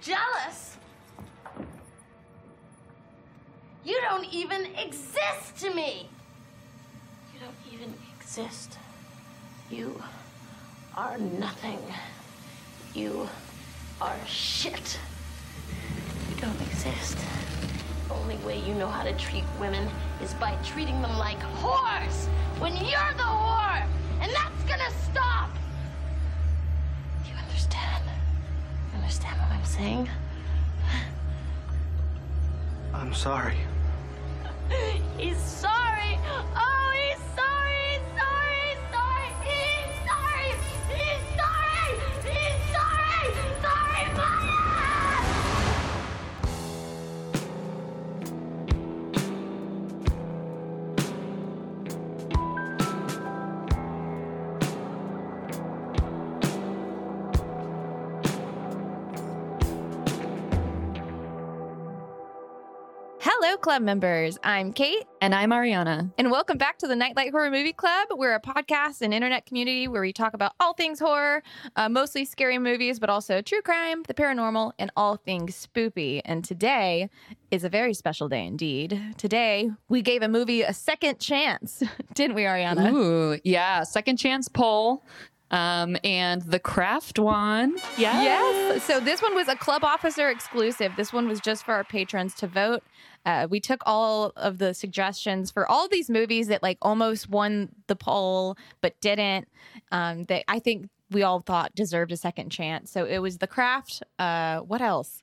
jealous. You don't even exist to me. You don't even exist. You are nothing. You are shit. You don't exist. The only way you know how to treat women is by treating them like whores when you're the whore. And that's gonna stop. Do you understand? You understand what I'm saying? I'm sorry. He's sorry. Oh, he's sorry. He's sorry. He's sorry. He's sorry. He's sorry. He's sorry. Sorry, Maya. Hello, club members. I'm Kate, And I'm Ariana. and welcome back to the Nightlight Horror Movie Club. We're a podcast and internet community where we talk about all things horror, uh, mostly scary movies, but also true crime, the paranormal, and all things spoopy. And today is a very special day indeed. Today, we gave a movie a second chance, didn't we, Ariana? Ooh, yeah. Second chance poll. Um, and the craft one. Yeah. Yes. So this one was a club officer exclusive. This one was just for our patrons to vote. Uh, we took all of the suggestions for all these movies that like almost won the poll but didn't. Um, that I think we all thought deserved a second chance. So it was The Craft. Uh, what else?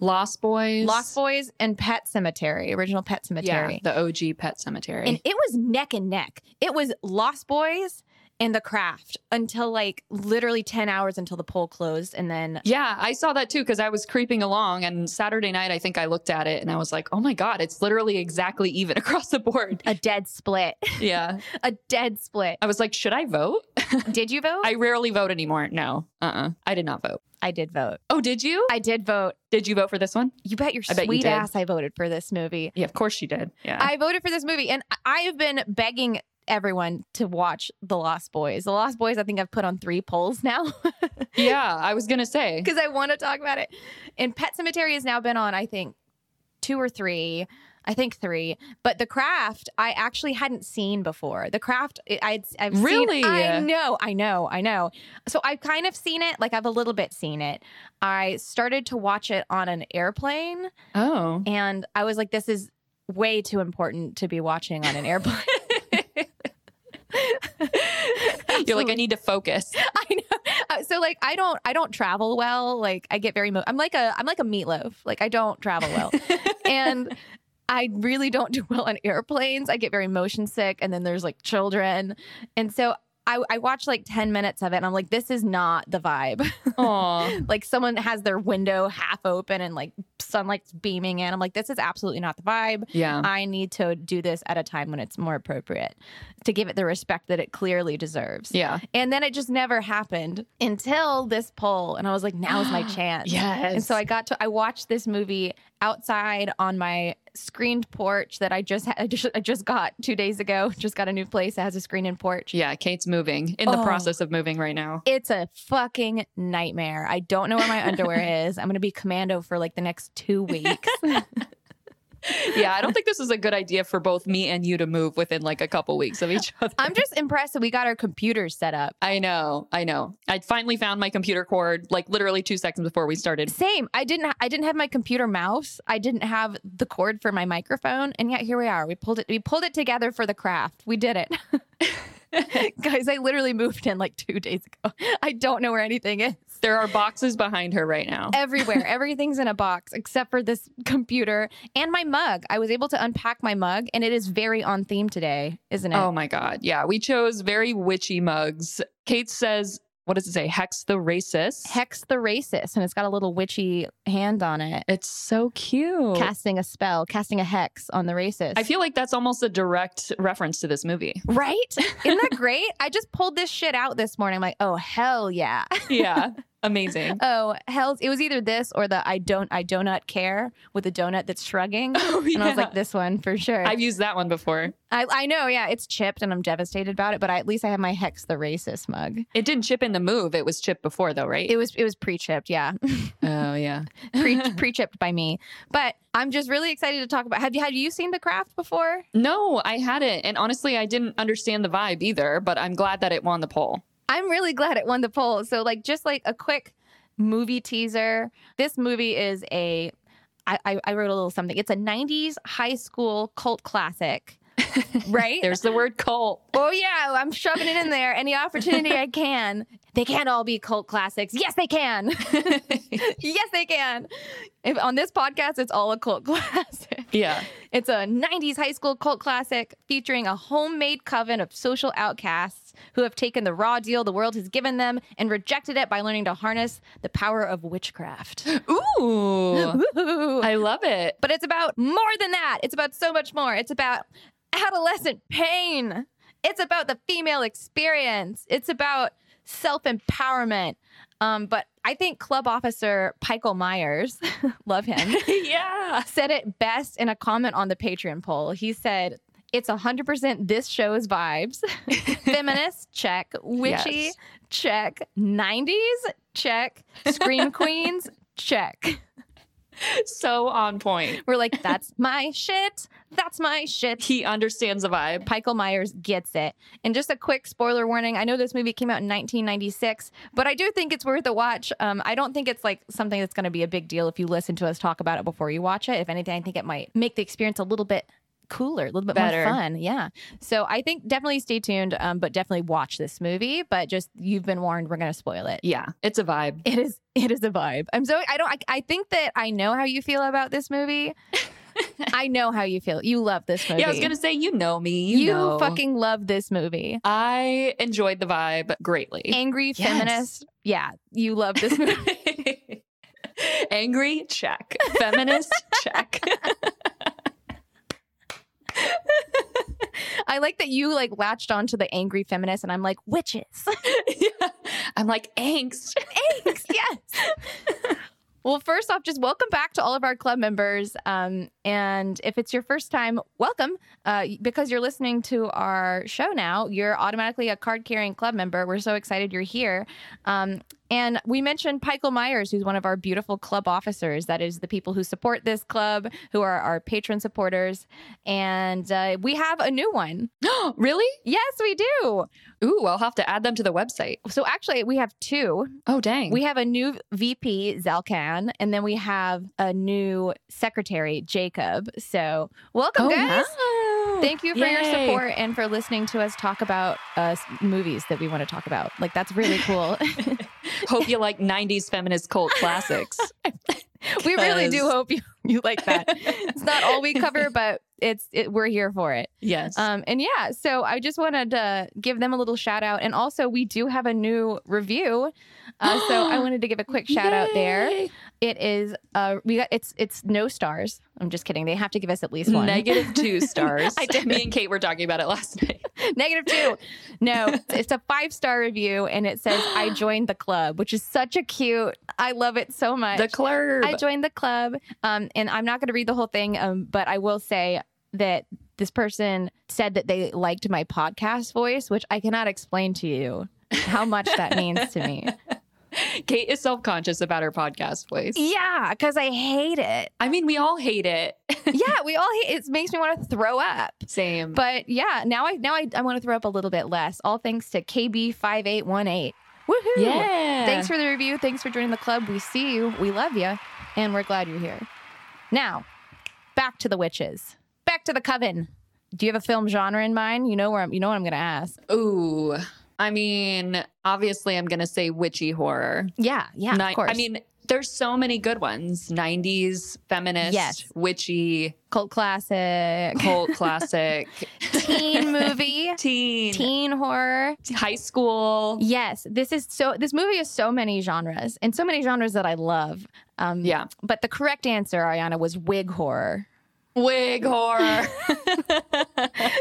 Lost Boys. Lost Boys and Pet Cemetery. Original Pet Cemetery. Yeah. The OG Pet Cemetery. And it was neck and neck. It was Lost Boys and The Craft until like literally ten hours until the poll closed, and then yeah, I saw that too because I was creeping along, and Saturday night I think I looked at it and I was like, "Oh my god, it's literally exactly even across the board." a dead split. Yeah, a dead split. I was like, "Should I vote?" Did you vote? I rarely vote anymore. No, uh, uh I did not vote. I did vote. Oh, did you? I did vote. did you vote for this one? You bet your I bet you sweet did. ass I voted for this movie. Yeah, of course you did. Yeah, I voted for this movie and I have been begging everyone to watch The Lost Boys. The Lost Boys, I think I've put on three polls now yeah. I was gonna say. because I want to talk about it. And Pet Cemetery has now been on, I think, two or three. I think three, but The Craft I actually hadn't seen before. The Craft I- I'd, I've seen- Really? I know, I know, I know. So I've kind of seen it, like I've a little bit seen it. I started to watch it on an airplane, Oh, and I was like, "This is way too important to be watching on an airplane." You're like, I need to focus. I know. Uh, So like I don't I don't travel well. Like I get very mo- I'm like a I'm like a meatloaf. Like I don't travel well. and I really don't do well on airplanes. I get very motion sick and then there's like children. And so I, I watched like 10 minutes of it and I'm like, this is not the vibe. Aw. like someone has their window half open and like sunlight's beaming in. I'm like, this is absolutely not the vibe. Yeah. I need to do this at a time when it's more appropriate to give it the respect that it clearly deserves. Yeah. And then it just never happened until this poll. And I was like, now's my chance. Yes. And so I got to, I watched this movie outside on my screened porch that I just, had, I just, I just got two days ago. Just got a new place that has a screen and porch. Yeah, Kate's moving. In the Oh. process of moving right now. It's a fucking nightmare. I don't know where my underwear is. I'm going to be commando for like the next two weeks. Yeah, I don't think this is a good idea for both me and you to move within like a couple weeks of each other. I'm just impressed that we got our computers set up. I know, I know. I finally found my computer cord like literally two seconds before we started. Same. I didn't. I didn't have my computer mouse. I didn't have the cord for my microphone, and yet here we are. We pulled it. We pulled it together for the craft. We did it, guys. I literally moved in like two days ago. I don't know where anything is. There are boxes behind her right now. Everywhere, everything's in a box except for this computer and my mug. I was able to unpack my mug, and it is very on theme today, isn't it? Oh my God. Yeah, we chose very witchy mugs. Kate says, what does it say? Hex the racist. Hex the racist, and it's got a little witchy hand on it, It's so cute. casting a spell, casting a hex on the racist. Oh. I feel like that's almost a direct reference to this movie. Right? Isn't that great? I just pulled this shit out this morning. I'm like, oh, hell yeah. Yeah. Amazing. Oh, hell's it was either this or the I don't I donut care with a donut that's shrugging. Oh, And I was yeah. like, this one for sure. I, I've used that one before. I, know, yeah, it's chipped and I'm devastated about it, but I, at least I have my Hex the Racist mug. It didn't chip in the move. It was chipped before, though, right? It was it was pre-chipped, yeah. oh, yeah. Pre pre-chipped by me. But I'm just really excited to talk about have you had you seen the craft before? No, I had it. And honestly, I didn't understand the vibe either, but I'm glad that it won the poll. I'm really glad it won the poll. So, like, just like a quick movie teaser. This movie is a. I, I, I wrote a little something. It's a 90s high school cult classic, right? There's the word cult. oh, yeah. I'm shoving it in there any opportunity I can. They can't all be cult classics. Yes, they can. yes, they can. If, on this podcast, it's all a cult classic. Yeah. It's a 90s high school cult classic featuring a homemade coven of social outcasts who have taken the raw deal the world has given them and rejected it by learning to harness the power of witchcraft. Ooh. Ooh. I love it. But it's about more than that. It's about so much more. It's about adolescent pain. It's about the female experience. It's about self empowerment. Um, but I think club officer Michael Myers, love him yeah. said it best in a comment on the Patreon poll. He said, it's 100% this show's vibes. Feminist, check. Witchy, Yes. check. 90s, check. Scream Queens, check. So on point. We're like, that's my shit. That's my shit. He understands the vibe. Michael Myers gets it. And just a quick spoiler warning I know this movie came out in 1996, but I do think it's worth a watch. Um, I don't think it's like something that's going to be a big deal if you listen to us talk about it before you watch it. If anything, I think it might make the experience a little bit cooler, a little bit Better. more fun. Yeah. So I think definitely stay tuned, um, but definitely watch this movie. But just you've been warned, we're going to spoil it. Yeah. It's a vibe. It is. It is a vibe. I'm so. I don't. I, I think that I know how you feel about this movie. I know how you feel. You love this movie. Yeah, I was going to say, you know me. You, You know. fucking love this movie. I enjoyed the vibe greatly. Angry Yes. feminist. Yeah, you love this movie. Angry, check. Feminist, check. I like that you like latched onto the angry feminist, and I'm like witches. Yeah. I'm like, angst. Thanks. yes. well, first off, just welcome back to all of our club members. Um, and if it's your first time, welcome. Uh, because you're listening to our show now, you're automatically a card carrying club member. We're so excited you're here. Um, and we mentioned Michael Myers, who's one of our beautiful club officers. That is the people who support this club, who are our patron supporters. And uh, we have a new one. really? Yes, we do. Ooh, I'll have to add them to the website. So actually, we have two. Oh, dang. We have a new VP, Zalkan, and then we have a new secretary, Jacob. So, welcome, oh, guys. wow. Thank you for your Yay. support and for listening to us talk about uh, s- movies that we want to talk about. Like, that's really cool. Hope you like 90s feminist cult classics. we really do Because- hope you, you like that. it's not all we cover, but it's it, we're here for it. Yes. Um, and yeah, so I just wanted to give them a little shout out. And also, we do have a new review. Uh, so I wanted to give a quick shout out there. Yay. It is uh we got it's it's no stars. I'm just kidding. They have to give us at least one. Negative two stars. I did. Me and Kate were talking about it last night. Negative two. No, it's a five star review and it says I joined the club, which is such a cute. I love it so much. The clerb. I joined the club. Um and I'm not going to read the whole thing um but I will say that this person said that they liked my podcast voice, which I cannot explain to you how much that means to me. Kate is self conscious about her podcast voice. Yeah, cuz I hate it. I mean, we all hate it. Yeah, we all hate it makes me want to throw up. Same. But yeah, now I now I, I want to throw up a little bit less. All thanks to KB5818. Woohoo! yeah. Thanks for the review. Thanks for joining the club. We see you. We love you. And we're glad you're here. Now, back to the witches. Back to the coven. Do you have a film genre in mind? You know where I'm, you know what I'm going to ask. Ooh. I mean, obviously, I'm going to say witchy horror. Yeah, yeah, Ni- of course. I mean, there's so many good ones 90s, feminist, Yes. witchy, cult classic, cult classic, teen movie, teen, teen horror. high school. Yes, this is so. This movie is so many genres and so many genres that I love. Um, Yeah. But the correct answer, Ariana, was wig horror. Wig horror.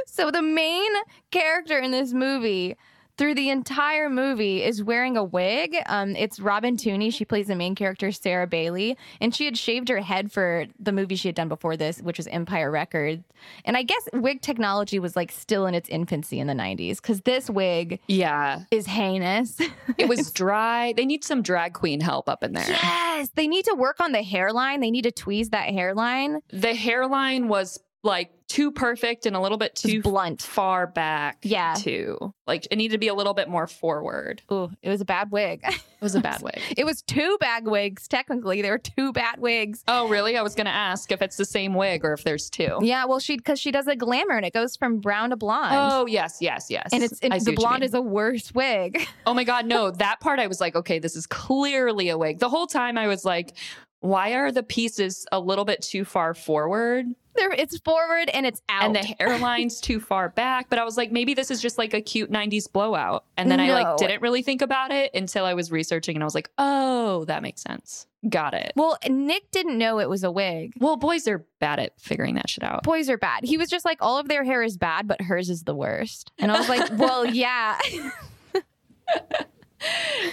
So the main character in this movie through the entire movie is wearing a wig. Um, it's Robin Tooney. She plays the main character, Sarah Bailey. And she had shaved her head for the movie she had done before this, which was Empire Records. And I guess wig technology was like still in its infancy in the 90s because this wig Yeah. is heinous. It was dry. They need some drag queen help up in there. yes. They need to work on the hairline, they need to tweeze that hairline. The hairline was like too perfect and a little bit It's too blunt. far back. Yeah. Too. Like it needed to be a little bit more forward. Ooh, it was a bad wig. It was a bad wig. It was two bad wigs, technically. There were two bad wigs. Oh, really? I was going to ask if it's the same wig or if there's two. Yeah, well, she because she does a glamour and it goes from brown to blonde. Oh, yes, yes, yes. and it's I and the see what you blonde mean. is a worse wig. Oh my God, no. That part I was like, okay, this is clearly a wig. The whole time I was like, why are the pieces a little bit too far forward There, it's forward and it's out. and the hairline's too far back? But I was like, maybe this is just like a cute 90s blowout. And then I No. like didn't really think about it until I was researching and I was like, oh, that makes sense. Got it. well, Nick didn't know it was a wig. Well, boys are bad at figuring that shit out. Boys are bad. He was just like, all of their hair is bad, but hers is the worst. And I was like, well, yeah.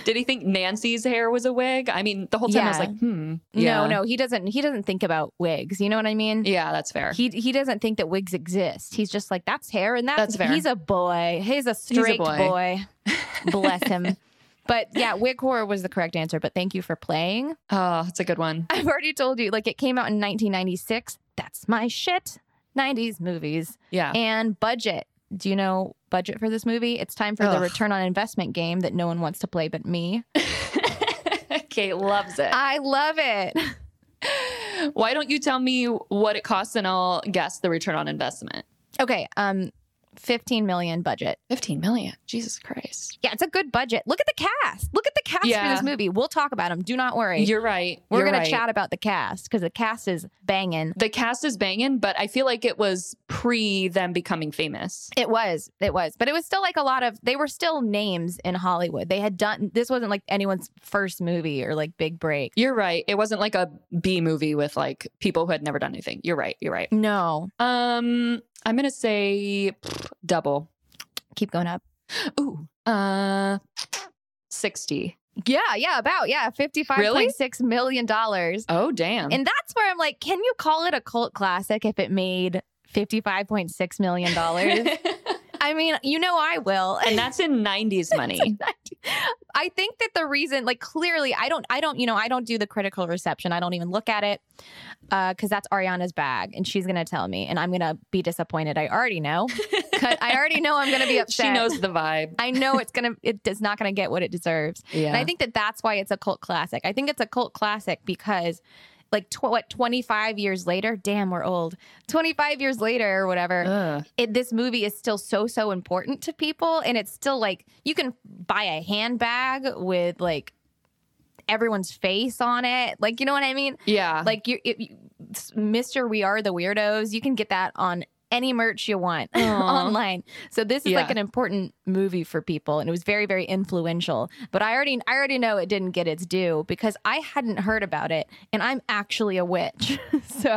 Did he think Nancy's hair was a wig? I mean, the whole time I was Yeah. like, hmm. No, no, he doesn't. He doesn't think about wigs. You know what I mean? Yeah, that's fair. He he doesn't think that wigs exist. He's just like that's hair and That's fair. He's a boy. He's a straight boy. boy. Bless him. But yeah, wig horror was the correct answer. But thank you for playing. oh, it's a good one. I've already told you, like it came out in 1996. That's my shit. 90s movies Yeah. and budget. Do you know budget for this movie? It's time for the Ugh. return on investment game that no one wants to play but me. Kate loves it. I love it. Why don't you tell me what it costs and I'll guess the return on investment? Okay, um 15 million budget. 15 million. Jesus Christ. Yeah, it's a good budget. Look at the cast. Look at the cast for Yeah. this movie. We'll talk about them. Do not worry. You're right. We're You're gonna right. chat about the cast because the cast is banging. The cast is banging, but I feel like it was pre them becoming famous. It was, it was, but it was still like a lot of. They were still names in Hollywood. They had done this wasn't like anyone's first movie or like big break. You're right. It wasn't like a B movie with like people who had never done anything. You're right. You're right. No, Um, I'm gonna say pff, double. keep going up. Ooh. Uh 60. Yeah, yeah, about yeah, fifty-five Really? point six million dollars. Oh damn. And that's where I'm like, can you call it a cult classic if it made fifty-five point six million dollars? I mean, you know, I will. and that's in 90s money. I think that the reason, like, clearly, I don't, I don't, you know, I don't do the critical reception. I don't even look at it because that's Ariana's bag, and she's gonna tell me, and I'm gonna be disappointed. I already know. 'Cause I already know I'm gonna be upset. She knows the vibe. I know it's gonna. It is not gonna get what it deserves. Yeah. And I think that that's why it's a cult classic. I think it's a cult classic because, like, tw- what 25 years later? Damn, we're old. 25 years later, or whatever Ugh. it, this movie is still so so important to people and it's still like you can buy a handbag with like everyone's face on it like you know what i mean Yeah. like you, it, you mr we are the weirdos you can get that on any merch you want online so this is like Yeah. an important movie for people and it was very very influential but i already i already know it didn't get its due because i hadn't heard about it and i'm actually a witch so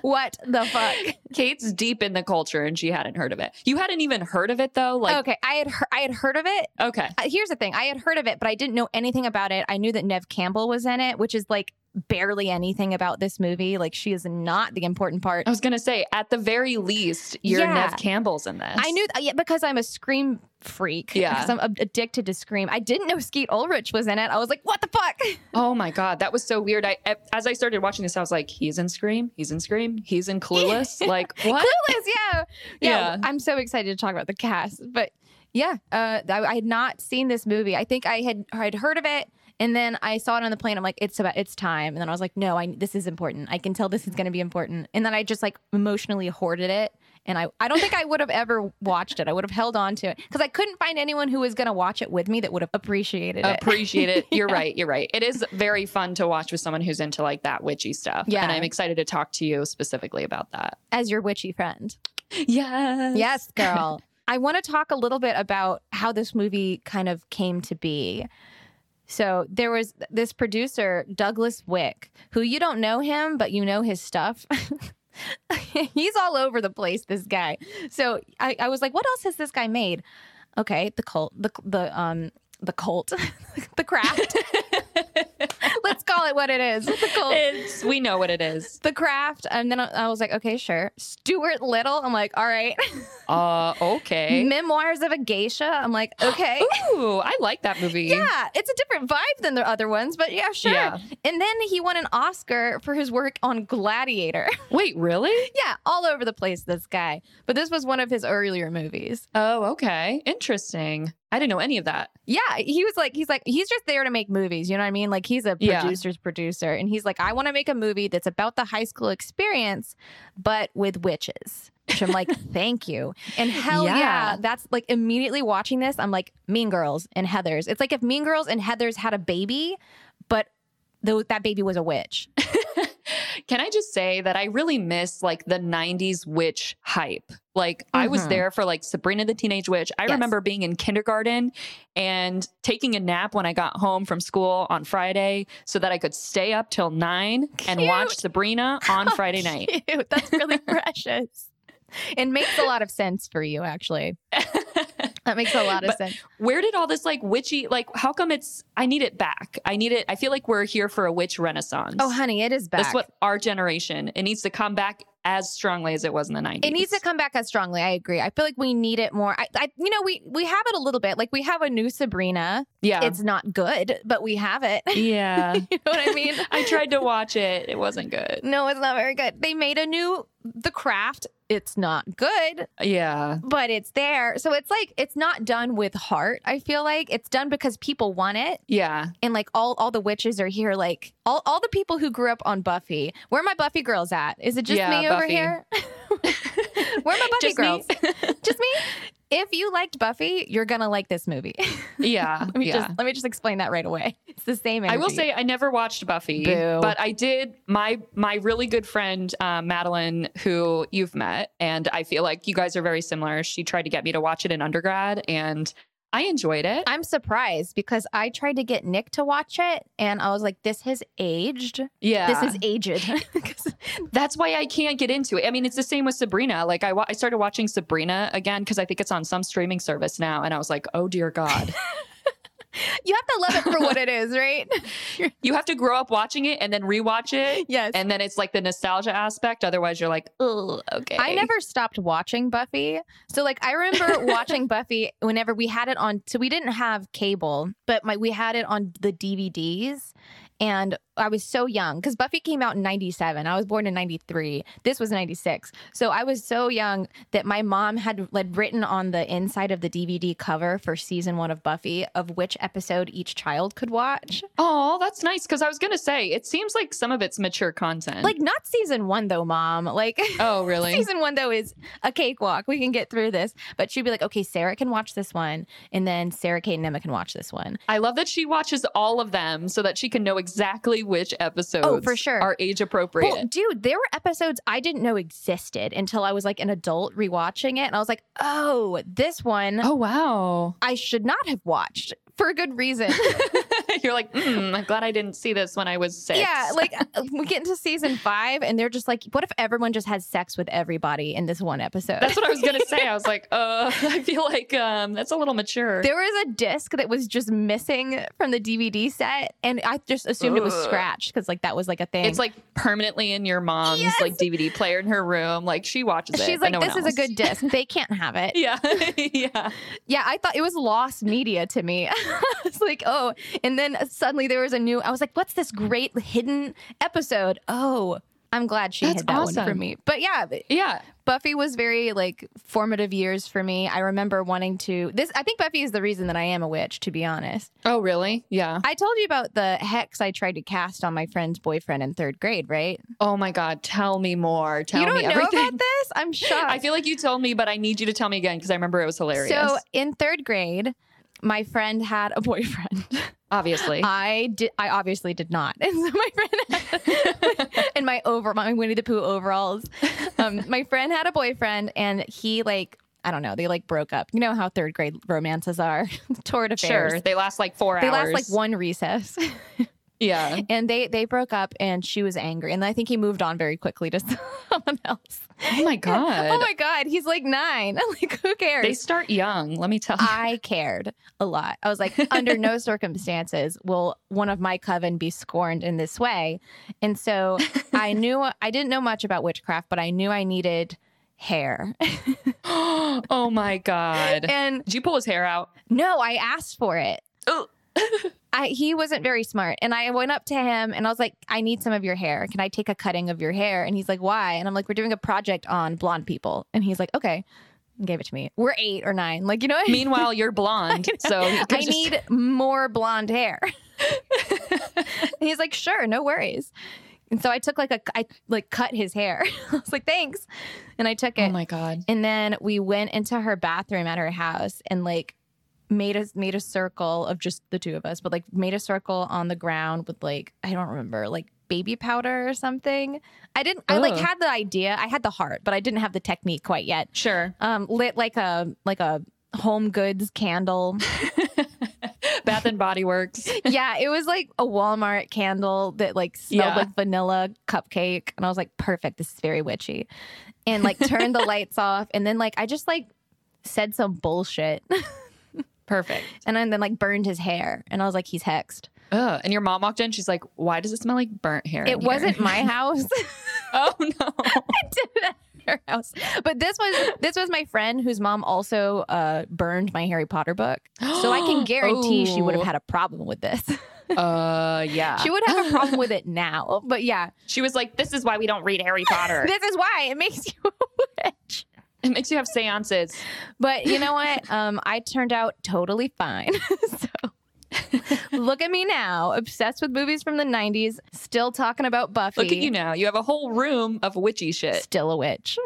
what the fuck Kate's deep in the culture and she hadn't heard of it. You hadn't even heard of it though. Like okay, I had he- I had heard of it. okay. Uh, Here's the thing: I had heard of it, but I didn't know anything about it. I knew that Nev Campbell was in it, which is like barely anything about this movie. Like she is not the important part. I was gonna say, at the very least, you're Yeah. Nev Campbell's in this. I knew uh, yeah, because I'm a scream freak. Yeah. because I'm ab- addicted to scream. I didn't know Skeet Ulrich was in it. I was like, what the fuck? Oh my god, that was so weird. I e, as I started watching this, I was like, he's in Scream, he's in Scream, he's in Clueless. like what? Clueless, yeah. yeah, Yeah. I'm so excited to talk about the cast, but yeah, uh, I, I had not seen this movie. I think I had I'd heard of it, and then I saw it on the plane. I'm like, it's about it's time, and then I was like, no, I this is important. I can tell this is going to be important, and then I just like emotionally hoarded it. And I, I don't think I would have ever watched it. I would have held on to it because I couldn't find anyone who was going to watch it with me that would have appreciated it. Appreciate it. You're right. You're right. It is very fun to watch with someone who's into like that witchy stuff. Yeah. And I'm excited to talk to you specifically about that. As your witchy friend. Yes. Yes, girl. I want to talk a little bit about how this movie kind of came to be. So there was this producer, Douglas Wick, who you don't know him, but you know his stuff. He's all over the place, this guy. So I, I was like, what else has this guy made? okay, the cult, the the um the cult, the craft. Let's call it what it is. The cult. It's, we know what it is. the craft, and then I I was like, okay, sure. Stuart Little, I'm like, all right. Uh, okay. Memoirs of a Geisha, I'm like, okay. Ooh, I like that movie. Yeah, it's a different vibe than the other ones, but yeah, sure. Yeah. And then he won an Oscar for his work on Gladiator. Wait, really? yeah, all over the place, this guy. But this was one of his earlier movies. Oh, okay. Interesting. I didn't know any of that. Yeah, he was like, he's like, he's just there to make movies. You know what I mean? Like, he's a Yeah. producer's producer. And he's like, I want to make a movie that's about the high school experience, but with witches. Which I'm like, thank you. And hell yeah. Yeah. that's like immediately watching this, I'm like, Mean Girls and Heathers. It's like if Mean Girls and Heathers had a baby, but tho- that baby was a witch. Can I just say that I really miss like the 90s witch hype? Like, I was Mhm. there for like Sabrina the Teenage Witch. I Yes. remember being in kindergarten and taking a nap when I got home from school on Friday so that I could stay up till nine and watch Sabrina on Friday night. Oh, Cute. That's really precious. It makes a lot of sense for you, actually. That makes a lot of But- sense. Where did all this like witchy, like, how come it's, I need it back? I need it. I feel like we're here for a witch renaissance. Oh, honey, it is back. That's what our generation, it needs to come back as strongly as it was in the 90s. It needs to come back as strongly. I agree. I feel like we need it more. I, I you know, we we have it a little bit. Like we have a new Sabrina. Yeah. It's not good, but we have it. you yeah. know what I mean? I tried to watch it. It wasn't good. no, it's not very good. They made a new The Craft. It's not good, Yeah. but it's there. So it's like it's not done with heart. I feel like it's done because people want it, Yeah. and like all all the witches are here. Like all all the people who grew up on Buffy. Where are my Buffy girls at? Is it just Yeah, me over Buffy. here? Where are my Buffy Just me. girls? just me. If you liked Buffy, you're gonna like this movie. Yeah. let me yeah. just let me just explain that right away. It's the same. Energy. I will say I never watched Buffy, Boo. but I did. My my really good friend uh, Madeline, who you've met, and I feel like you guys are very similar. She tried to get me to watch it in undergrad, and I enjoyed it. I'm surprised because I tried to get Nick to watch it, and I was like, "This has aged. yeah, This is aged." 'Cause- that's why I can't get into it. I mean, it's the same with Sabrina. Like I wa- I started watching Sabrina again because I think it's on some streaming service now, and I was like, oh dear God, you have to love it for what it is, right? you have to grow up watching it and then rewatch it. yes. And then it's like the nostalgia aspect. Otherwise, you're like, oh, okay. I never stopped watching Buffy. So like I remember watching Buffy whenever we had it on so we didn't have cable, but my we had it on the DVDs and I was so young cuz Buffy came out in 97. I was born in 93. This was 96. So I was so young that my mom had like written on the inside of the DVD cover for season 1 of Buffy of which episode each child could watch. Oh, that's nice. Because I was gonna say, it seems like some of it's mature content. Like not season 1 though, mom. Like oh, really? Season one though is a cakewalk. We can get through this. But she'd be like, okay, Sarah can watch this one, and then Sarah, Kate, and Emma can watch this one. I love that she watches all of them so that she can know exactly which episodes Oh, sure. are age appropriate. Well, dude, there were episodes I didn't know existed until I was like an adult rewatching it, and I was like, oh, this one oh wow. I should not have watched for a good reason. you're like, mm, I'm glad I didn't see this when I was six. yeah, like uh, we get into season five, and they're just like, what if everyone just has sex with everybody in this one episode? That's what I was gonna say. I was like, uh, I feel like um that's a little mature. There was a disc that was just missing from the DVD set, and I just assumed it was Ugh. scratched because like that was like a thing. it's like permanently in your mom's Yes. like DVD player in her room. Like she watches it. she's like, but no one "This is a else." good disc. They can't have it." Yeah. yeah. Yeah, I thought it was lost media to me. I was like, "Oh," and then suddenly there was a new. I was like, "What's this great hidden episode?" Oh. I'm glad she That's hid that one for awesome. me. But yeah, but Yeah. Buffy was very like formative years for me. I remember wanting to this I think Buffy is the reason that I am a witch, to be honest. Oh, really? Yeah. I told you about the hex I tried to cast on my friend's boyfriend in third grade, right? Oh my God. Tell me more. Tell you don't me know everything. about this? I'm shocked. I feel like you told me, but I need you to tell me again because I remember it was hilarious. so in third grade, my friend had a boyfriend. obviously, I did. I obviously did not. And so my friend had, in my over my Winnie the Pooh overalls, um, my friend had a boyfriend, and he like I don't know. They like broke up. You know how third grade romances are, torrid affairs. sure, they last like four They hours. last like one recess. Yeah. and they they broke up and she was angry and i think he moved on very quickly to someone else Oh my god. oh my god he's like nine I'm like who cares They start young, let me tell you. i cared a lot i was like under no circumstances will one of my coven be scorned in this way and so i knew i didn't know much about witchcraft but i knew i needed hair oh my god. and Did you pull his hair out? no i asked for it Oh. I, he wasn't very smart. And I went up to him and I was like, I need some of your hair. Can I take a cutting of your hair? And he's like, why? And I'm like, we're doing a project on blonde people. And he's like, okay. And gave it to me. We're eight or nine. Like, you know, what I, mean? Meanwhile, you're blonde, so you I could just- need more blonde hair. and he's like, sure, no worries. And so I took like a, I like cut his hair. I was like, thanks. And I took it. Oh my god. And then we went into her bathroom at her house and like made us made a circle of just the two of us, but like made a circle on the ground with like I don't remember like baby powder or something. I didn't. I like Ugh. had the idea. I had the heart, but I didn't have the technique quite yet. Sure. Um, lit like a like a home goods candle. Bath and Body Works. yeah, it was like a Walmart candle that like smelled Yeah. like vanilla cupcake. And I was like, perfect, this is very witchy. And like turned the lights off. And then like I just like said some bullshit. Perfect. and then, then like burned his hair. And I was like, he's hexed. Ugh. And your mom walked in. She's like, "Why does it smell like burnt hair?" in It here?" wasn't my house. Oh no. I did it at her house. But this was this was my friend whose mom also uh burned my Harry Potter book. So I can guarantee she would have Oh. had a problem with this. Uh, yeah. she She, would have a problem with it now. But yeah, was like, "This is why we don't read Harry Potter. this is why it makes you a witch. it makes you have seances." But you know what? Um, I turned out totally fine. so look at me now, obsessed with movies from the '90s, still talking about Buffy. Look at you now. You have a whole room of witchy shit. Still a witch.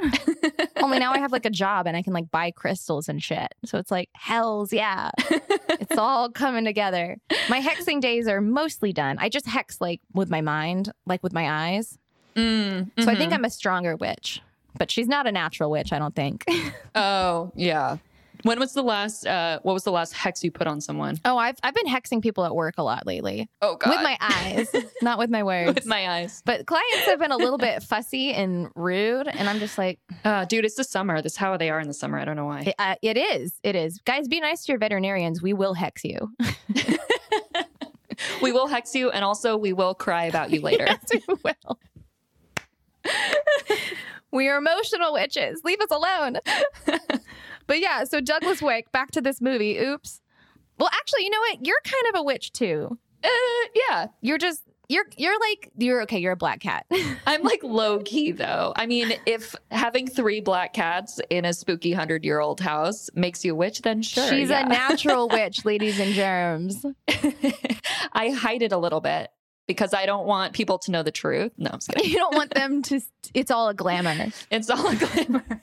Only now I have like a job and I can like buy crystals and shit. So it's like hell's yeah. it's all coming together. My hexing days are mostly done. I just hex like with my mind, like with my eyes. Mm, So I think mhm. I'm a stronger witch. But she's not a natural witch, I don't think. Oh yeah. When was the last? Uh, what was the last hex you put on someone? oh, I've I've been hexing people at work a lot lately. Oh god. With my eyes, not with my words. with my eyes. but clients have been a little bit fussy and rude, and I'm just like, Uh, dude, it's the summer. That's how they are in the summer. I don't know why. it, uh, it is, it is. Guys, be nice to your veterinarians. We will hex you. We will hex you, and also we will cry about you later. we will. we are emotional witches. Leave us alone. but yeah, so Douglas Wick. Back to this movie. Oops. Well, actually, you know what? You're kind of a witch too. Uh, yeah, You're just you're you're like you're okay. You're a black cat. I'm like low key though. I mean, if having three black cats in a spooky hundred year old house makes you a witch, then sure. She's yeah. a natural witch, ladies and germs. I hide it a little bit because I don't want people to know the truth. No, I'm just kidding. You don't want them to. It's all a glamour. It's all a glamour.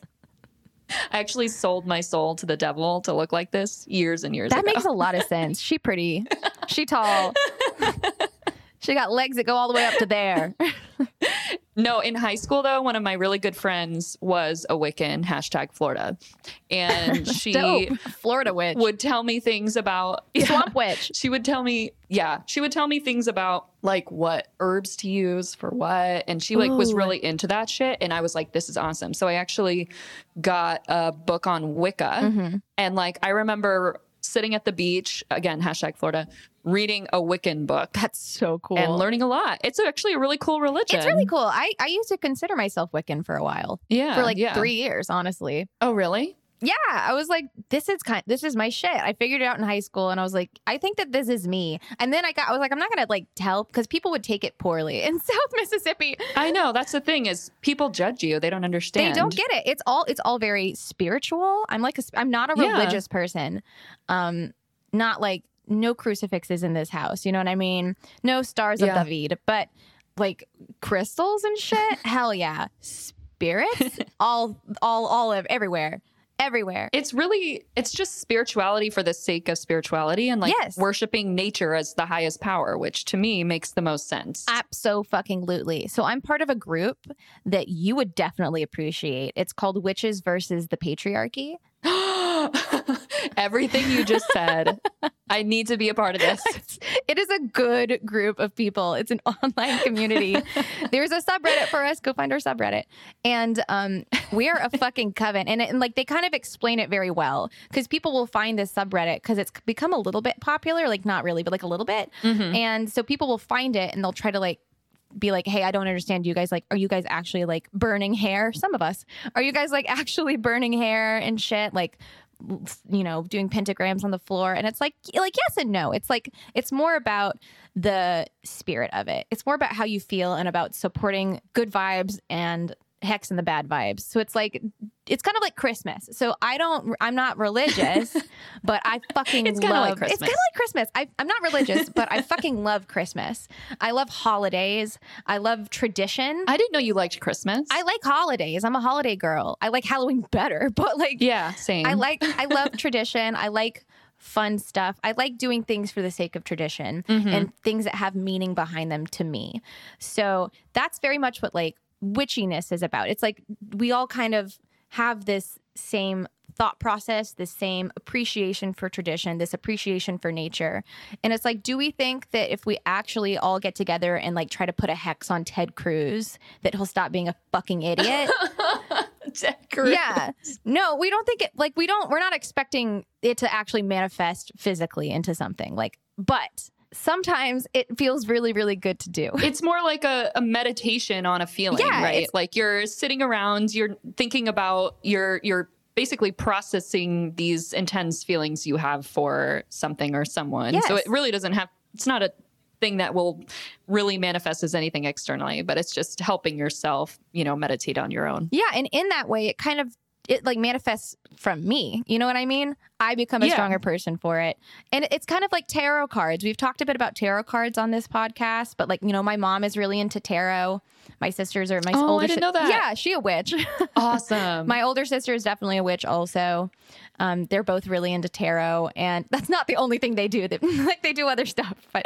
I actually sold my soul to the devil to look like this years and years That ago. makes a lot of sense. She pretty. She tall. she got legs that go all the way up to there. No, in high school though, one of my really good friends was a Wiccan hashtag Florida, and she Dope. Florida witch. would tell me things about Swamp witch. she would tell me yeah she would tell me things about like what herbs to use for what and she like was Ooh. really into that shit and i was like this is awesome so i actually got a book on wicca Mm-hmm. and like i remember sitting at the beach again hashtag florida reading a wiccan book That's so cool. and learning a lot it's actually a really cool religion It's really cool. I, I used to consider myself Wiccan for a while, yeah for like yeah. three years, honestly. Oh, really Yeah, I was like, this is kind, this is my shit. I figured it out in high school, and I was like, I think that this is me. And then I got, I was like, I'm not gonna like tell because people would take it poorly in South Mississippi. i know that's the thing is people judge you they don't understand They don't get it. It's all, it's all very spiritual. I'm like, a, sp- I'm not a Yeah. religious person. Um, not like no crucifixes in this house. You know what I mean? No stars Yeah. of David, but like crystals and shit. Hell yeah, spirits all all all of everywhere, everywhere. it's really it's just spirituality for the sake of spirituality and like Yes. worshiping nature as the highest power which to me makes the most sense so fucking lootly. So I'm part of a group that you would definitely appreciate. It's called Witches versus the Patriarchy. Everything you just said, I need to be a part of this. It is a good group of people. It's an online community. There's a subreddit for us. Go find our subreddit. And um, we are a fucking coven. And, it- and like they kind of explain it very well because people will find this subreddit because it's become a little bit popular. Like not really, but like a little bit. And so people will find it and they'll try to like be like, hey, I don't understand you guys. Like, are you guys actually like burning hair? Some of us. Are you guys like actually burning hair and shit? Like, l- you know, doing pentagrams on the floor. And it's like, like, yes and no. It's like, it's more about the spirit of it. It's more about how you feel and about supporting good vibes and hex and the bad vibes. So it's like, it's kind of like Christmas. So I don't, I'm not religious, but I fucking It's kinda love, like it's Christmas. kind of like Christmas. I, I'm not religious, but I fucking love Christmas. I love holidays. I love tradition. I, I didn't know you liked Christmas. like holidays. I'm a holiday girl. I like Halloween better, but like, yeah, same. I like, I love tradition. I like fun stuff. I like doing things for the sake of tradition and things that have meaning behind them to me. So that's very much what like witchiness is about. It's like we all kind of have this same thought process, the same appreciation for tradition, this appreciation for nature. And it's like, do we think that if we actually all get together and like try to put a hex on Ted Cruz, that he'll stop being a fucking idiot? Yeah. No, we don't think it like we don't we're not expecting it to actually manifest physically into something. Like but sometimes it feels really really good to do. It's more like a, a meditation on a feeling, Yeah, right? it's- Like you're sitting around, you're thinking about you're you're basically processing these intense feelings you have for something or someone. So Yes. it really doesn't have it's not a thing that will really manifest as anything externally, but it's just helping yourself, you know, meditate on your own. Yeah, and in that way it kind of it like manifests from me. You know what I mean? I become a Yeah. stronger person for it. And it's kind of like tarot cards. We've talked a bit about tarot cards on this podcast, but like, you know, my mom is really into tarot. My sisters are my Oh, I older didn't si- know that. Yeah, she a witch. Awesome. My older sister is definitely a witch, also. Um, they're both really into tarot, and that's not the only thing they do. They, like they do other stuff, but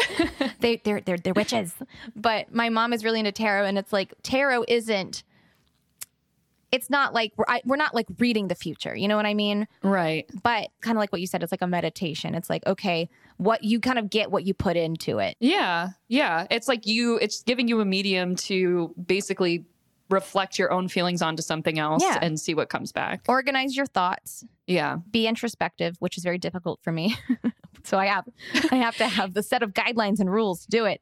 they they're, they're they're witches. But my mom is really into tarot, and it's like tarot isn't. It's not like we're I, we're not like reading the future. You know what I mean? right. But kind of like what you said, it's like a meditation. It's like okay, what you kind of get what you put into it. Yeah. Yeah. It's like you, it's giving you a medium to basically reflect your own feelings onto something else Yeah. and see what comes back. Organize your thoughts. yeah. be introspective, which is very difficult for me. so I have I have to have the set of guidelines and rules to do it.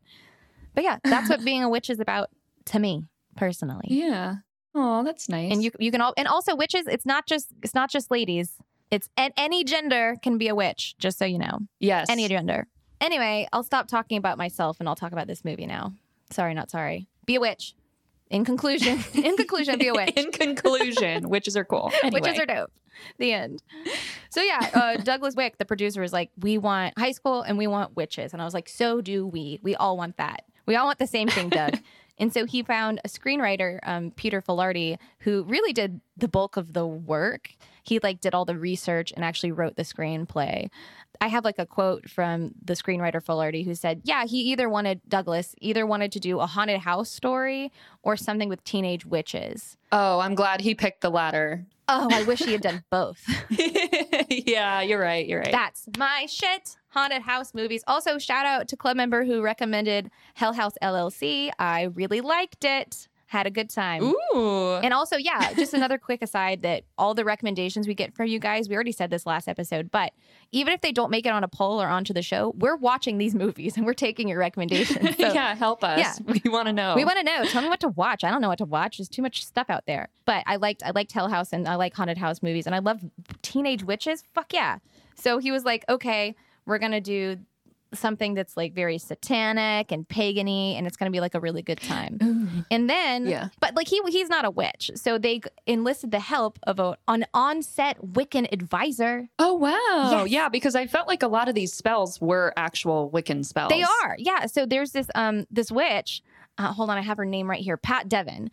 But yeah, that's what being a witch is about to me personally. Yeah. Oh, that's nice. And you you can all and also witches, it's not just it's not just ladies. It's and any gender can be a witch, just so you know. yes. Any gender. Anyway, I'll stop talking about myself and I'll talk about this movie now. Sorry, not sorry. Be a witch. In conclusion, in conclusion, be a witch. In conclusion, witches are cool. Anyway. Witches are dope. The end. So yeah, uh, Douglas Wick, the producer, was like, "We want high school and we want witches," and I was like, "So do we? We all want that. We all want the same thing, Doug." and so he found a screenwriter, um, Peter Filardi, who really did the bulk of the work. He like did all the research and actually wrote the screenplay. I have like a quote from the screenwriter Filardi who said, "Yeah, he either wanted Douglas either wanted to do a haunted house story or something with teenage witches." oh, I'm glad he picked the latter. Oh, I wish he had done both. yeah, you're right. You're right. That's my shit. Haunted house movies. Also, shout out to club member who recommended Hell House LLC. I really liked it. Had a good time. Ooh. And also, yeah, just another quick aside that all the recommendations we get from you guys, we already said this last episode, but even if they don't make it on a poll or onto the show, we're watching these movies and we're taking your recommendations. So yeah, help us. Yeah. We want to know. we want to know. Tell me what to watch. I don't know what to watch. There's too much stuff out there. But I liked I liked Hell House and I like haunted house movies and I love teenage witches. Fuck yeah. So he was like, okay, we're gonna do something that's like very satanic and pagany and it's gonna be like a really good time. And then Yeah. but like he he's not a witch. So they g- enlisted the help of a, an on-set Wiccan advisor. oh, wow. Yes. Yeah, because I felt like a lot of these spells were actual Wiccan spells. They are, yeah. So there's this um this witch. Uh, hold on, I have her name right here. Pat Devon.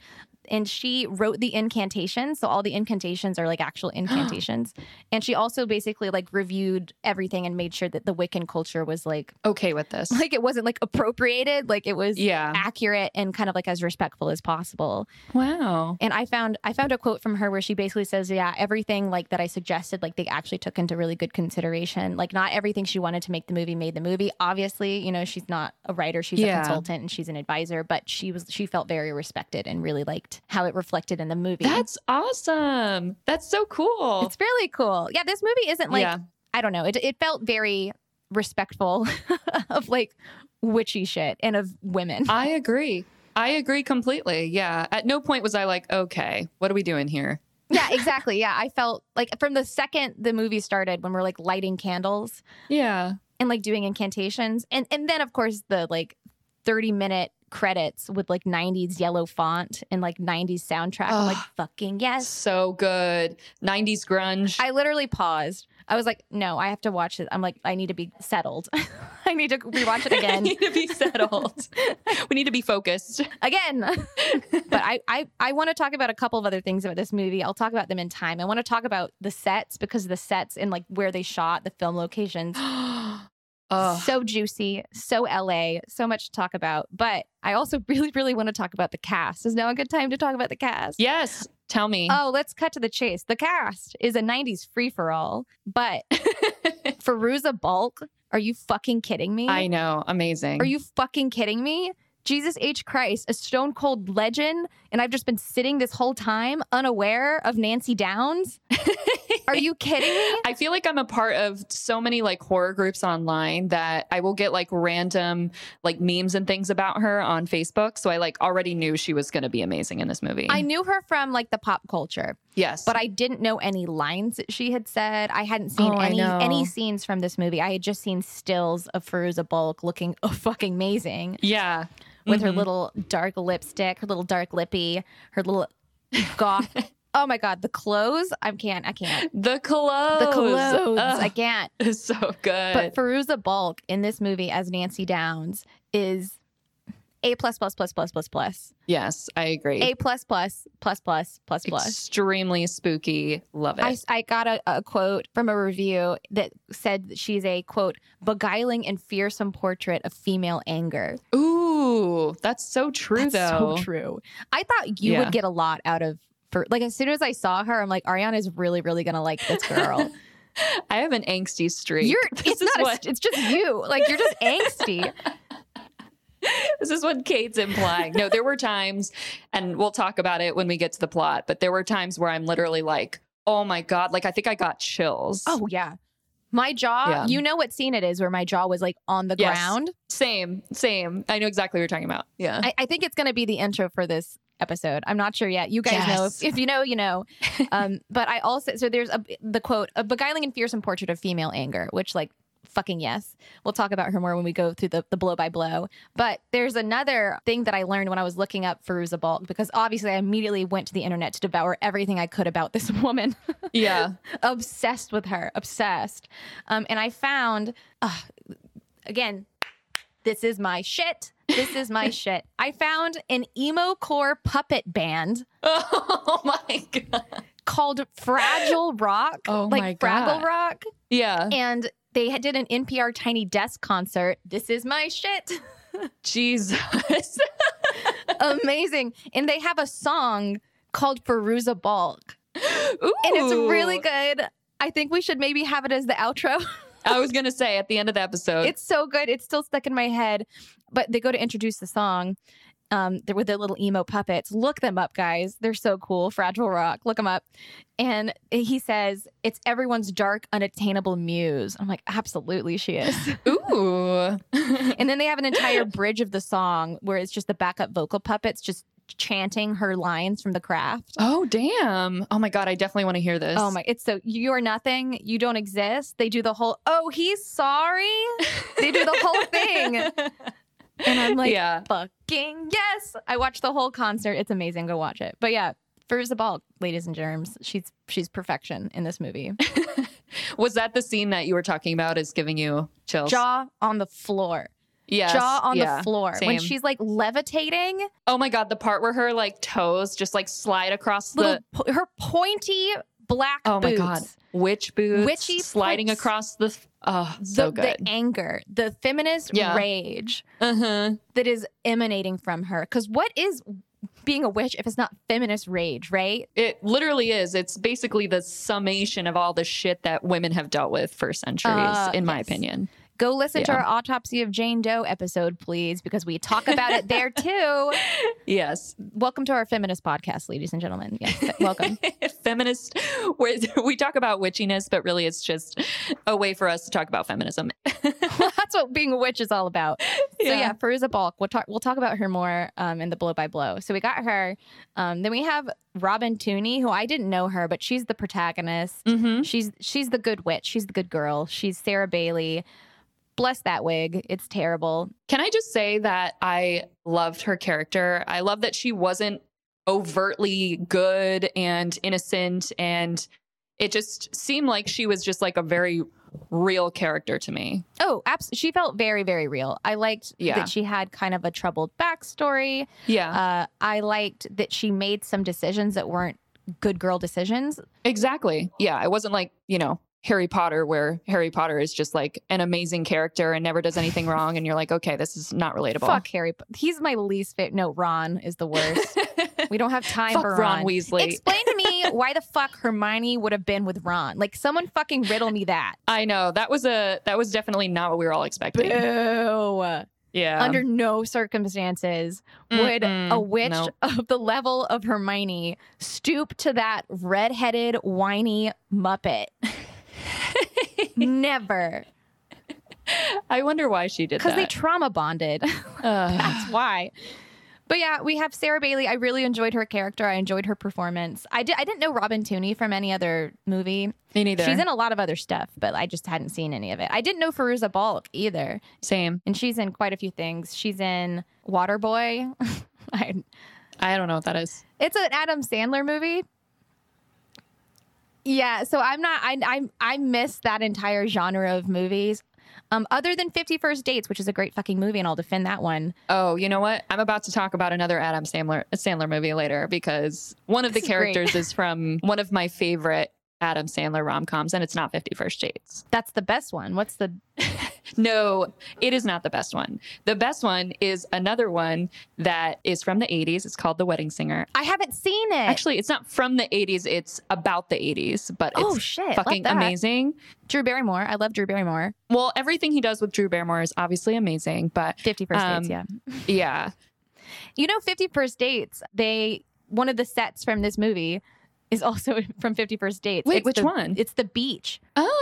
and she wrote the incantations. So all the incantations are like actual incantations. and she also basically like reviewed everything and made sure that the Wiccan culture was like Okay with this. like it wasn't like appropriated, like it was Yeah. accurate and kind of like as respectful as possible. Wow. And I found I found a quote from her where she basically says, "Yeah, everything like that I suggested, like they actually took into really good consideration. Like not everything she wanted to make the movie made the movie. Obviously, you know, she's not a writer, she's a Yeah. consultant and she's an advisor, but she was she felt very respected and really liked how it reflected in the movie. That's awesome. That's so cool. it's really cool. Yeah, this movie isn't like yeah. I don't know. It it felt very respectful of like witchy shit and of women. I agree. I agree completely. Yeah. At no point was I like, okay, what are we doing here? yeah, exactly. Yeah, I felt like from the second the movie started when we're like lighting candles Yeah. and like doing incantations and and then of course the like 30 minute credits with like 90s yellow font and like 90s soundtrack I'm like Ugh. fucking yes So good. 90s grunge. I literally paused I was like no I have to watch it I'm like I need to be settled I need to rewatch it I again need to be settled. we need to be focused. again but I I, I want to talk about a couple of other things about this movie I'll talk about them in time I want to talk about the sets because the sets and like where they shot the film locations Ugh. so juicy, so LA, so much to talk about. But I also really, really want to talk about the cast. Is now a good time to talk about the cast? yes. Tell me. Oh, let's cut to the chase. The cast is a 90s free for all, but Feruza Balk, are you fucking kidding me? I know. Amazing. Are you fucking kidding me? Jesus H. Christ, a stone cold legend, and I've just been sitting this whole time unaware of Nancy Downs? are you kidding me? I feel like I'm a part of so many like horror groups online that I will get like random like memes and things about her on Facebook. So I like already knew she was going to be amazing in this movie. I knew her from like the pop culture. yes. but I didn't know any lines that she had said. I hadn't seen Oh, I any know. any scenes from this movie. I had just seen stills of Feruza Bulk looking oh, fucking amazing yeah. with her Mhm. little dark lipstick, her little dark lippy, her little goth. oh my god, the clothes! I can't. I can't. The clothes. The clothes. Ugh, I can't. it's so good. But Feruza Bulk in this movie as Nancy Downs is a plus plus plus plus plus plus yes, I agree. a plus plus plus plus plus plus. Extremely spooky. Love it. I, I got a, a quote from a review that said that she's a quote beguiling and fearsome portrait of female anger. Ooh, that's so true though. true. I thought you Yeah. would get a lot out of for like as soon as I saw her, I'm like Ariana is really really gonna like this girl. I have an angsty streak. You're this it's is not a what st- it's just you like you're just angsty. this is what Kate's implying. No, there were times, and we'll talk about it when we get to the plot, but there were times where I'm literally like, oh my God, like I think I got chills. Oh yeah, my jaw. Yeah. You know what scene it is where my jaw was like on the Yes. ground. same, same. I know exactly what you're talking about. Yeah. I, I think it's going to be the intro for this episode. I'm not sure yet. You guys know Yes. if, if you know, you know. Um, but I also so there's a the quote a beguiling and fearsome portrait of female anger, which like fucking yes. We'll talk about her more when we go through the, the blow by blow. But there's another thing that I learned when I was looking up Feruza Balk because obviously I immediately went to the internet to devour everything I could about this woman yeah. obsessed with her, obsessed. Um, and I found, ugh, again, this is my shit. This is my shit. I found an emo core puppet band Oh my God. called Fragile Rock, Oh like my Fraggle God. Rock, Yeah. and they had- did an NPR Tiny Desk concert. This is my shit. Jesus. Amazing. And they have a song called Feruza Balk, Ooh. and it's really good. I think we should maybe have it as the outro. I was going to say at the end of the episode, It's so good. It's still stuck in my head. But they go to introduce the song. Um, they're with their little emo puppets. Look them up, guys. They're so cool. Fragile Rock. Look them up. And he says, "It's everyone's dark, unattainable muse." I'm like, absolutely, she is. ooh. and then they have an entire bridge of the song where it's just the backup vocal puppets just chanting her lines from the craft. oh, damn. Oh my God. I definitely want to hear this. Oh my! It's so you are nothing. You don't exist. They do the whole. Oh, he's sorry. They do the whole thing, and I'm like, yeah. fucking yes. I watched the whole concert. It's amazing. Go watch it. But yeah, Feruza Balk, ladies and germs, she's she's perfection in this movie. Was that the scene that you were talking about is giving you chills? Jaw on the floor. Yes, jaw on yeah, the floor when same. she's like levitating. Oh my god, the part where her like toes just like slide across Little the po- her pointy black Oh my boots. god, witch boots, Witchy sliding boots. across the oh The, so good. the anger, the feminist Yeah. rage uh huh. that is emanating from her. Because what is being a witch if it's not feminist rage, right? It literally is. It's basically the summation of all the shit that women have dealt with for centuries, Uh, in my yes. opinion. Go listen to Yeah. our autopsy of Jane Doe episode, please, because we talk about it there too. Yes, Welcome to our feminist podcast, ladies and gentlemen. Yes, welcome. feminist. Where we talk about witchiness, but really it's just a way for us to talk about feminism. That's what being a witch is all about. So Yeah. yeah, Feruza Balk. We'll talk. We'll talk about her more um, in the blow by blow. So we got her. Um, then we have Robin Tooney, who I didn't know her, but she's the protagonist. Mm-hmm. She's she's the good witch. She's the good girl. She's Sarah Bailey. Bless that wig. It's terrible. Can I just say that I loved her character? I love that she wasn't overtly good and innocent and it just seemed like she was just like a very real character to me. Oh, abs- she felt very very real. I liked Yeah. that she had kind of a troubled backstory. Yeah. Uh, I liked that she made some decisions that weren't good girl decisions. exactly. Yeah, it wasn't like, you know, Harry Potter where Harry Potter is just like an amazing character and never does anything wrong and you're like, okay, this is not relatable. Fuck Harry. Po- He's my least favorite. No, Ron is the worst. we don't have time Fuck for Ron Weasley. Explain to me why the fuck Hermione would have been with Ron. Like someone fucking riddle me that. I know. That was a that was definitely not what we were all expecting. Boo. Yeah. Under no circumstances would Um, Mm-mm. a witch Nope. of the level of Hermione stoop to that redheaded, whiny Muppet. Never. I wonder why she did Because that. they trauma bonded. Ugh. That's why. But yeah, we have Sarah Bailey. I really enjoyed her character. I enjoyed her performance. I did. I didn't know Robin Tooney from any other movie. Me neither. She's in a lot of other stuff, but I just hadn't seen any of it. I didn't know Feruza Balk either, Same. and she's in quite a few things. She's in Waterboy. I- I don't know what that is. it's an Adam Sandler movie. Yeah, so I'm not. I I I miss that entire genre of movies. Um, other than Fifty First Dates, which is a great fucking movie, and I'll defend that one. Oh, you know what? I'm about to talk about another Adam Sandler Sandler movie later because one of the This is great. characters is from one of my favorite Adam Sandler rom coms, and it's not Fifty First Dates. That's the best one. What's the No, it is not the best one. The best one is another one that is from the 80s. It's called The Wedding Singer. I haven't seen it. Actually, it's not from the 80s. It's about the 80s, but it's Oh, shit. Love fucking that. amazing. Drew Barrymore. I love Drew Barrymore. Well, everything he does with Drew Barrymore is obviously amazing, but 51st Um, Dates, yeah. yeah, You know, 51st Dates, they, one of the sets from this movie is also from 51st Dates. Wait, It's which the- one? It's the beach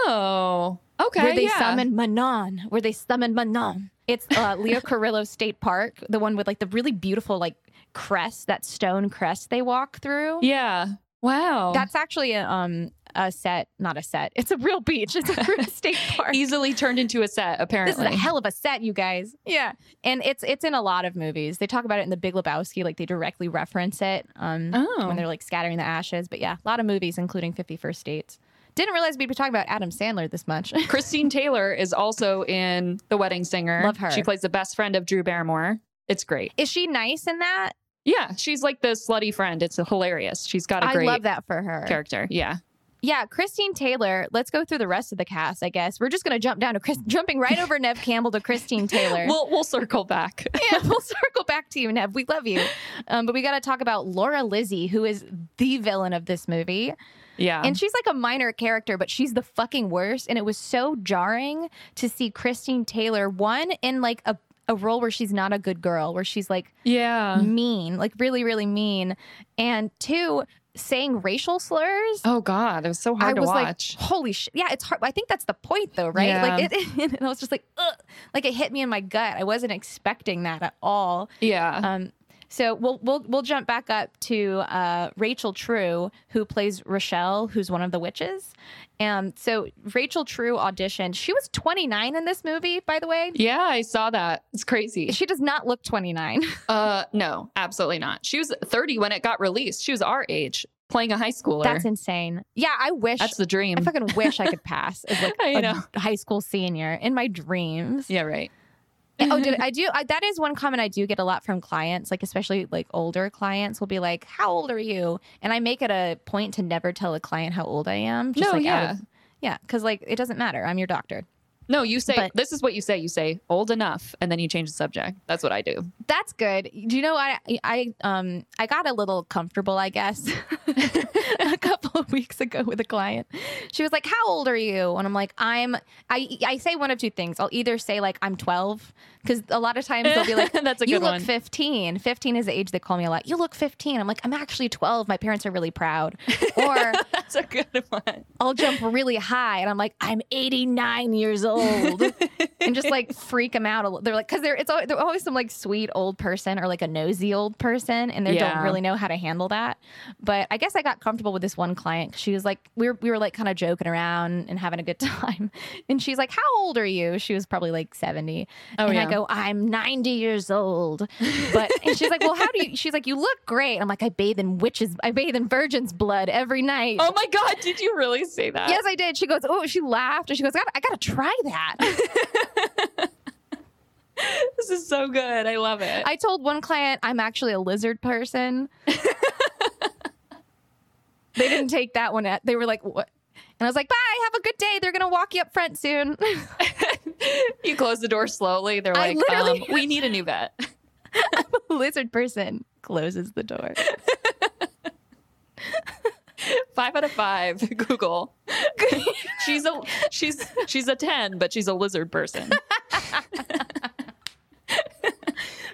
Oh, okay. where they yeah. summon Manon, where they summon Manon. It's uh, Leo Carrillo State Park, the one with like the really beautiful like crest, that stone crest they walk through. Yeah. Wow. That's actually a, um, a set, not a set. It's a real beach. It's a real state park. easily turned into a set. This Apparently. is a hell of a set, you guys. Yeah, and it's it's in a lot of movies. They talk about it in The Big Lebowski, like they directly reference it um, Oh. when they're like scattering the ashes. But yeah, a lot of movies, including Fifty First Dates. Didn't realize we'd be talking about Adam Sandler this much. Christine Taylor is also in The Wedding Singer. Love her. She plays the best friend of Drew Barrymore. It's great. Is she nice in that? Yeah, she's like the slutty friend. It's hilarious. She's got a I great love that for her. character. Yeah. Yeah, Christine Taylor. Let's go through the rest of the cast. I guess we're just gonna jump down to Chris, jumping right over Nev Campbell to Christine Taylor. We'll we'll circle back. yeah, we'll circle back to you, Nev. We love you, um, but we got to talk about Laura Lizzie, who is the villain of this movie. Yeah. And she's like a minor character, but she's the fucking worst. And it was so jarring to see Christine Taylor, one in like a, a role where she's not a good girl, where she's like yeah. mean, like really, really mean. And two, saying racial slurs. Oh God, it was so hard I was to watch. like, holy shit. Yeah, it's hard. I think that's the point though, right? Yeah. Like, it, and I was just like, ugh. Like, it hit me in my gut. I wasn't expecting that at all. yeah. Um, so we'll we'll we'll jump back up to uh, Rachel True, who plays Rochelle, who's one of the witches. Um, so Rachel True auditioned. She was 29 in this movie, by the way. yeah, I saw that. It's crazy. She does not look 29. Uh, no, absolutely not. She was 30 when it got released. She was our age, playing a high schooler. That's insane. Yeah, I wish. That's the dream. I fucking wish I could pass as like I a know. high school senior in my dreams. yeah, right. Yeah, oh, did I do? I, that is one comment I do get a lot from clients, like especially like older clients will be like, "How old are you?" And I make it a point to never tell a client how old I am. No, like, out yeah. of- yeah, because like it doesn't matter. I'm your doctor. No, you say But- this is what you say. You say old enough, and then you change the subject. That's what I do. That's good. Do you know I I um I got a little comfortable, I guess, a couple of weeks ago with a client. She was like, "How old are you?" And I'm like, "I'm I I say one of two things. I'll either say like I'm 12 because a lot of times they'll be like, That's a you good look one. 15. 15 is the age they call me a lot. You look 15. I'm like, I'm actually 12. My parents are really proud. Or That's a good one. I'll jump really high and I'm like, I'm 89 years old. and just like freak them out. A little. They're like, because they're, it's always, they're always some like sweet old person or like a nosy old person and they Yeah. don't really know how to handle that. But I guess I got comfortable with this one client. 'cause She was like, we were, we were like kind of joking around and having a good time. And she's like, How old are you? She was probably like 70. Oh, and I yeah. go, I'm 90 years old. But and she's like, Well, how do you? She's like, You look great. I'm like, I bathe in witches, I bathe in virgin's blood every night. Oh my god, did you really say that? Yes, I did. She goes, oh, she laughed, and she goes, I gotta, I gotta try that. this is so good. I love it. I told one client I'm actually a lizard person. they didn't take that one. At, they were like, what? And I was like, bye, have a good day. They're gonna walk you up front soon. you close the door slowly. They're I like, literally- um, we need a new vet. lizard person closes the door. Five out of five. Google. she's a she's she's a ten, but she's a lizard person.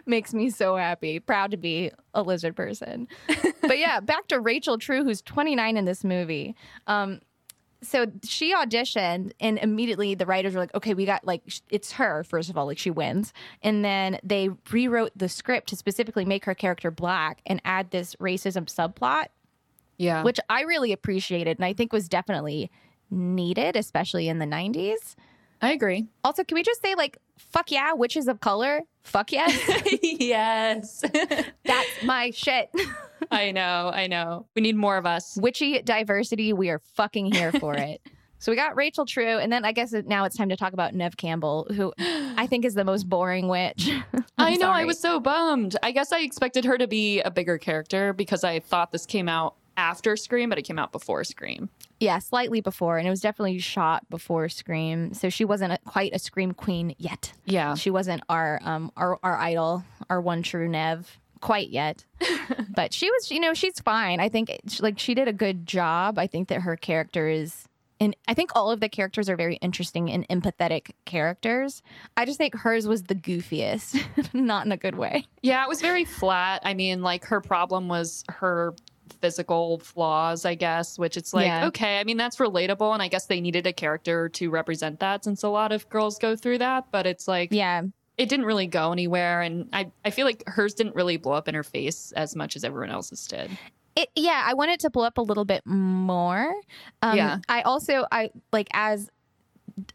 Makes me so happy. Proud to be a lizard person. but yeah, back to Rachel True, who's 29 in this movie. Um, so she auditioned and immediately the writers were like okay we got like sh- it's her first of all like she wins and then they rewrote the script to specifically make her character black and add this racism subplot Yeah. which i really appreciated and i think was definitely needed especially in the 90s I agree. also can we just say like fuck yeah witches of color fuck yes yes. that's my shit I know, I know. We need more of us. witchy diversity. We are fucking here for it. so we got Rachel True, and then I guess it- now it's time to talk about Nev Campbell, who I think is the most boring witch. I'm I know. I sorry. was so bummed. I guess I expected her to be a bigger character because I thought this came out after Scream, but it came out before Scream. yeah, slightly before, and it was definitely shot before Scream, so she wasn't a, quite a Scream queen yet. Yeah. She wasn't our um our our idol, our one true Nev quite yet. but she was, you know, she's fine. I think she- like she did a good job. I think that her character is and I think all of the characters are very interesting and empathetic characters. I just think hers was the goofiest, not in a good way. Yeah, it was very flat. I mean, like her problem was her physical flaws, I guess, which it's like, Yeah. okay, I mean, that's relatable. And I guess they needed a character to represent that since a lot of girls go through that. But it's like, Yeah. it didn't really go anywhere. And I, I feel like hers didn't really blow up in her face as much as everyone else's did. it yeah i wanted to blow up a little bit more um Yeah. i also i like as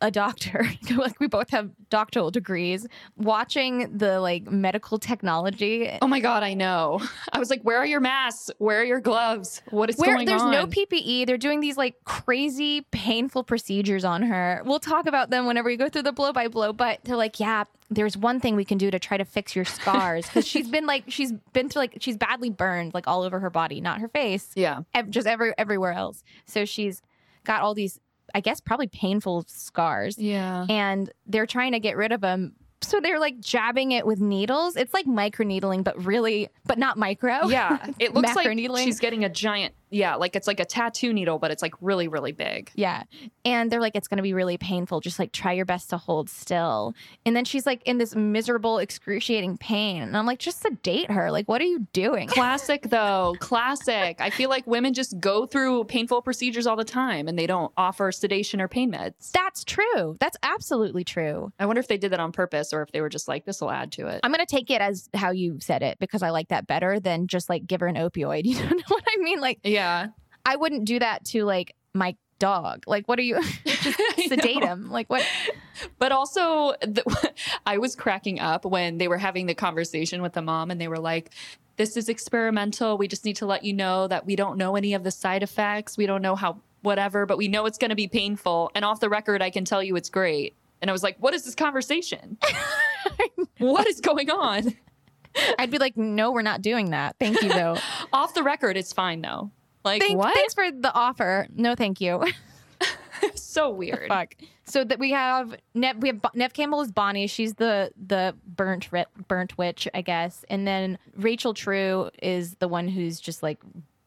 a doctor like we both have doctoral degrees watching the like medical technology Oh my God, I know. I was like, where are your masks? Where are your gloves? What is where going there's on? no PPE, they're doing these like crazy painful procedures on her. We'll talk about them whenever we go through the blow by blow, but they're like, yeah, there's one thing we can do to try to fix your scars cuz she's been like she's been through like she's badly burned like all over her body, not her face. Yeah. ev- just every everywhere else. So she's got all these, I guess, probably painful scars, Yeah. and they're trying to get rid of them. So they're like jabbing it with needles. It's like microneedling, but really, but not micro. Oh, Yeah. It looks like Macroneedling. she's getting a giant, yeah, like it's like a tattoo needle, but it's like really, really big. Yeah. And they're like, it's going to be really painful. Just like try your best to hold still. And then she's like in this miserable, excruciating pain. And I'm like, just sedate her. Like, what are you doing? Classic though, classic. I feel like women just go through painful procedures all the time and they don't offer sedation or pain meds. That's true. That's absolutely true. I wonder if they did that on purpose or if they were just like, this will add to it. I'm gonna take it as how you said it because I like that better than just like give her an opioid. You know what I mean? Like Yeah. I wouldn't do that to like my dog. Like what are you sedate him? Like what? But also, the, I was cracking up when they were having the conversation with the mom, and they were like, "This is experimental. We just need to let you know that we don't know any of the side effects. We don't know how whatever, but we know it's going to be painful. And off the record, I can tell you it's great." And I was like, "What is this conversation?" What is going on? I'd be like, no, we're not doing that. Thank you, though. Off the record, it's fine though. Like Thank- what? Thanks for the offer. No, thank you. so weird. Fuck. So that we have Nev. We have Bo- Nev Campbell is Bonnie. She's the the burnt ri- burnt witch, I guess. And then Rachel True is the one who's just like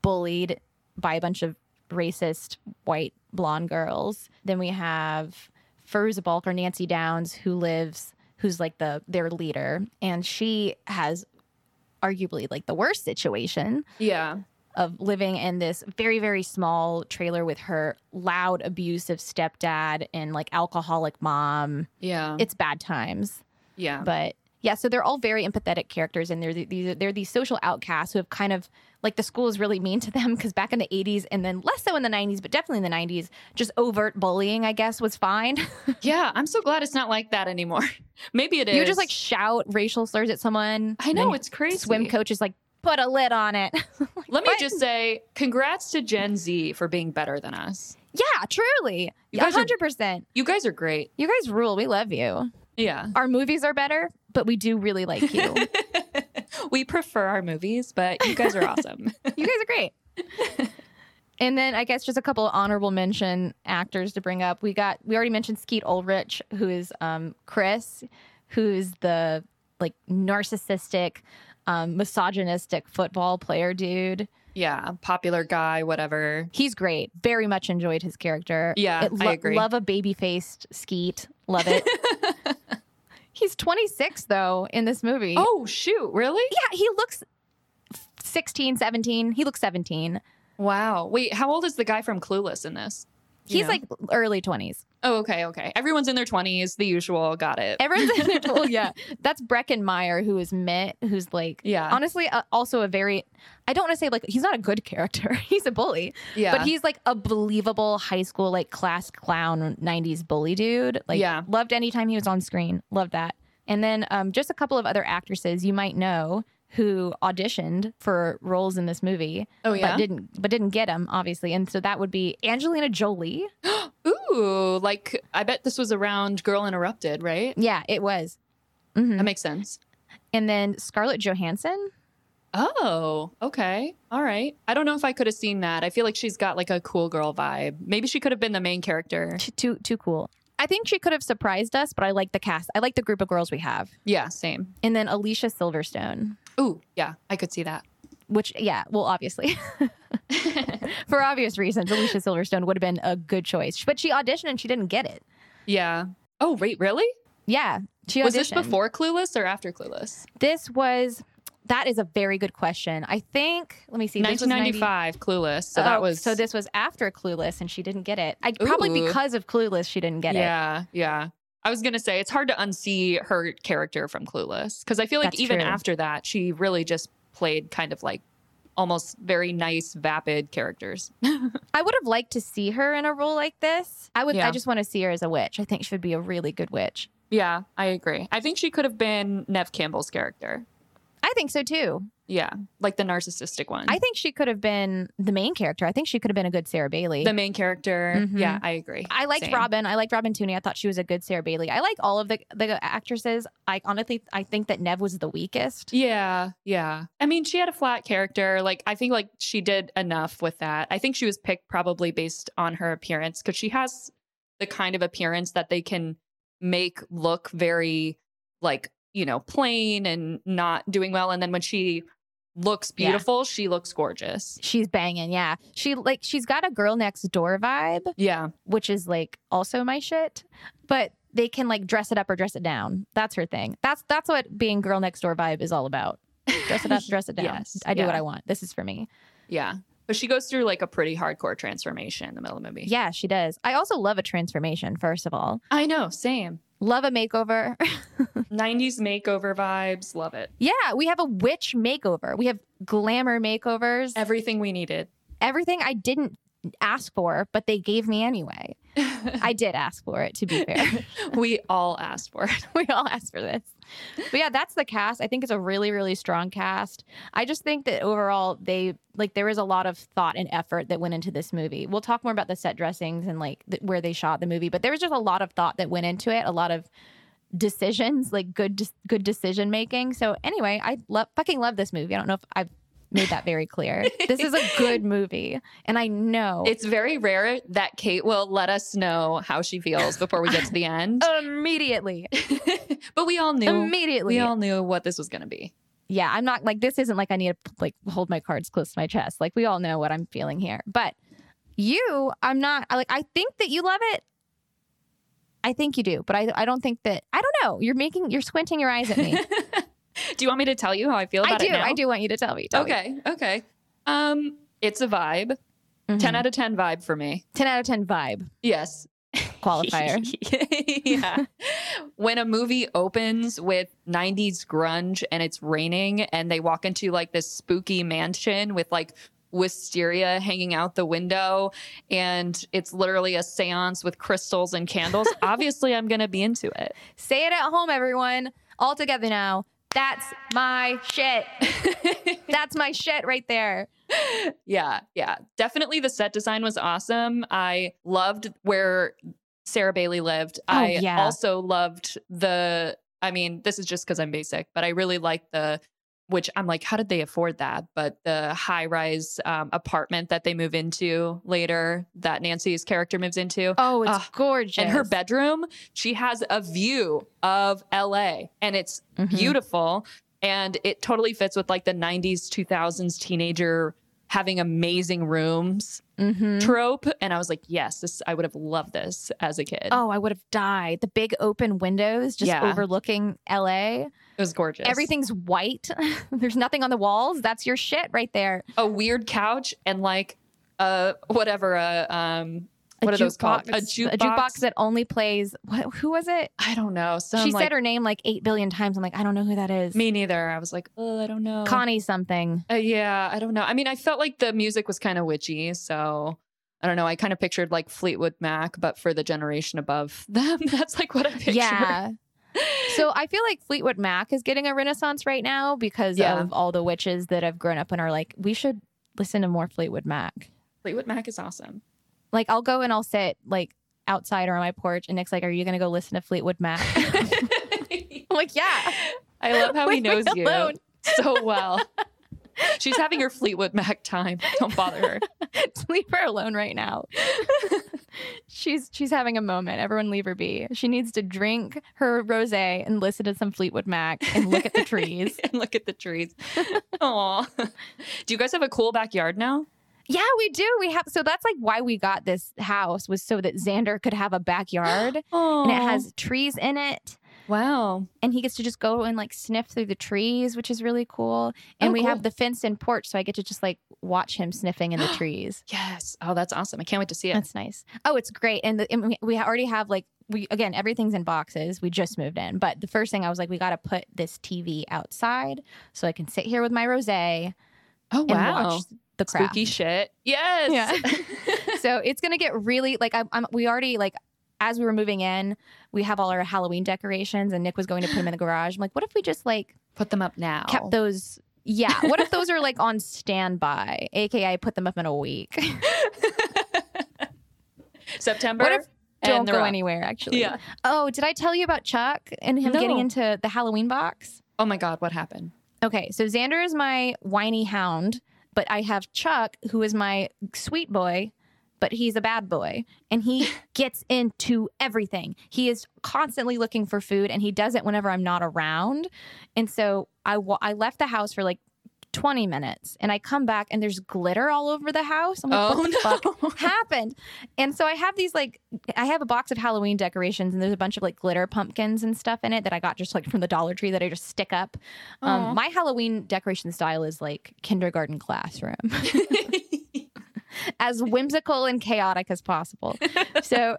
bullied by a bunch of racist white blonde girls. Then we have Furza Balk or Nancy Downs, who lives, who's like the their leader, and she has arguably like the worst situation Yeah. of living in this very very small trailer with her loud abusive stepdad and like alcoholic mom Yeah. it's bad times yeah. but yeah so they're all very empathetic characters and they're th- these they're these social outcasts who have kind of like the school is really mean to them because back in the 80s and then less so in the 90s but definitely in the 90s just overt bullying i guess was fine yeah. I'm so glad it's not like that anymore. Maybe it is. you would just like shout racial slurs at someone I and know then it's crazy. swim coach is like put a lid on it Like, Let me what? just say, congrats to Gen Z for being better than us. yeah truly You guys are- 100% You guys are great. You guys rule. We love you. Yeah. Our movies are better, but we do really like you. we prefer our movies, but you guys are awesome. you guys are great. And then I guess just a couple of honorable mention actors to bring up. We got we already mentioned Skeet Ulrich, who is um, Chris, who's the like narcissistic, um, misogynistic football player dude. yeah. Popular guy, whatever. He's great. Very much enjoyed his character. Yeah, I agree. Love a baby faced Skeet. Love it. He's 26 though in this movie. Oh, shoot. Really? yeah, he looks 16, 17. He looks 17. Wow. Wait, how old is the guy from Clueless in this? You He's know? like early 20s. oh, okay, okay. Everyone's in their 20s, the usual. Got it. Everyone's in their well, yeah. That's Brecken Meyer, who is Mitt, who's like, Yeah. honestly, uh, also a very, I don't want to say like, he's not a good character. he's a bully, yeah. but he's like a believable high school, like class clown 90s bully dude. Like, Yeah. loved anytime he was on screen. Loved that. And then um, just a couple of other actresses you might know who auditioned for roles in this movie. oh, yeah. but didn't but didn't get him obviously and so that would be angelina jolie Ooh, like I bet this was around Girl Interrupted, right? yeah it was Mhm. That makes sense. and then scarlett johansson Oh, okay. All right. I don't know if I could have seen that. I feel like she's got like a cool girl vibe. Maybe she could have been the main character. She- too too cool i think she could have surprised us but i like the cast i like the group of girls we have Yeah, same. and then alicia silverstone Ooh, yeah, I could see that. which yeah well obviously for obvious reasons alicia silverstone would have been a good choice but she auditioned and she didn't get it Yeah. Oh, wait, really? yeah she auditioned Was this before Clueless or after Clueless? this was that is a very good question i think let me see this was 90 1995 Clueless. So that Oh, was so this was after Clueless, and she didn't get it. I probably Ooh. because of Clueless, she didn't get it. Yeah, yeah. I was gonna say it's hard to unsee her character from Clueless because I feel like That's even true. after that, she really just played kind of like almost very nice, vapid characters. I would have liked to see her in a role like this. I would. Yeah. I just want to see her as a witch. I think she would be a really good witch. yeah, I agree. I think she could have been Nev Campbell's character. I think so too. Yeah, like the narcissistic one. I think she could have been the main character. I think she could have been a good Sarah Bailey. the main character. Mhm. Yeah, Mm-hmm. I agree. I liked Same. Robin. I liked Robin Tooney. I thought she was a good Sarah Bailey. I like all of the the actresses. I honestly, I think that Nev was the weakest. Yeah, yeah. I mean, she had a flat character. Like, I think like she did enough with that. I think she was picked probably based on her appearance because she has the kind of appearance that they can make look very like you know plain and not doing well. And then when she looks Yeah. beautiful, she looks gorgeous. She's banging. Yeah, she like she's got a girl next door vibe. Yeah, which is like also my shit, but they can like dress it up or dress it down. That's her thing. That's that's what being girl next door vibe is all about. Dress it up, dress it down. Yes, I do what yeah. I want. This is for me. yeah. But she goes through like a pretty hardcore transformation in the middle of the movie. Yeah, she does. I also love a transformation, first of all. I know. Same. Love a makeover. 90s makeover vibes. Love it. yeah, we have a witch makeover. We have glamour makeovers. Everything we needed. Everything I didn't ask for, but they gave me anyway. I did ask for it, to be fair. we all asked for it. we all asked for this. But yeah, that's the cast. I think it's a really, really strong cast. I just think that overall, they like there was a lot of thought and effort that went into this movie. We'll talk more about the set dressings and like th- where they shot the movie, but there was just a lot of thought that went into it, a lot of decisions, like good de- good decision making. So anyway, I love fucking love this movie. I don't know if I've made that very clear. this is a good movie, and I know It's very rare that Kate will let us know how she feels before we get to the end. immediately, but we all knew. immediately. We all knew what this was going to be. yeah, I'm not like this isn't like I need to like hold my cards close to my chest. Like we all know what I'm feeling here. But you, I'm not I, like I think that you love it. I think you do, but I I don't think that I don't know. You're making you're squinting your eyes at me. Do you want me to tell you how I feel I about do. it now? I do want you to tell me. tell me. Okay. Okay. Um, it's a vibe. Mhm. 10 out of 10 vibe for me. 10 out of 10 vibe Yes. qualifier. yeah. when a movie opens with 90s grunge and it's raining and they walk into like this spooky mansion with like wisteria hanging out the window and it's literally a seance with crystals and candles, obviously I'm going to be into it. Say it at home, everyone. All together now. That's my shit. That's my shit right there. Yeah, yeah. Definitely the set design was awesome. I loved where Sarah Bailey lived. I yeah. also loved the I mean, this is just cuz I'm basic, but I really liked the which I'm like, how did they afford that? But the high rise um, apartment that they move into later, that Nancy's character moves into, Oh, it's gorgeous. Ah, and her bedroom, she has a view of LA and it's Mm-hmm. beautiful and it totally fits with like the 90s 2000s teenager having amazing rooms Mm-hmm. trope and i was like yes this i would have loved this as a kid Oh, I would have died. The big open windows just Yeah. overlooking LA. it was gorgeous Everything's white. There's nothing on the walls. That's your shit right there. a weird couch and like uh whatever uh, um what are those called A jukebox. A jukebox that only plays what who was it? i don't know some she like- said her name like 8 billion times. I'm like, I don't know who that is. me neither i was like oh i don't know Connie something. Uh, yeah, I don't know. I mean, I felt like the music was kind of witchy, so I don't know. I kind of pictured like Fleetwood Mac, but for the generation above them. That's like what I pictured. Yeah. So I feel like Fleetwood Mac is getting a renaissance right now because Yeah. of all the witches that have grown up and are like, we should listen to more Fleetwood Mac. Fleetwood Mac is awesome. Like I'll go and I'll sit like outside or on my porch, and Nick's like, "Are you gonna go listen to Fleetwood Mac?" I'm like, "Yeah." I love how he Leave me knows you alone. so well. She's having her Fleetwood Mac time. Don't bother her. Just leave her alone right now. she's she's having a moment. Everyone leave her be. She needs to drink her rosé and listen to some Fleetwood Mac and look at the trees. and look at the trees. Aw. Do you guys have a cool backyard now? Yeah, we do. We have so that's like why we got this house was so that Xander could have a backyard Oh, and it has trees in it wow. and he gets to just go and like sniff through the trees, which is really cool. And Oh, we cool. have the fenced in porch so I get to just like watch him sniffing in the trees. Yes. Oh, that's awesome. I can't wait to see it. That's nice. Oh, it's great. And, the, and we, we already have like we again everything's in boxes. We just moved in, but the first thing I was like we got to put this TV outside so I can sit here with my rosé oh, and wow. watch the craft. Spooky shit. Yes. Yeah. so it's gonna get really like I'm, I'm. We already like as we were moving in, we have all our Halloween decorations, and Nick was going to put them in the garage. I'm like, what if we just like Put them up now. kept those? Yeah. What if those are like on standby, aka put them up in a week? September. what if and don't they're go up. anywhere? Actually. Yeah. Oh, did I tell you about Chuck and him getting No. into the Halloween box? Oh my God, what happened? Okay, so Xander is my whiny hound, but I have Chuck, who is my sweet boy, but he's a bad boy. And he gets into everything. He is constantly looking for food and he does it whenever I'm not around. And so I, wa- I left the house for like 20 minutes and I come back and there's glitter all over the house. I'm like, Oh, what the no. fuck happened. And so I have these like I have a box of Halloween decorations and there's a bunch of like glitter pumpkins and stuff in it that I got just like from the Dollar Tree that I just stick up. Aw. Um, my Halloween decoration style is like kindergarten classroom. as whimsical and chaotic as possible. So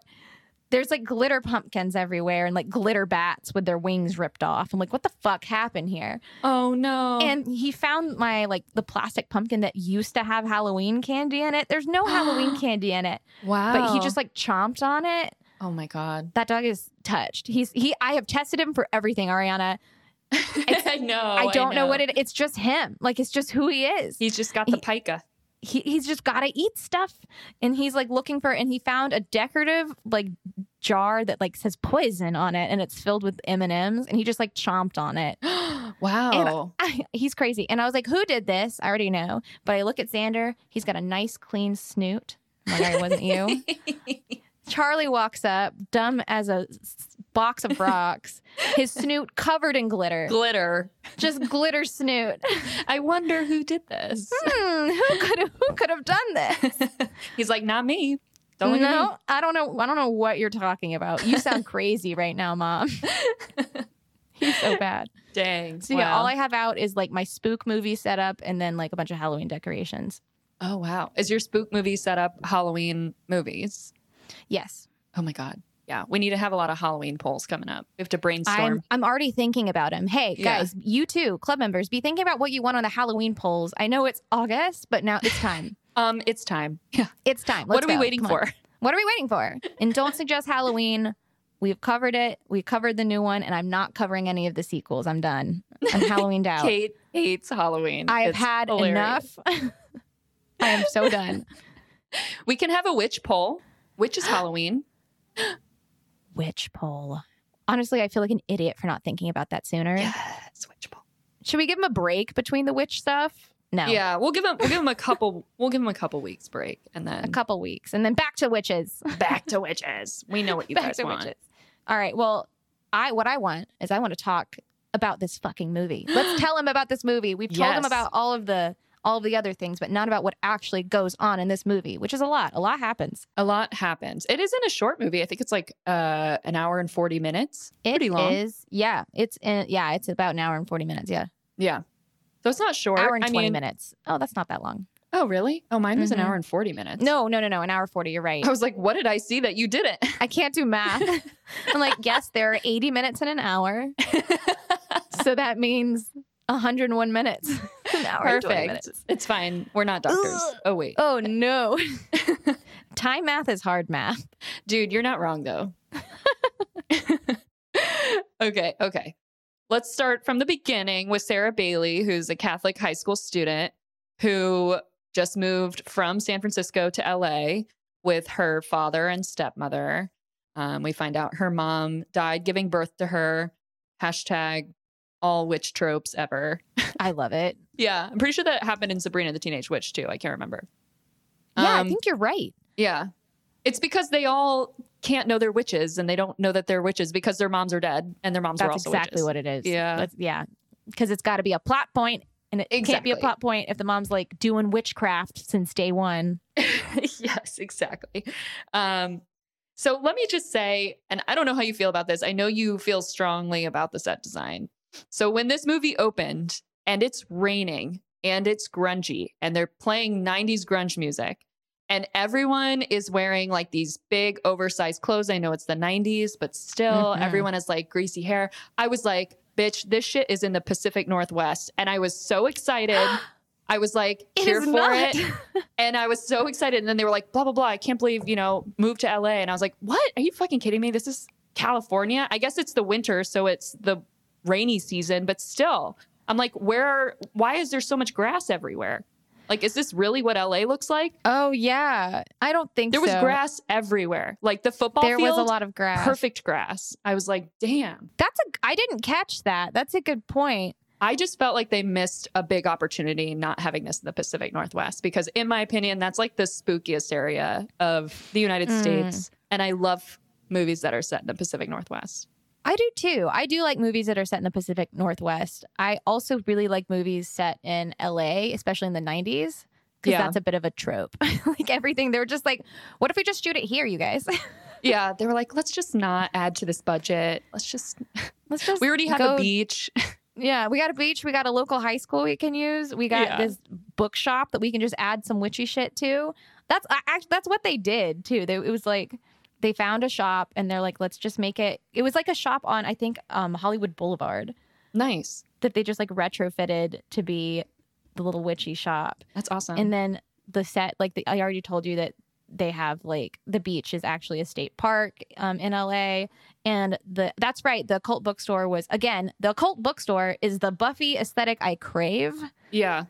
there's like glitter pumpkins everywhere and like glitter bats with their wings ripped off. I'm like, what the fuck happened here? Oh no. And he found my like the plastic pumpkin that used to have Halloween candy in it. There's no Halloween candy in it, wow. but he just like chomped on it. Oh my God. That dog is touched. He's he. I have tested him for everything, Ariana. I know. Oh, I don't know. what it. It's just him. Like it's just who he is. He's just got the pica. He, he's just got to eat stuff, and he's like looking for. And he found a decorative like jar that like says poison on it, and it's filled with M and M's, and he just like chomped on it. wow. I, he's crazy. And I was like, who did this? I already know. But I look at Xander. He's got a nice, clean snoot. I'm like, "All right, it wasn't you. Charlie walks up, dumb as a s- box of rocks, his snoot covered in glitter, Glitter. just glitter snoot. I wonder who did this. Hmm, who could have who could have done this? He's like, not me. Don't look at me. Hmm. no, I don't know. I don't know what you're talking about. You sound crazy right now, mom. He's so bad. Dang. So yeah, all I have out is like my spook movie setup, and then like a bunch of Halloween decorations. oh wow. Is your spook movie set up Halloween movies? Yes. Oh my god. Yeah. We need to have a lot of Halloween polls coming up. We have to brainstorm. I'm, I'm already thinking about him. Hey, Yeah. guys, you too, club members, be thinking about what you want on the Halloween polls. I know it's August, but now it's time. um, it's time. Yeah. It's time. What Let's are we go. waiting Come on. for? What are we waiting for? And don't suggest Halloween. We've covered it. We covered the new one, and I'm not covering any of the sequels. I'm done. I'm Halloweened out. Kate hates Halloween. I have It's had hilarious. enough. I am so done. We can have a witch poll. Witch is Halloween. Witch poll. Honestly, I feel like an idiot for not thinking about that sooner. yes, witch poll. Should we give him a break between the witch stuff? No. Yeah, we'll give him we'll give him a couple we'll give him a couple weeks break and then A couple weeks and then back to witches. back to witches. We know what you back guys to want. witches. All right. Well, I what I want is I want to talk about this fucking movie. Let's tell him about this movie. We've told him Yes. about all of the all of the other things, but not about what actually goes on in this movie, which is a lot. A lot happens. A lot happens. It isn't a short movie. I think it's like uh, an hour and forty minutes. It is, Pretty long. yeah. It's in, yeah. It's about an hour and forty minutes. Yeah, Yeah, so it's not short. hour and I twenty mean- minutes. Oh, that's not that long. Oh, really? Oh, mine was Mhm. an hour and forty minutes. No, no, no, no. An hour forty. You're right. I was like, what did I see that you didn't? I can't do math. I'm like, yes, there are eighty minutes in an hour, so that means hundred and one minutes. an hour and 20 minutes. Perfect. It's fine. We're not doctors. Ugh. Oh wait, Oh no. Time math is hard math. dude, you're not wrong though. okay, okay. Let's start from the beginning with Sarah Bailey, who's a Catholic high school student who just moved from San Francisco to LA with her father and stepmother. Um, we find out her mom died giving birth to her. Hashtag all witch tropes ever. I love it. Yeah, I'm pretty sure that happened in Sabrina the Teenage Witch too. I can't remember. Yeah, I Um, think you're right. yeah. It's because they all can't know they're witches and they don't know that they're witches because their moms are dead and their moms are That's also exactly witches. what it is. Yeah. That's- yeah. Because it's got to be a plot point, and it can't be a Exactly. plot point if the mom's like doing witchcraft since day one. yes, exactly. Um, so let me just say, and I don't know how you feel about this. I know you feel strongly about the set design. So when this movie opened and it's raining and it's grungy and they're playing 90s grunge music and everyone is wearing like these big oversized clothes. I know it's the 90s, but still Mhm. everyone has like greasy hair. I was like, bitch, this shit is in the Pacific Northwest. And I was so excited. I was like, It here is for not. it. And I was so excited. And then they were like, blah, blah, blah. I can't believe, you know, moved to LA. And I was like, what? Are you fucking kidding me? This is California. I guess it's the winter. So it's the rainy season, but still, I'm like, where, why is there so much grass everywhere? Like, is this really what LA looks like? Oh yeah, I don't think There was so. grass everywhere. Like the football There was field, a lot of grass. perfect grass. I was like, damn. That's a. I didn't catch that. That's a good point. I just felt like they missed a big opportunity not having this in the Pacific Northwest because, in my opinion, that's like the spookiest area of the United Mm. States. And I love movies that are set in the Pacific Northwest. I do too. I do like movies that are set in the Pacific Northwest. I also really like movies set in LA, especially in the 90s, because Yeah. that's a bit of a trope. like everything, they're just like, what if we just shoot it here, you guys? Yeah, they were like, let's just not add to this budget. Let's just, Let's just. we already have go- a beach. Yeah, we got a beach. We got a local high school we can use. We got Yeah. this bookshop that we can just add some witchy shit to. That's I, act- that's what they did too. They, it was like they found a shop and they're like, let's just make it. It was like a shop on I think um, Hollywood Boulevard. Nice. that they just like retrofitted to be the little witchy shop. That's awesome. And then the set, like the, I already told you that they have like the beach is actually a state park um, in LA. And the that's right, the cult bookstore was again the cult bookstore is the Buffy aesthetic I crave. yeah.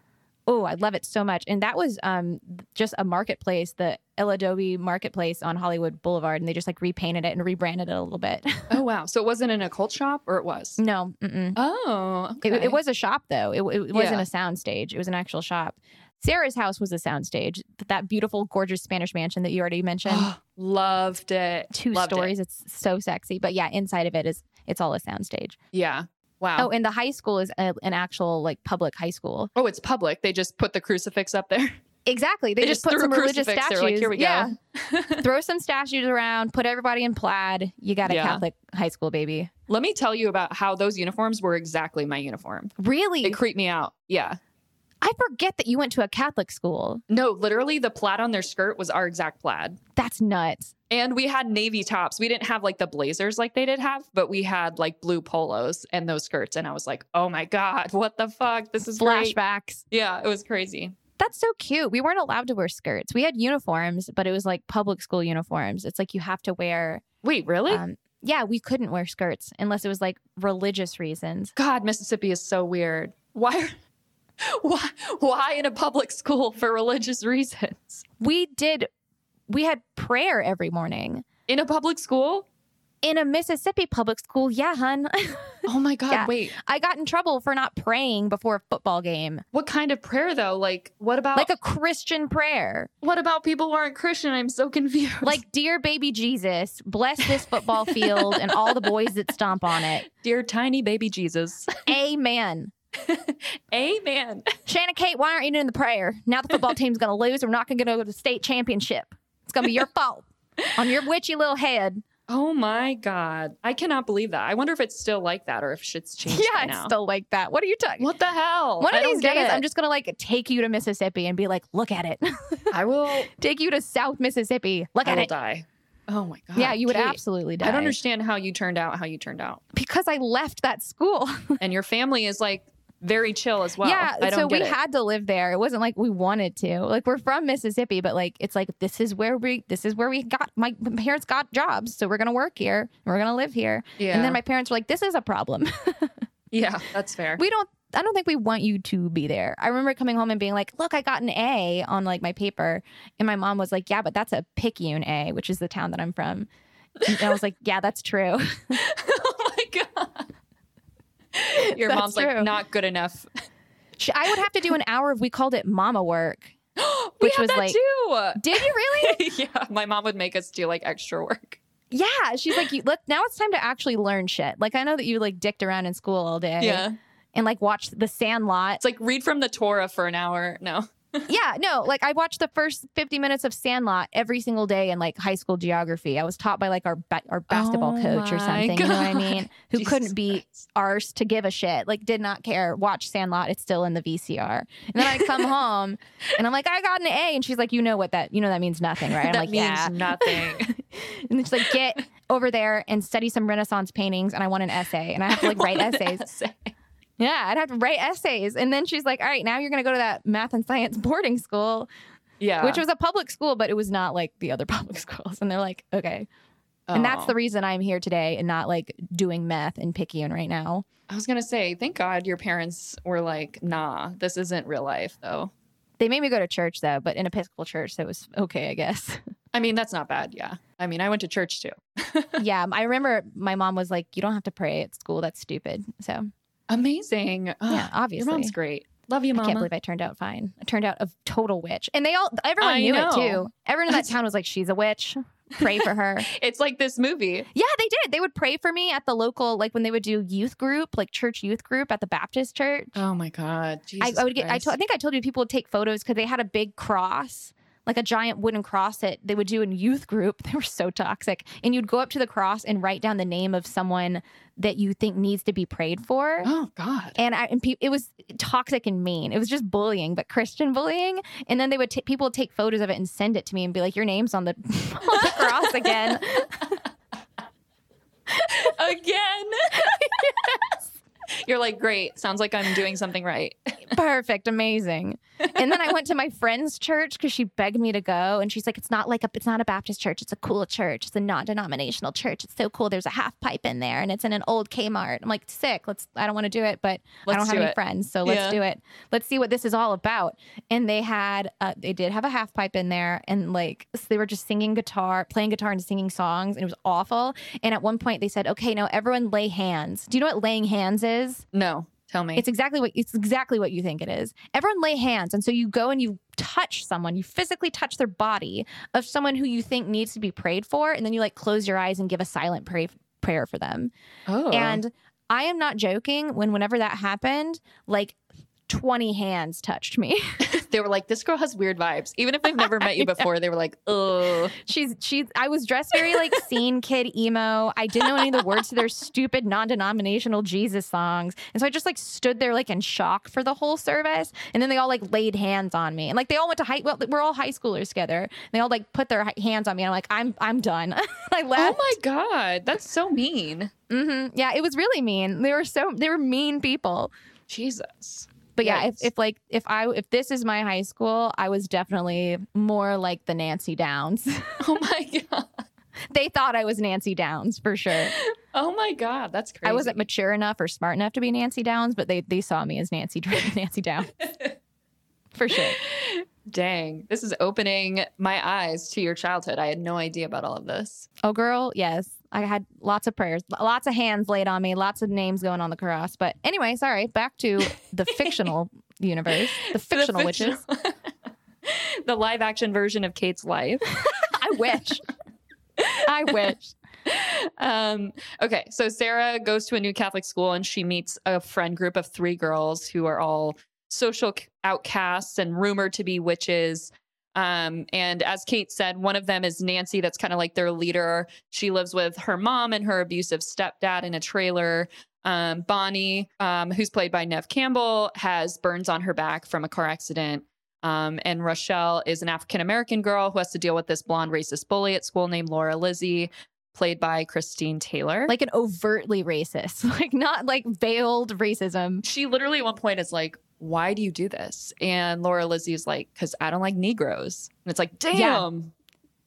oh, I love it so much. And that was um just a marketplace, the El Adobe Marketplace on Hollywood Boulevard, and they just like repainted it and rebranded it a little bit. Oh wow. So it wasn't an occult shop or it was? no, mm-mm. Oh. Mm. It, okay. it was a shop though. It, it wasn't Yeah. a sound stage. It was an actual shop. Sarah's house was a sound stage. That beautiful, gorgeous Spanish mansion that you already mentioned. Loved it. Two Loved it. stories. It's so sexy. But yeah, inside of it is it's all a sound stage. Yeah. Wow. Oh, and the high school is a, an actual like public high school. Oh, it's public. They just put the crucifix up there. Exactly. They, just, put threw some a religious crucifix. They statues. were like, here we yeah. go. Throw some statues around, put everybody in plaid. You got a Yeah. Catholic high school baby. Let me tell you about how those uniforms were exactly my uniform. Really? It creeped me out. Yeah. I forget that you went to a Catholic school. No, literally the plaid on their skirt was our exact plaid. That's nuts. And we had navy tops. We didn't have like the blazers like they did have, but we had like blue polos and those skirts. And I was like, oh my God, what the fuck? This is great. Flashbacks. Yeah, it was crazy. That's so cute. We weren't allowed to wear skirts. We had uniforms, but it was like public school uniforms. It's like you have to wear Wait, really? um yeah, we couldn't wear skirts unless it was like religious reasons. God, Mississippi is so weird. Why? Why, why in a public school for religious reasons? We did we had prayer every morning. In a public school? In a Mississippi public school, yeah, hun. Oh my God, Yeah. wait. I got in trouble for not praying before a football game, What kind of prayer though? Like, what about like a Christian prayer, what about people who aren't Christian? I'm so confused. like "Dear baby Jesus, bless this football field and all the boys that stomp on it." dear tiny baby Jesus. Amen. Amen. Shanna Kate, why aren't you doing the prayer? Now the football team's going to lose. We're not going to go to the state championship. It's going to be your fault on your witchy little head. Oh my God. I cannot believe that. I wonder if it's still like that or if shit's changed by now. like that. What are you talking? what the hell? One I of don't these get days, it. I'm just going to like take you to Mississippi and be like, "Look at it." I will take you to South Mississippi. Look I at will it. die. Oh my God. Yeah, you would Kate, absolutely die. I don't understand how you turned out how you turned out. because I left that school. and your family is like very chill as well. yeah, I don't so we get it. had to live there. It wasn't like we wanted to. Like we're from Mississippi, but like it's like this is where we this is where we got my my parents got jobs, so we're gonna work here and we're gonna live here. yeah. And then my parents were like, "This is a problem. yeah, that's fair. we don't." I don't think we want you to be there. I remember coming home and being like, "Look, I got an A on like my paper," and my mom was like, "Yeah, but that's a Picayune A, which is the town that I'm from." And I was like, "Yeah, that's true." oh my god. Your That's mom's true. like not good enough. She- I would have to do an hour of we called it mama work. we Which had was that like- too. Did you really? yeah, my mom would make us do like extra work. Yeah, she's like, you, let now it's time to actually learn shit. Like I know that you like dicked around in school all day, Yeah, and like watched The Sandlot. it's like read from the Torah for an hour. No, yeah, no, like I watched the first fifty minutes of Sandlot every single day in like high school geography. I was taught by like our ba- our basketball Oh coach or my something. You know what I God. mean? Who Jesus couldn't be Christ. arse to give a shit? Like did not care. Watch Sandlot. It's still in the VCR. And then I come home and I'm like, I got an A, and she's like, you know what that you know that means nothing, right? I'm that like, means yeah. nothing. And it's like, get over there and study some Renaissance paintings. And I want an essay. And I have to like write essays. Yeah, I'd have to write essays. And then she's like, all right, now you're going to go to that math and science boarding school, Yeah, which was a public school, but it was not like the other public schools. And they're like, okay. And that's Oh. the reason I'm here today and not like doing meth and Picayune right now. I was gonna say, thank God your parents were like, nah, this isn't real life though. They made me go to church though, but an Episcopal church. So it was okay, I guess. I mean, that's not bad. Yeah, I mean, I went to church too. yeah. I remember my mom was like, you don't have to pray at school. That's stupid. So Amazing. yeah, Ugh, obviously. your mom's great. Love you, I mom. can't believe I turned out fine. I turned out a total witch. And they all, everyone I knew it know. too. Everyone in that town was like, she's a witch. Pray for her. It's like this movie. yeah, they did. They would pray for me at the local, like when they would do youth group, like church youth group at the Baptist church. Oh my god. I, Jesus I would get, I, Christ. told I think I told you people would take photos because they had a big cross, like a giant wooden cross that they would do in youth group. They were so toxic. And you'd go up to the cross and write down the name of someone that you think needs to be prayed for. Oh god. and I and pe- it was toxic and mean. It was just bullying, but Christian bullying. And then they would t- people would take photos of it and send it to me and be like, "Your name's on the, on the cross again." Again. You're like, great. Sounds like I'm doing something right. Perfect, amazing. and then I went to my friend's church because she begged me to go, and she's like, "It's not like a, it's not a Baptist church. It's a cool church. It's a non-denominational church. It's so cool. There's a half pipe in there, and it's in an old Kmart." I'm like, "Sick. Let's. I don't want to do it, but I Let's don't have do any it. friends, so let's Yeah. do it. Let's see what this is all about." And they had, uh, they did have a half pipe in there, and like so they were just singing guitar, playing guitar and singing songs, and it was awful. And at one point, they said, "Okay, now everyone lay hands." Do you know what laying hands is? No, tell me. It's exactly what it's exactly what you think it is. Everyone lay hands, and so you go and you touch someone, you physically touch their body of someone who you think needs to be prayed for, and then you like close your eyes and give a silent pray, prayer for them. oh, And I am not joking. When whenever that happened, like twenty hands touched me. they were like, "This girl has weird vibes." Even if they've never met you before, they were like, "Oh, She's she. I was dressed very like scene kid emo. I didn't know any of the words to their stupid non-denominational Jesus songs, and so I just like stood there like in shock for the whole service. And then they all like laid hands on me, and like they all went to high. Well, we're all high schoolers together. And they all like put their hi- hands on me, and I'm like, I'm I'm done. I oh left. my god, that's so mean." hmm Yeah, it was really mean. They were so they were mean people. Jesus. But yeah, if, Yikes. if like if I if this is my high school, I was definitely more like the Nancy Downs. Oh my god. they thought I was Nancy Downs for sure. Oh my god, that's crazy. I wasn't mature enough or smart enough to be Nancy Downs, but they they saw me as Nancy Nancy Downs. For sure. Dang, this is opening my eyes to your childhood. I had no idea about all of this. Oh girl, yes. I had lots of prayers, lots of hands laid on me, lots of names going on the cross. But anyway, sorry, back to the fictional universe, the fictional witches. witches. the live action version of Kate's life. I wish. I wish. Um, okay, so Sarah goes to a new Catholic school and she meets a friend group of three girls who are all social c- outcasts and rumored to be witches. Um, and as Kate said, one of them is Nancy, that's kind of like their leader. She lives with her mom and her abusive stepdad in a trailer. Um, Bonnie, um, who's played by Nev Campbell, has burns on her back from a car accident. Um, and Rochelle is an African American girl who has to deal with this blonde racist bully at school named Laura Lizzie played by Christine Taylor. Like an overtly racist, like not like veiled racism. she literally at one point is like, "Why do you do this?" And Laura Lizzie is like, "Cause I don't like Negroes." And it's like, "Damn,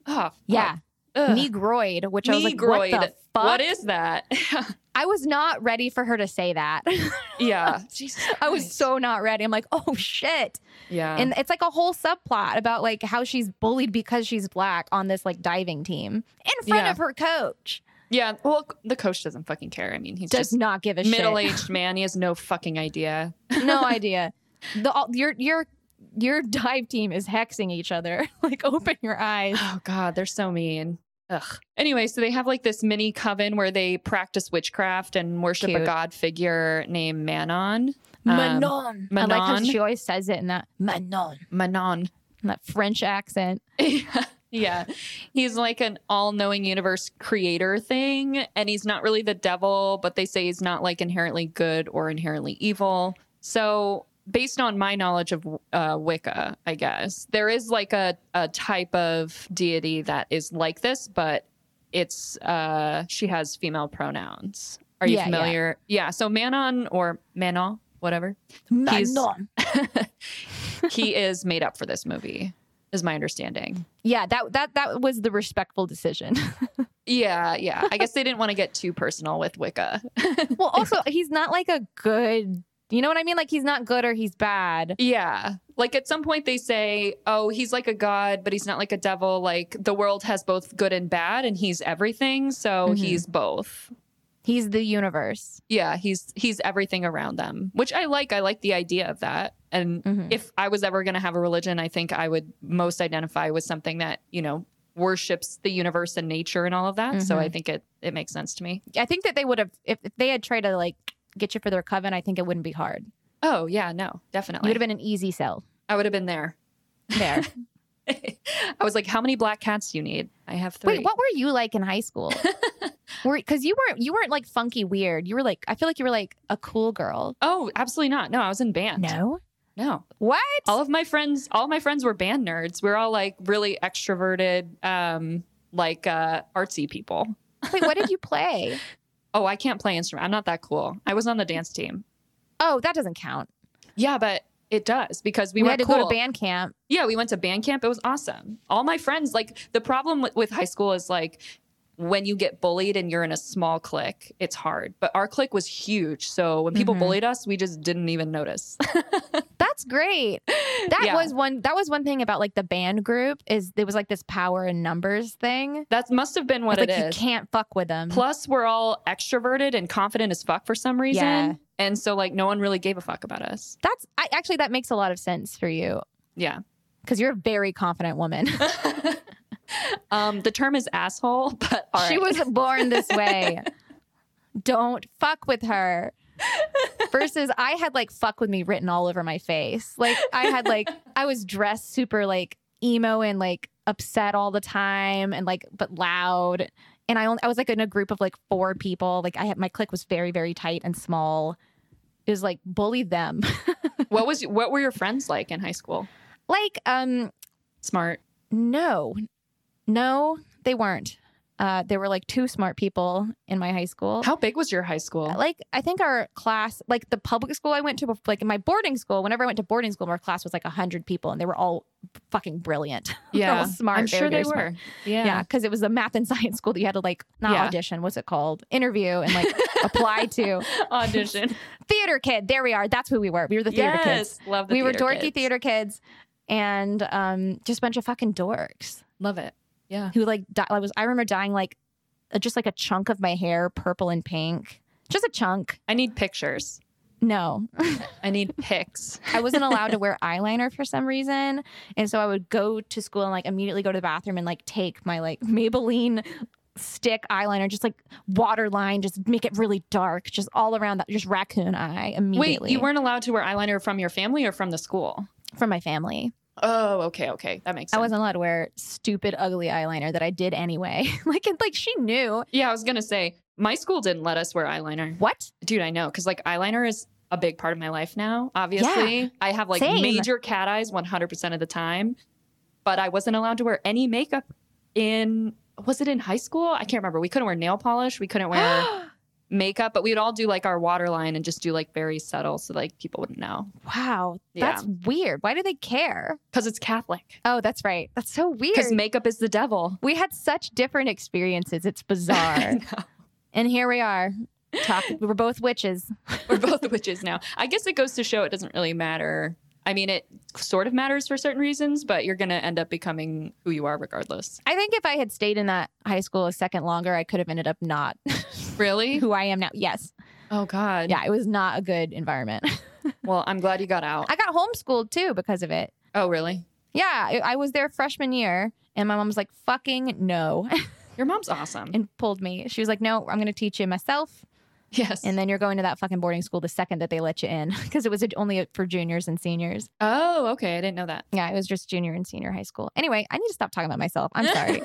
oh Yeah. Ugh. Negroid, which I was like, what the Negroid. fuck? what is that?" I was not ready for her to say that. yeah, Jesus I was Christ. so not ready. I'm like, oh shit. yeah. and it's like a whole subplot about like how she's bullied because she's black on this like diving team in front Yeah. of her coach. yeah. Well, the coach doesn't fucking care. I mean, he's Does just not give a shit. middle-aged man. He has no fucking idea. no idea. The all, your your your dive team is hexing each other. like open your eyes. Oh God, they're so mean. Ugh. Anyway, so they have like this mini coven where they practice witchcraft and worship a Cute. god figure named Manon. Um, Manon. I like how Manon. she always says it in that Manon, Manon. in that French accent. yeah. He's like an all knowing universe creator thing. And he's not really the devil, but they say he's not like inherently good or inherently evil. So, based on my knowledge of uh, Wicca, I guess, there is like a, a type of deity that is like this, but it's, uh, she has female pronouns. Are you Yeah, yeah. familiar? yeah. So, Manon or Manon, whatever, He's- Manon. he is made up for this movie, is my understanding. Yeah, that that that was the respectful decision. Yeah, yeah. I guess they didn't want to get too personal with Wicca. well, also he's not like a good. You know what I mean? Like he's not good or he's bad. Yeah. Like at some point they say, "Oh, he's like a god, but he's not like a devil. Like the world has both good and bad and he's everything, so Mhm. he's both." He's the universe. Yeah, he's he's everything around them, which I like. I like the idea of that. And Mhm. if I was ever going to have a religion, I think I would most identify with something that, you know, worships the universe and nature and all of that. So Mhm. I think it it makes sense to me. I think that they would have if, if they had tried to like get you for their coven. I think it wouldn't be hard. Oh, yeah, no. You Definitely. would have been an easy sell I would have been there. there. I was like, "How many black cats do you need?" I have three. Wait, what were you like in high school? were because you weren't you weren't like funky weird. You were like I feel like you were like a cool girl. Oh, absolutely not. No, I was in band. No, no. Oh. what? All of my friends, all my friends were band nerds. We are all like really extroverted, um, like uh, artsy people. Wait, what did you play? Oh, I can't play instrument. I'm not that cool. I was on the dance team. Oh, that doesn't count. Yeah, but It does because we, We, were had to cool. go to band camp. yeah, we went to band camp. It was awesome. All my friends, like the problem with, with high school is like when you get bullied and you're in a small clique, it's hard. But our clique was huge. So when Mm-hmm. people bullied us, we just didn't even notice. That's great. That Yeah. was one. That was one thing about like the band group is there was like this power in numbers thing. that must have been what It's it is. like you can't fuck with them. Plus, we're all extroverted and confident as fuck for some reason. Yeah. And so, like, no one really gave a fuck about us. That's I, actually that makes a lot of sense for you Yeah. because you're a very confident woman. Um, the term is asshole, but all she right. was born this way. Don't fuck with her. Versus I had like fuck with me written all over my face. Like I had like I was dressed super like emo and like upset all the time and like but loud. And I only I was like in a group of like four people. Like I had my clique was very, very tight and small. It was like bully them. what was what were your friends like in high school? like, um, Smart. No, no, they weren't. Uh, there were like two smart people in my high school. How big was your high school? Like I think our class, like the public school I went to, like in my boarding school. Whenever I went to boarding school, our class was like hundred people, and they were all fucking brilliant. They're all smart. I'm sure very, they very smart. were. Yeah. Yeah, because it was a math and science school that you had to like not Yeah. audition. What's it called? Interview and like apply to Audition. theater kid. There we are. That's who we were. We were the theater kids. yes. Love the we were theater dorky kids. theater kids, and um, just a bunch of fucking dorks Love it. Yeah. who like di- I was I remember dyeing like uh, just like a chunk of my hair purple and pink. Just a chunk. I need pictures. No, I need pics. I wasn't allowed to wear eyeliner for some reason, and so I would go to school and like immediately go to the bathroom and like take my like Maybelline stick eyeliner, just like waterline, just make it really dark, just all around that, just raccoon eye Wait, immediately. you weren't allowed to wear eyeliner from your family or from the school? from my family. Oh, okay, okay. That makes sense. I wasn't allowed to wear stupid, ugly eyeliner that I did anyway. like, and, like she knew Yeah, I was gonna say my school didn't let us wear eyeliner. what Dude, I know because like eyeliner is a big part of my life now. Obviously, I have like Same. major cat eyes 100 percent of the time, but I wasn't allowed to wear any makeup in. Was it in high school? I can't remember. We couldn't wear nail polish. We couldn't wear makeup, but we'd all do like our waterline and just do like very subtle, so like people wouldn't know Wow, Yeah. that's weird. Why do they care? because it's Catholic. Oh, that's right. That's so Because weird. makeup is the devil. we had such different experiences. It's bizarre. I know. and here we are. Talk. We were both witches. We're both witches now. I guess it goes to show it doesn't really matter. I mean, it sort of matters for certain reasons, but you're going to end up becoming who you are regardless. I think if I had stayed in that high school a second longer, I could have ended up not Really? who I am now. Yes. Oh, God. Yeah, it was not a good environment. Well, I'm glad you got out. I got homeschooled too because of it. Oh, really? Yeah, I, I was there freshman year and my mom was like, fucking no, Your mom's awesome. and pulled me. She was like, no, I'm going to teach you myself. yes. And then you're going to that fucking boarding school the second that they let you in because it was only for juniors and seniors. oh, okay. I didn't know that. Yeah, it was just junior and senior high school. Anyway, I need to stop talking about myself. I'm sorry.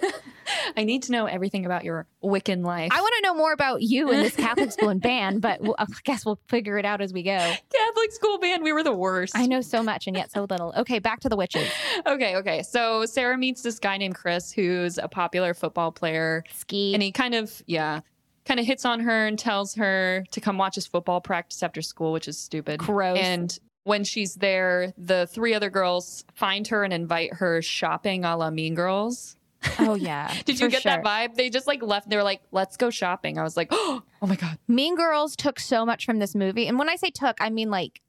I need to know everything about your Wiccan life. I want to know more about you in this Catholic school and band, but we'll, I guess we'll figure it out as we go. Catholic school band. We were the worst. I know so much and yet so little. Okay, back to the witches. Okay, okay. So Sarah meets this guy named Chris who's a popular football player. Ski. And he kind of, yeah, kind of hits on her and tells her to come watch his football practice after school, which is stupid. Gross. And when she's there, the three other girls find her and invite her shopping a la Mean Girls. oh yeah. Did you for get sure. that vibe? They just like left. They were like, let's go shopping. I was like, oh my God. Mean Girls took so much from this movie, and when I say took, I mean like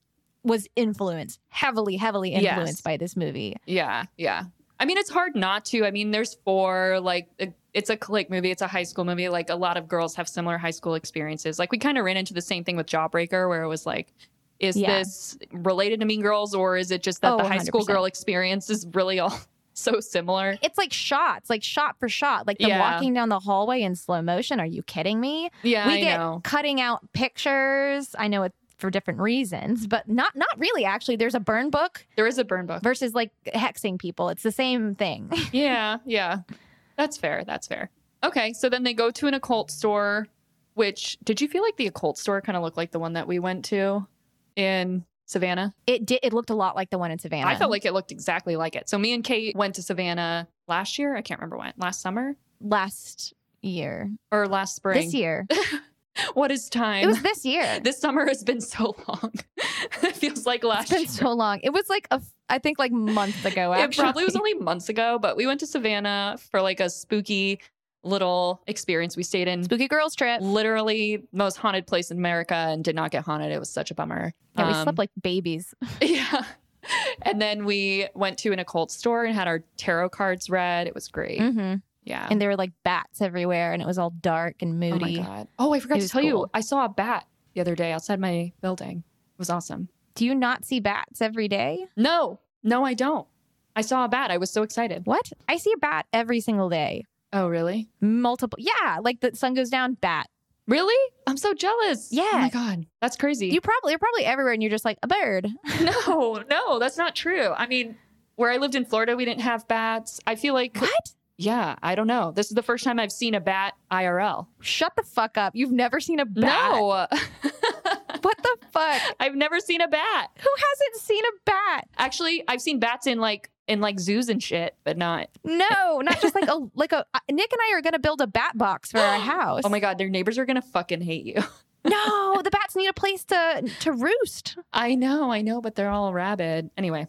was influenced heavily, heavily Yes. influenced by this movie. Yeah, yeah. I mean, it's hard not to. I mean, there's four, like, it- it's a clique movie, it's a high school movie. Like, a lot of girls have similar high school experiences. Like, we kind of ran into the same thing with Jawbreaker, where it was like, is Yeah. this related to Mean Girls, or is it just that Oh, the high school 100%. girl experience is really all so similar? It's like shots, like shot for shot, like the Yeah. walking down the hallway in slow motion. Are you kidding me? Yeah, we I get know. cutting out pictures. I know it for different reasons, but not not really. Actually, there's a burn book There is a burn book. versus like hexing people. It's the same thing. yeah, yeah. That's fair. That's fair. Okay, so then they go to an occult store, which did you feel like the occult store kind of looked like the one that we went to in Savannah? It did. It looked a lot like the one in Savannah. I felt like it looked exactly like it. So me and Kate went to Savannah last year. I can't remember when. Last summer last year, or last spring. this year, What is time? It was this year. this summer has been so long. it feels like It's last been year. so long. It was like a, f- I think like months ago. It Actually. probably was only months ago, but we went to Savannah for like a spooky little experience. We stayed in spooky girls trip. literally the most haunted place in America and did not get haunted. It was such a bummer. Yeah, we Um, slept like babies. yeah. And then we went to an occult store and had our tarot cards read. It was great. hmm Yeah. And there were like bats everywhere, and it was all dark and oh my moody. god. Oh, I forgot It to was tell you, cool. I saw a bat the other day outside my building. It was awesome. Do you not see bats every day? No, no, I don't. I saw a bat. I was so excited. What? I see a bat every single day. Oh, really? Multiple. Yeah, like the sun goes down, bat. Really? I'm so jealous. Oh Yeah. my god, that's crazy. You probably you're probably everywhere, and you're just like a bird. no, no, that's not true. I mean, where I lived in Florida, we didn't have bats. I feel like What? Yeah, I don't know. This is the first time I've seen a bat IRL. Shut the fuck up. You've never seen a bat. No, What the fuck? I've never seen a bat. Who hasn't seen a bat? Actually, I've seen bats in like in like zoos and shit, but not. No, not just like a like a uh, Nick and I are gonna build a bat box for our house. Oh my god, their neighbors are gonna fucking hate you. No, the bats need a place to to roost. I know, I know, but they're all rabid. Anyway,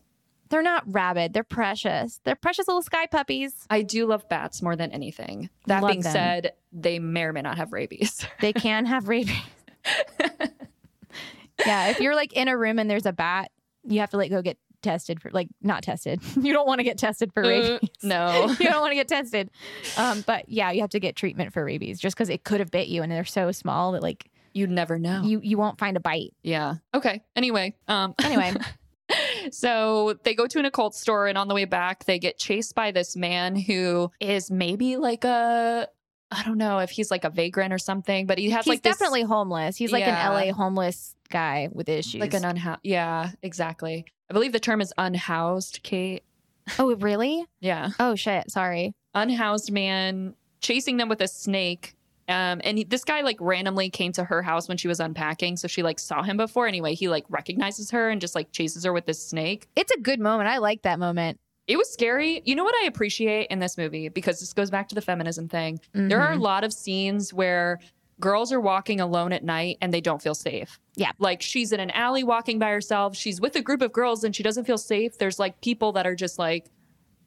They're not rabid. They're precious. They're precious little sky puppies. I do love bats more than anything. That Love being them. said, they may or may not have rabies. They can have rabies. yeah, if you're like in a room and there's a bat, you have to like go get tested for like not tested. You don't want to get tested for rabies. Mm-hmm. no. you don't want to get tested. Um, but yeah, you have to get treatment for rabies just because it could have bit you, and they're so small that like You'd never know. you you won't find a bite. yeah. Okay. Anyway, um Anyway, So they go to an occult store, and on the way back, they get chased by this man who is maybe like a I don't know if he's like a vagrant or something, but he has he's like this- definitely homeless. He's like Yeah. an LA homeless guy with issues. like an unhoused. Yeah, exactly. I believe the term is unhoused, Kate. oh really? Yeah, Oh shit! Sorry. unhoused man chasing them with a snake. Um, and he, this guy like randomly came to her house when she was unpacking, so she like saw him before. Anyway, he like recognizes her and just like chases her with this snake. It's a good moment. I like that moment. It was scary. You know what I appreciate in this movie because this goes back to the feminism thing. There are a Mhm. lot of scenes where girls are walking alone at night and they don't feel safe. Yeah. Like she's in an alley walking by herself. She's with a group of girls and she doesn't feel safe. There's like people that are just like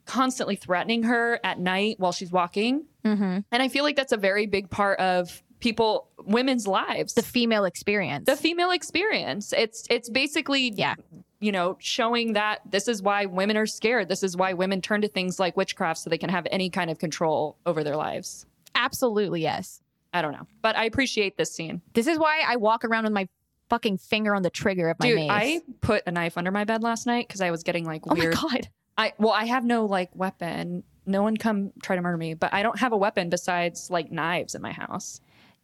constantly threatening her at night while she's walking. Mhm. And I feel like that's a very big part of people, women's lives. the female experience. the female experience. It's it's basically Yeah. you know, showing that this is why women are scared. This is why women turn to things like witchcraft so they can have any kind of control over their lives. Absolutely yes. I don't know, but I appreciate this scene. This is why I walk around with my fucking finger on the trigger of my Dude, mace. I put a knife under my bed last night because I was getting like oh my weird. god. I well, I have no like weapon. No one come try to murder me, but I don't have a weapon besides like knives in my house.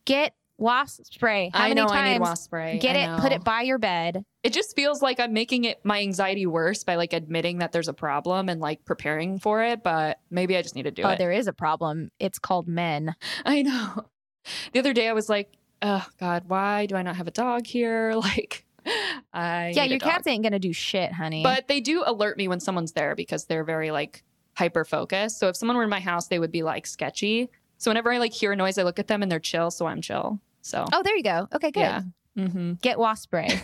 Get wasp spray. How I many know times? I need wasp spray. Get I it. Put know. it by your bed. It just feels like I'm making it my anxiety worse by like admitting that there's a problem and like preparing for it. But maybe I just need to do oh, it. there is a problem. It's called men. I know. The other day I was like, oh God, why do I not have a dog here? Like, I yeah, need a your dog. cats ain't gonna do shit, honey. But they do alert me when someone's there because they're very like hyper focused. So if someone were in my house, they would be like sketchy. So whenever I like hear a noise, I look at them and they're chill, so I'm chill. So oh, there you go. Okay, good. yeah, hmm Get wasp spray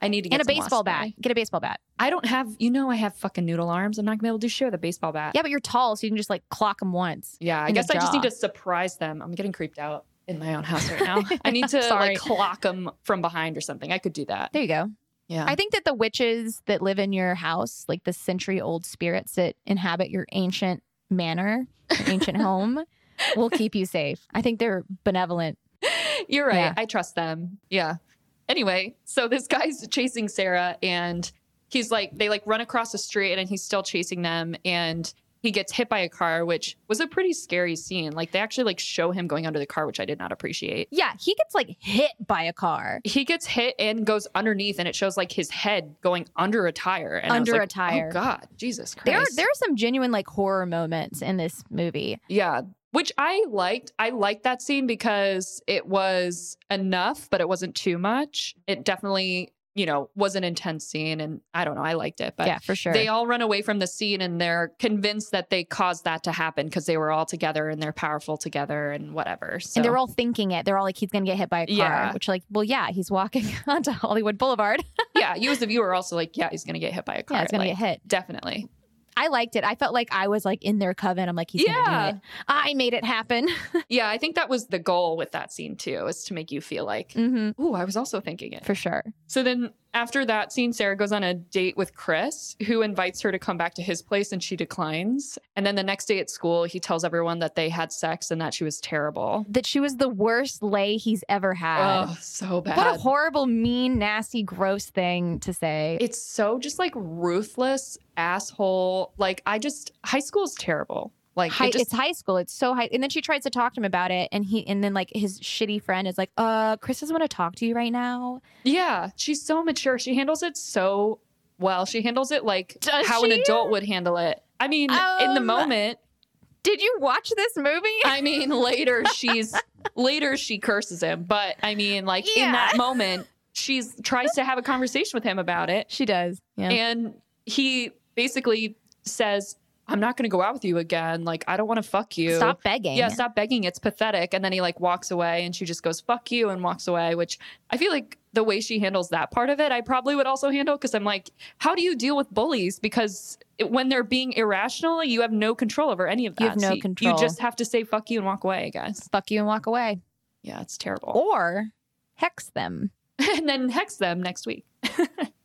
I need to get and a some baseball wasp bat. spray. Get a baseball bat. I don't have, you know, I have fucking noodle arms. I'm not gonna be able to do shit with a baseball bat. Yeah, but you're tall, so you can just like clock them once. Yeah, I And a guess I just jaw. need to surprise them. I'm getting creeped out in my own house right now. I need to Sorry. like clock them from behind or something. I could do that. There you go. Yeah. I think that the witches that live in your house, like the century old spirits that inhabit your ancient manor, your ancient home, will keep you safe. I think they're benevolent. You're right. Yeah. I trust them. Yeah. Anyway, so this guy's chasing Sarah and he's like, they like run across the street and he's still chasing them and he gets hit by a car, which was a pretty scary scene. Like they actually like show him going under the car, which I did not appreciate. Yeah, he gets like hit by a car. He gets hit and goes underneath and it shows like his head going under a tire. And I was Under a like, tire. Oh God, Jesus Christ. There are there are some genuine like horror moments in this movie. Yeah. Which I liked. I liked that scene because it was enough, but it wasn't too much. It definitely, you know, was an intense scene. And I don't know, I liked it. But yeah, for sure. they all run away from the scene and they're convinced that they caused that to happen because they were all together and they're powerful together and whatever. So and they're all thinking it. They're all like, he's going to get hit by a car, Yeah. which, like, well, yeah, he's walking onto Hollywood Boulevard. yeah, you as the viewer are also like, yeah, he's gonna get hit by a car. yeah, he's going like, to get hit. Definitely. I liked it. I felt like I was like in their coven. I'm like, he's Yeah. going to do it. I made it happen. Yeah, I think that was the goal with that scene too, is to make you feel like, hmm ooh, I was also thinking it. For sure. So then after that scene, Sarah goes on a date with Chris, who invites her to come back to his place and she declines. And then the next day at school, he tells everyone that they had sex and that she was terrible. That she was the worst lay he's ever had. oh, so bad. What a horrible, mean, nasty, gross thing to say. it's so just like ruthless asshole. Like I just high school's terrible. Like High, it just it's high school. It's so high. And then she tries to talk to him about it, and he, and then like his shitty friend is like, "Uh, Chris doesn't want to talk to you right now." Yeah, she's so mature. She handles it so well. She handles it like Does how an she? adult would handle it. I mean, in the Um, moment, Did you watch this movie? I mean, later she's later she curses him, but I mean, like in Yeah. that moment, she's tries to have a conversation with him about it, She does. Yeah. and he basically says, "I'm not going to go out with you again. Like, I don't want to fuck you. Stop begging. Yeah, stop begging. It's pathetic. And then he like walks away and she just goes, fuck you, and walks away, which I feel like the way she handles that part of it, I probably would also handle because I'm like, how do you deal with bullies? Because it- when they're being irrational, you have no control over any of that. You have no So control. You just have to say fuck you and walk away, I guess. Fuck you and walk away, Yeah, it's terrible. or hex them. and then hex them next week.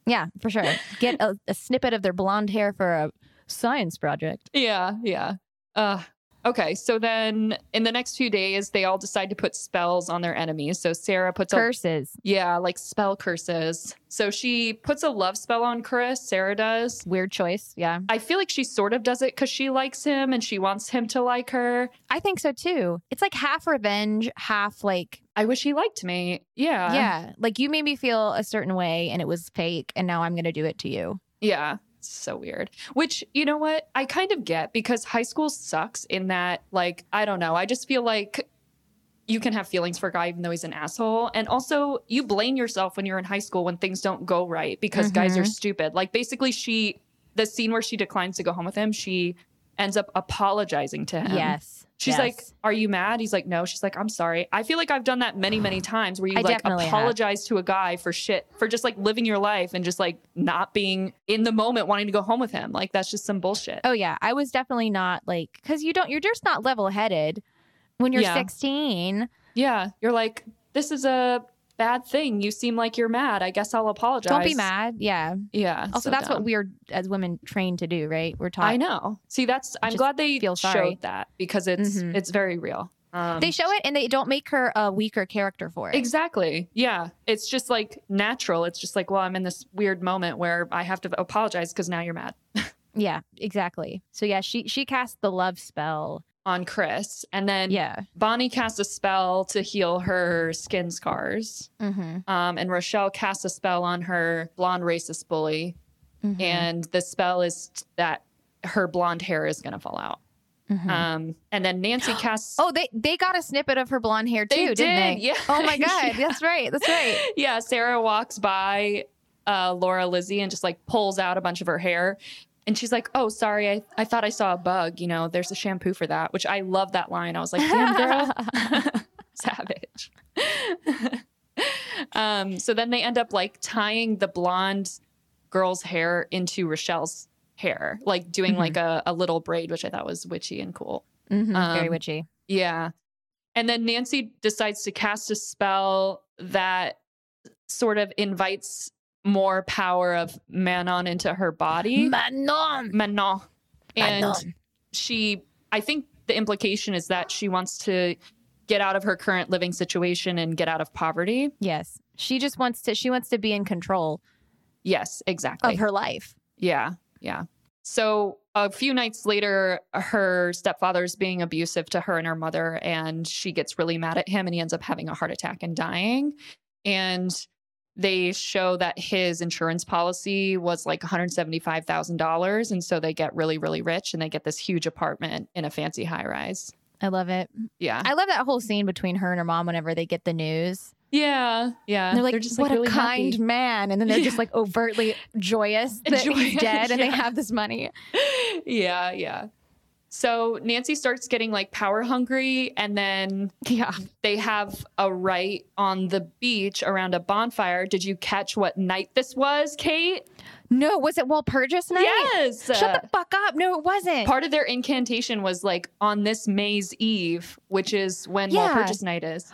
Yeah, for sure. Get a, a snippet of their blonde hair for a science project. Yeah, yeah. Uh, okay, so then in the next few days, they all decide to put spells on their enemies. So Sarah puts a Curses. Yeah, like spell curses. So she puts a love spell on Chris, Sarah does. Weird choice. Yeah. I feel like she sort of does it because she likes him and she wants him to like her. I think so too. It's like half revenge, half like, I wish he liked me. Yeah. yeah, like you made me feel a certain way and it was fake and now I'm going to do it to you. Yeah. It's So weird. Which, you know what? I kind of get because high school sucks in that, like, I don't know. I just feel like you can have feelings for a guy even though he's an asshole. And also, you blame yourself when you're in high school when things don't go right because guys are stupid. Like, basically, she, the scene where she declines to go home with him, she ends up apologizing to him. yes. Uh-huh. She's yes. like, "Are you mad?" He's like, "No." She's like, "I'm sorry." I feel like I've done that many, many times where you I like definitely have. apologize to a guy for shit, for just like living your life and just like not being in the moment, wanting to go home with him. Like that's just some bullshit. oh, yeah, I was definitely not like, because you don't, you're just not level headed when you're Yeah. 16. Yeah, you're like, this is a bad thing. You seem like you're mad. I guess I'll apologize. Don't be mad. Yeah. Yeah. Also, so that's dumb. what we're as women trained to do, right? We're taught. I know. See, that's. I'm Just glad they feel sorry. showed that because it's Mhm. it's very real. Um, They show it and they don't make her a weaker character for it. Exactly. Yeah. It's just like natural. It's just like, well, I'm in this weird moment where I have to apologize because now you're mad yeah, exactly. So yeah, she she cast the love spell. on Chris. And then Yeah. Bonnie casts a spell to heal her skin scars. Mm-hmm. Um, and Rochelle casts a spell on her blonde racist bully. Mhm. And the spell is that her blonde hair is going to fall out. Mm-hmm. Um, and then Nancy casts. Oh, they they got a snippet of her blonde hair too, They didn't they? did, yeah. Oh my god, Yeah. that's right. That's right. yeah, Sarah walks by uh, Laura Lizzie and just like pulls out a bunch of her hair. And she's like, oh, sorry, I, I thought I saw a bug. You know, there's a shampoo for that, which I love that line. I was like, damn, girl, savage. um, so then they end up like tying the blonde girl's hair into Rochelle's hair, like doing like a, a little braid, which I thought was witchy and cool. Mhm, very Um, witchy. Yeah. And then Nancy decides to cast a spell that sort of invites more power of Manon into her body. Manon. Manon. And Manon. she, I think the implication is that she wants to get out of her current living situation and get out of poverty. Yes, she just wants to. She wants to be in control Yes, exactly. of her life. Yeah, yeah. So a few nights later, her stepfather's being abusive to her and her mother, and she gets really mad at him, and he ends up having a heart attack and dying. And they show that his insurance policy was like $175,000. And so they get really, really rich and they get this huge apartment in a fancy high rise. I love it. Yeah. I love that whole scene between her and her mom whenever they get the news. Yeah, yeah. And they're like, what really a kind happy. man. And then they're just Yeah. like overtly joyous that he's Joyous, dead and they yeah. have this money. yeah, yeah. So Nancy starts getting like power hungry, and then Yeah. they have a rite on the beach around a bonfire. Did you catch what night this was, Kate? No, was it Walpurgis night? Yes. Shut the fuck up. No, it wasn't. Part of their incantation was like on this May's Eve, which is when Yeah. Walpurgis Night is.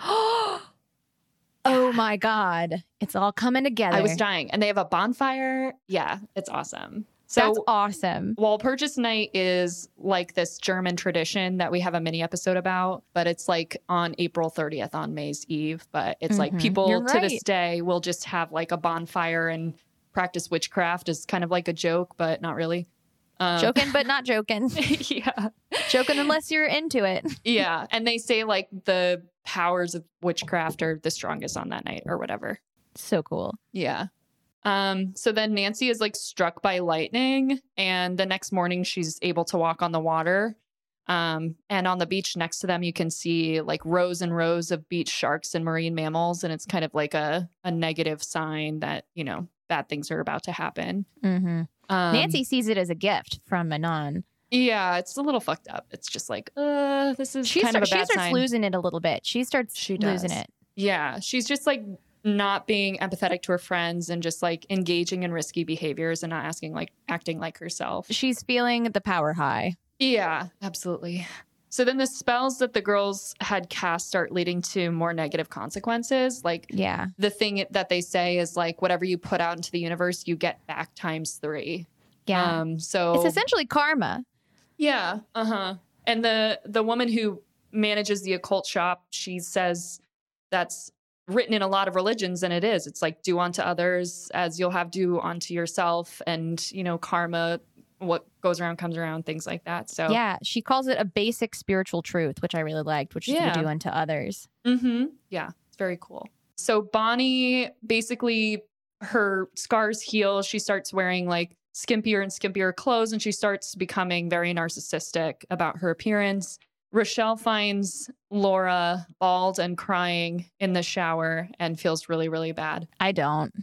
oh my God. It's all coming together. I was dying, and they have a bonfire. Yeah, it's awesome. So That's awesome. Walpurgis Night is like this German tradition that we have a mini episode about, but it's like on April 30th on May's Eve. But it's like Mhm. people You're to this right. day will just have like a bonfire and practice witchcraft is kind of like a joke, but not really. Um, Joking, but not joking. yeah. joking unless you're into it. Yeah. And they say like the powers of witchcraft are the strongest on that night or whatever. So cool. Yeah. Um, so then Nancy is like struck by lightning, and the next morning she's able to walk on the water. Um, and on the beach next to them, you can see like rows and rows of beach sharks and marine mammals, and it's kind of like a a negative sign that you know bad things are about to happen. Mm-hmm. Um, Nancy sees it as a gift from Manon. yeah, it's a little fucked up. It's just like, uh, this is She, kind start- of a she bad starts sign. losing it a little bit. She starts She losing does. it. Yeah, she's just like not being empathetic to her friends and just like engaging in risky behaviors and not asking like acting like herself. She's feeling the power high. Yeah, absolutely. So then the spells that the girls had cast start leading to more negative consequences. Like Yeah. the thing that they say is like whatever you put out into the universe, you get back times 3. Yeah. Um so it's essentially karma. yeah. Uh huh. And the the woman who manages the occult shop, she says that's written in a lot of religions, and it is. It's like do unto others as you'll have do unto yourself, and you know karma. What goes around comes around, things like that. So Yeah. She calls it a basic spiritual truth, which I really liked, which is Yeah. you do unto others. Mm-hmm. Yeah, it's very cool. So Bonnie basically her scars heal. She starts wearing like skimpier and skimpier clothes, and she starts becoming very narcissistic about her appearance. Rochelle finds Laura bald and crying in the shower and feels really, really bad. I don't.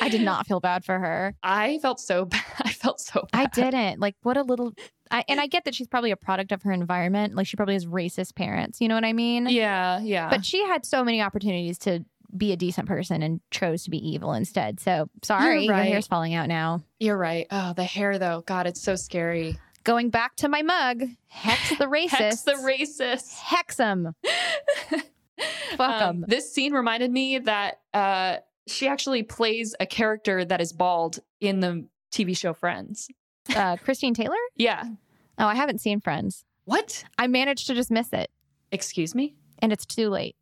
I did not feel bad for her. I felt so bad. I felt so bad. I didn't. Like, what a little. I, and I get that she's probably a product of her environment. Like, she probably has racist parents. You know what I mean? Yeah, yeah. But she had so many opportunities to be a decent person and chose to be evil instead. So sorry, your right. hair's falling out now. you're right. Oh, the hair though. God, it's so scary. Going back to my mug, hex the racist. Hex the racist. Hex 'em. Fuck Um, 'em. This scene reminded me that uh, she actually plays a character that is bald in the TV show Friends. Uh, Christine Taylor? Yeah. Oh, I haven't seen Friends. What? I managed to just miss it, Excuse me? and it's too late.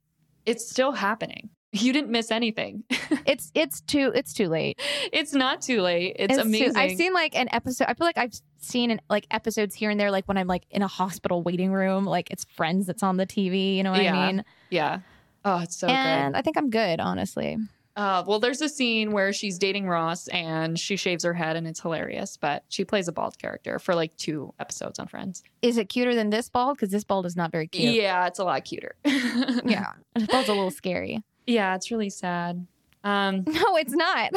It's still happening. You didn't miss anything. It's it's too it's too late. It's not too late. It's, too- amazing. I've seen like an episode. I feel like I've seen an, like episodes here and there, like when I'm like in a hospital waiting room, like it's Friends that's on the TV. You know what Yeah. I mean? Yeah. Oh, it's so and good. I think I'm good, honestly. Uh, well, there's a scene where she's dating Ross and she shaves her head and it's hilarious, but she plays a bald character for like two episodes on Friends. Is it cuter than this bald? Because this bald is not very cute. Yeah, it's a lot cuter. Yeah. This bald's a little scary. yeah, it's really sad. Um, No, it's not.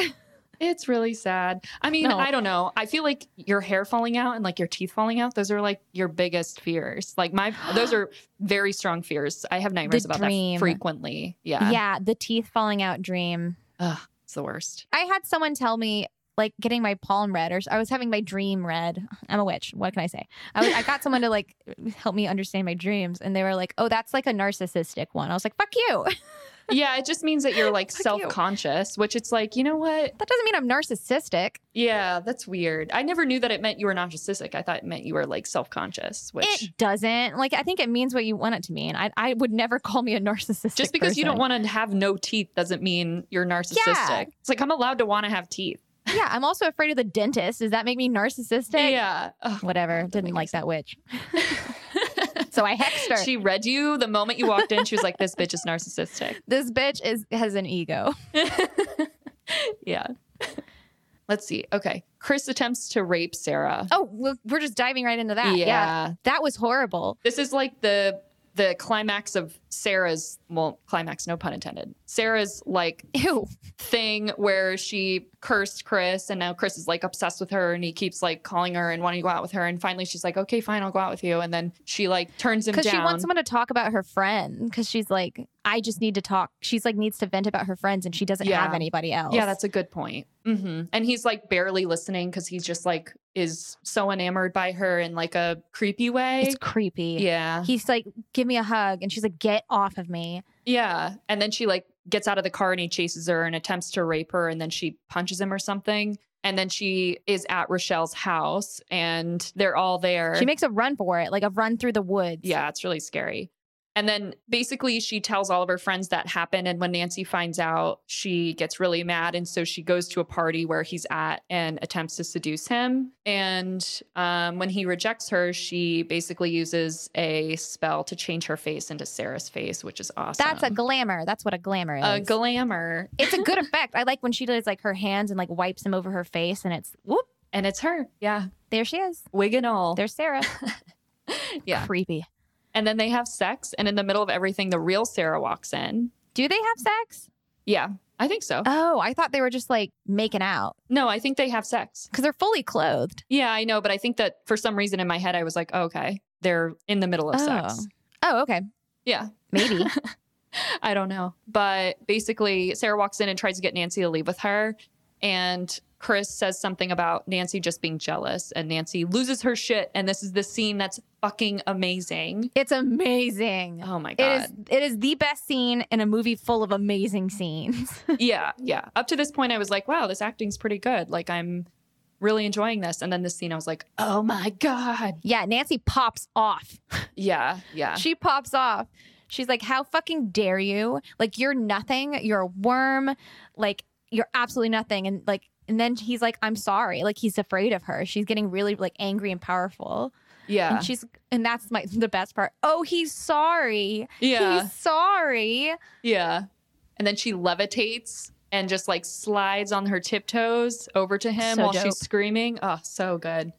It's really sad. I mean, No. I don't know. I feel like your hair falling out and like your teeth falling out, those are like your biggest fears. Like my those are very strong fears. I have nightmares about dream. that frequently. Yeah. yeah, the teeth falling out dream. Ugh, it's the worst. I had someone tell me like getting my palm read or s- I was having my dream read. I'm a witch. What can I say? I, was, I got someone to like help me understand my dreams and they were like, "Oh, that's like a narcissistic one." I was like, "Fuck you." Yeah, it just means that you're like you. self-conscious, which it's like, you know what? That doesn't mean I'm narcissistic. Yeah, that's weird. I never knew that it meant you were narcissistic. I thought it meant you were like self-conscious, which It doesn't. Like I think it means what you want it to mean. I I would never call me a narcissistic. just because you don't person. want to have no teeth doesn't mean you're narcissistic. It's like I'm allowed to want to have teeth. Yeah, I'm also afraid of the dentist. Does that make me narcissistic? Yeah. Ugh. Whatever. Didn't make like that witch. So I hexed her. She read you the moment you walked in. She was like, "This bitch is narcissistic." this bitch is has an ego. yeah. Let's see. Okay, Chris attempts to rape Sarah. Oh, well, we're just diving right into Oh, that. Yeah. That was horrible. This is like the the climax of Sarah's well, climax, no pun intended. Sarah's like Ew. thing where she cursed Chris and now Chris is like obsessed with her and he keeps like calling her and wanting to go out with her and finally she's like okay fine I'll go out with you and then she like turns him down Because she wants someone to talk about her friend. Because she's like, I just need to talk. She's like, needs to vent about her friends, and she doesn't Yeah. have anybody else. yeah that's a good point hmm and he's like barely listening because he's just like is so enamored by her in like a creepy way it's creepy. yeah He's like, give me a hug, and she's like, get off of me. yeah and then she like gets out of the car and he chases her and attempts to rape her and then she punches him or something and then she is at Rochelle's house and they're all there She makes a run for it, like a run through the woods. Yeah, it's really scary. And then basically, she tells all of her friends that happened. And when Nancy finds out, she gets really mad. And so she goes to a party where he's at and attempts to seduce him. And um, when he rejects her, she basically uses a spell to change her face into Sarah's face, which is awesome. That's a glamour. That's what a glamour is. a glamour. it's a good effect. I like when she does like her hands and like wipes them over her face, and it's whoop, And it's her. Yeah. there she is. Wig and all. There's Sarah. Oh. Yeah. Creepy. And then they have sex. And in the middle of everything, the real Sarah walks in. Do they have sex? Yeah, I think so. Oh, I thought they were just like making out no, I think they have sex. because they're fully clothed. Yeah, I know, but I think that for some reason in my head I was like, oh, okay, they're in the middle of sex. Oh, okay. Yeah, Maybe. I don't know. But basically, Sarah walks in and tries to get Nancy to leave with her, and Chris says something about Nancy just being jealous, and Nancy loses her shit. And this is the scene that's fucking amazing. it's amazing. Oh my god. It is it is the best scene in a movie full of amazing scenes. yeah, yeah. Up to this point, I was like, wow, this acting's pretty good. Like I'm really enjoying this. And then this scene, I was like, oh my god. yeah, Nancy pops off. Yeah, yeah. She pops off. She's like, "How fucking dare you? Like you're nothing. You're a worm. Like you're absolutely nothing." And like and then he's like, "I'm sorry." Like he's afraid of her. She's getting really like angry and powerful. yeah, And she's and that's my the best part. Oh, he's sorry. yeah. He's sorry. Yeah. And then she levitates and just like slides on her tiptoes over to him So while dope. she's screaming. Oh, so good.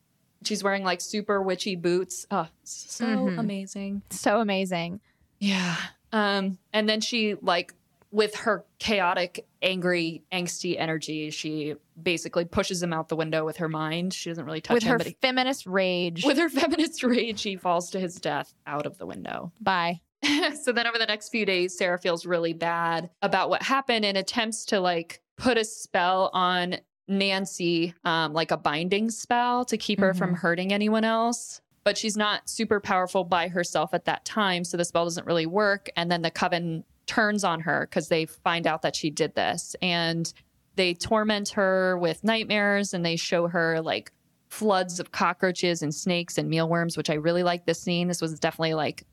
She's wearing like super witchy boots. Oh, so Mhm. amazing. So amazing. Yeah. Um and then she like with her chaotic, angry, angsty energy, she basically pushes him out the window with her mind. She doesn't really touch With him, her but he- feminist rage. with her feminist rage, she falls to his death out of the window. Bye. so then over the next few days sarah feels really bad about what happened and attempts to like put a spell on nancy um, like a binding spell to keep her from hurting anyone else but she's not super powerful by herself at that time so the spell doesn't really work and then the coven turns on her because they find out that she did this and they torment her with nightmares and they show her like floods of cockroaches and snakes and mealworms which i really like this scene this was definitely like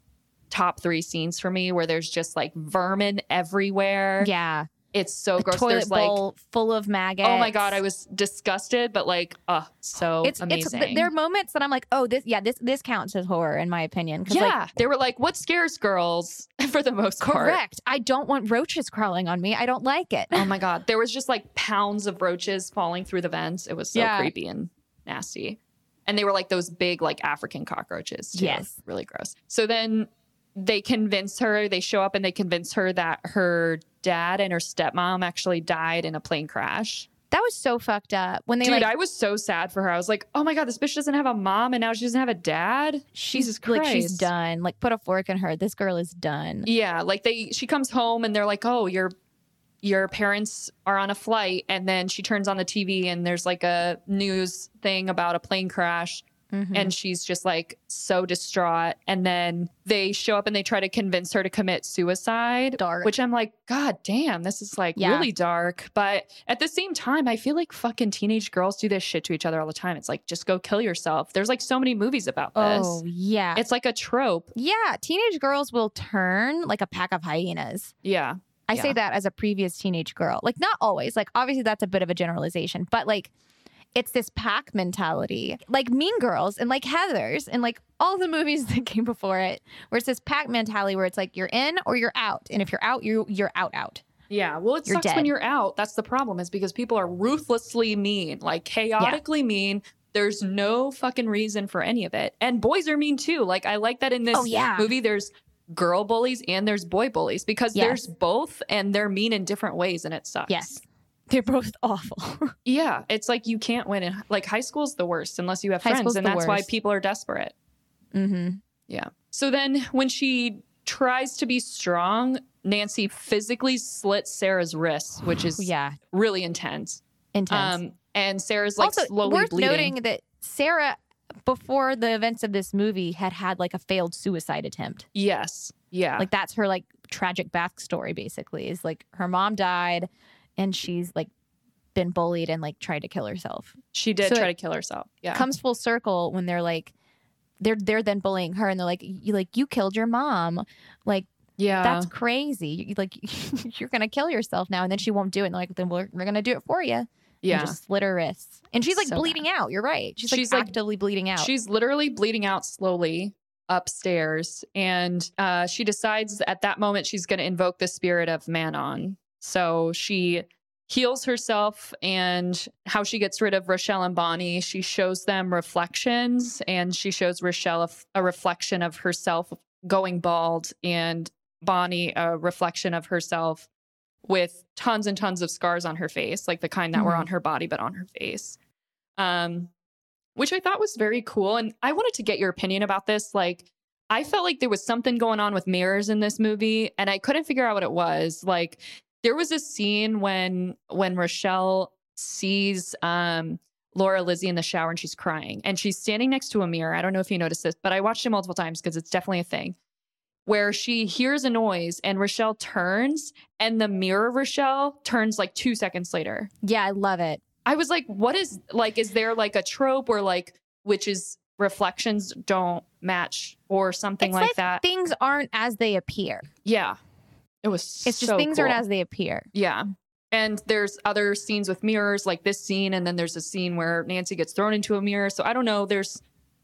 top three scenes for me where there's just like vermin everywhere. Yeah. It's so A gross. toilet there's like, bowl full of maggots. oh my God, I was disgusted, but like, oh, so it's it's amazing. th- there are moments that I'm like, oh, this yeah, this this counts as horror in my opinion. 'Cause, yeah. like, they were like, what scares girls for the most part? correct. I don't want roaches crawling on me. I don't like it. Oh my God. There was just like pounds of roaches falling through the vents. It was so Yeah. creepy and nasty. And they were like those big, like African cockroaches. Too. Yes. Really gross. So then they convince her, they show up and they convince her that her dad and her stepmom actually died in a plane crash. That was so fucked up. When they Dude, like I was so sad for her. I was like, oh my God, this bitch doesn't have a mom and now she doesn't have a dad. she's Jesus like she's Christ. done. Like put a fork in her. This girl is done. Yeah. Like they she comes home and they're like, Oh, your your parents are on a flight, and then she turns on the TV and there's like a news thing about a plane crash. Mm-hmm. And she's just like so distraught. And then they show up and they try to convince her to commit suicide. Dark. Which I'm like, God damn, this is like Yeah. really dark. But at the same time, I feel like fucking teenage girls do this shit to each other all the time. It's like, just go kill yourself. There's like so many movies about this. Oh yeah. It's like a trope. yeah, teenage girls will turn like a pack of hyenas. Yeah. I Yeah. say that as a previous teenage girl. Like not always. Like obviously that's a bit of a generalization, but like it's this pack mentality. Like Mean Girls and like Heathers and like all the movies that came before it where it's this pack mentality where it's like you're in or you're out. And if you're out, you you're out out. Yeah, well, it You're sucks dead. when you're out. That's the problem, is because people are ruthlessly mean, like chaotically mean. There's no fucking reason for any of it. And boys are mean too. Like, I like that in this Oh, yeah. movie, there's girl bullies and there's boy bullies because Yes. there's both and they're mean in different ways and it sucks. Yes. They're both awful. Yeah. It's like you can't win in like high school's the worst unless you have High friends school's and the that's why worst. people are desperate. mm-hmm. Yeah. So then when she tries to be strong, Nancy physically slits Sarah's wrists, which is Yeah. really intense. Intense. Um and Sarah's like also slowly worth bleeding. noting that Sarah, before the events of this movie, had had like a failed suicide attempt. Yes. Yeah. Like that's her like tragic backstory. Basically, is like her mom died, and she's like been bullied and like tried to kill herself. she did so try it to kill herself. Yeah. Comes full circle when they're like. They're, they're then bullying her and they're like you like you killed your mom like yeah. that's crazy you, like you're gonna kill yourself now and then she won't do it and they're like then we're, we're gonna do it for you yeah. just slit her wrists and she's like So bleeding out you're right she's like She's, like- actively bleeding out She's literally bleeding out slowly upstairs, and uh, she decides at that moment she's going to invoke the spirit of Manon. So she heals herself, and how she gets rid of Rochelle and Bonnie, she shows them reflections, and she shows Rochelle a, f- a reflection of herself going bald, and Bonnie a reflection of herself with tons and tons of scars on her face, like the kind that were Mhm. on her body but on her face. Um, which I thought was very cool. And I wanted to get your opinion about this. Like, I felt like there was something going on with mirrors in this movie, and I couldn't figure out what it was. Like, there was a scene when when Rochelle sees um, Laura Lizzie in the shower and she's crying, and she's standing next to a mirror. I don't know if you noticed this, but I watched it multiple times because it's definitely a thing. Where she hears a noise and Rochelle turns, and the mirror Rochelle turns like two seconds later. yeah i love it I was like, what is like, is there like a trope or like, which is reflections don't match or something It's like, like that? things aren't as they appear. yeah. It was It's just so things aren't cool. as they appear. Yeah. And there's other scenes with mirrors, like this scene. And then there's a scene where Nancy gets thrown into a mirror. So I don't know. There's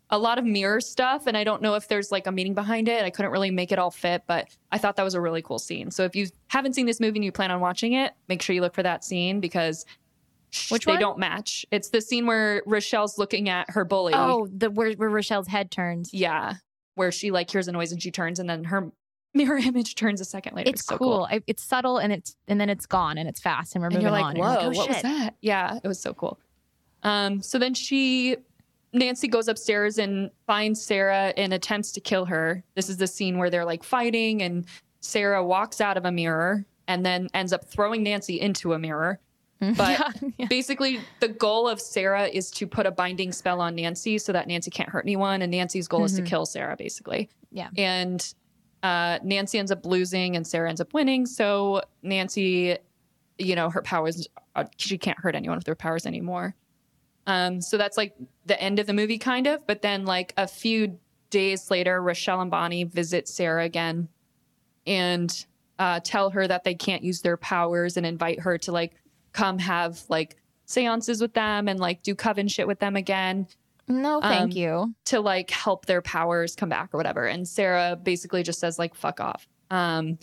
a lot of mirror stuff. And I don't know if there's like a meaning behind it. I couldn't really make it all fit, but I thought that was a really cool scene. So if you haven't seen this movie and you plan on watching it, make sure you look for that scene because sh- Which they one? don't match. It's the scene where Rochelle's looking at her bully. Oh, the where, where Rochelle's head turns. Yeah. Where she like hears a noise and she turns and then her mirror image turns a second later. It's so cool. I, it's subtle and it's and then it's gone and it's fast and we're and moving you're like, on. And whoa, you're oh, what was shit." that? Yeah, it was so cool. Um, so then she, Nancy goes upstairs and finds Sarah and attempts to kill her. This is the scene where they're like fighting, and Sarah walks out of a mirror and then ends up throwing Nancy into a mirror. But Yeah, yeah. basically, the goal of Sarah is to put a binding spell on Nancy so that Nancy can't hurt anyone. And Nancy's goal is to kill Sarah, basically. Mm-hmm. Yeah. And uh, Nancy ends up losing and Sarah ends up winning. So Nancy, you know, her powers, uh, she can't hurt anyone with her powers anymore. Um, so that's like the end of the movie, kind of. But then, like a few days later, Rochelle and Bonnie visit Sarah again and uh, tell her that they can't use their powers and invite her to like come have like seances with them and like do coven shit with them again No, thank Um, you. to like help their powers come back or whatever. And Sarah basically just says like fuck off. Um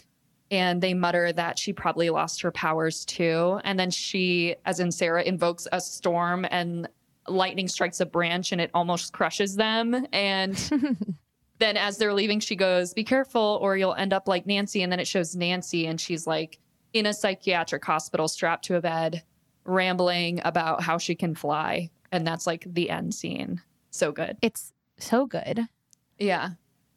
and they mutter that she probably lost her powers too. And then she, as in Sarah, invokes a storm and lightning strikes a branch and it almost crushes them. And then as they're leaving, she goes, Be careful or you'll end up like Nancy. And then it shows Nancy and she's like in a psychiatric hospital, strapped to a bed, rambling about how she can fly. And that's like the end scene. So good. It's so good. Yeah.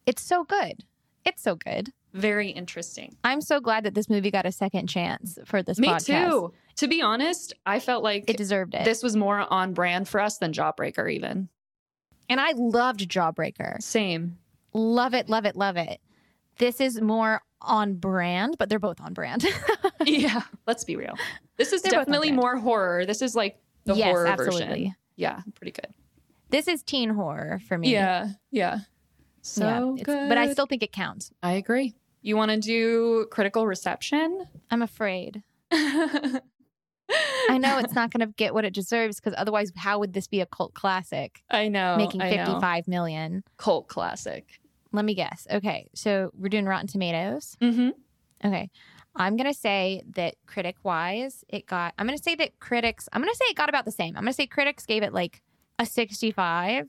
It's so good. It's so good. Very interesting. I'm so glad that this movie got a second chance for this Me podcast. too. To be honest, I felt like It deserved it. this was more on brand for us than Jawbreaker, even. and I loved Jawbreaker. Same. Love it, love it, love it. This is more on brand, but they're both on brand. yeah. Let's be real. This is They're both on definitely brand. more horror. This is like the yes, horror absolutely. version. Yeah. Pretty good. This is teen horror for me. Yeah. Yeah. So it's- good. But I still think it counts. I agree. You want to do critical reception? I'm afraid. I know it's not going to get what it deserves because otherwise, how would this be a cult classic? I know. making Oh, I know. fifty-five million. Cult classic. Let me guess. Okay, so we're doing Rotten Tomatoes. Mm-hmm. Okay, I'm going to say that critic wise, it got. I'm going to say that critics. I'm going to say it got about the same. I'm going to say critics gave it like a 65,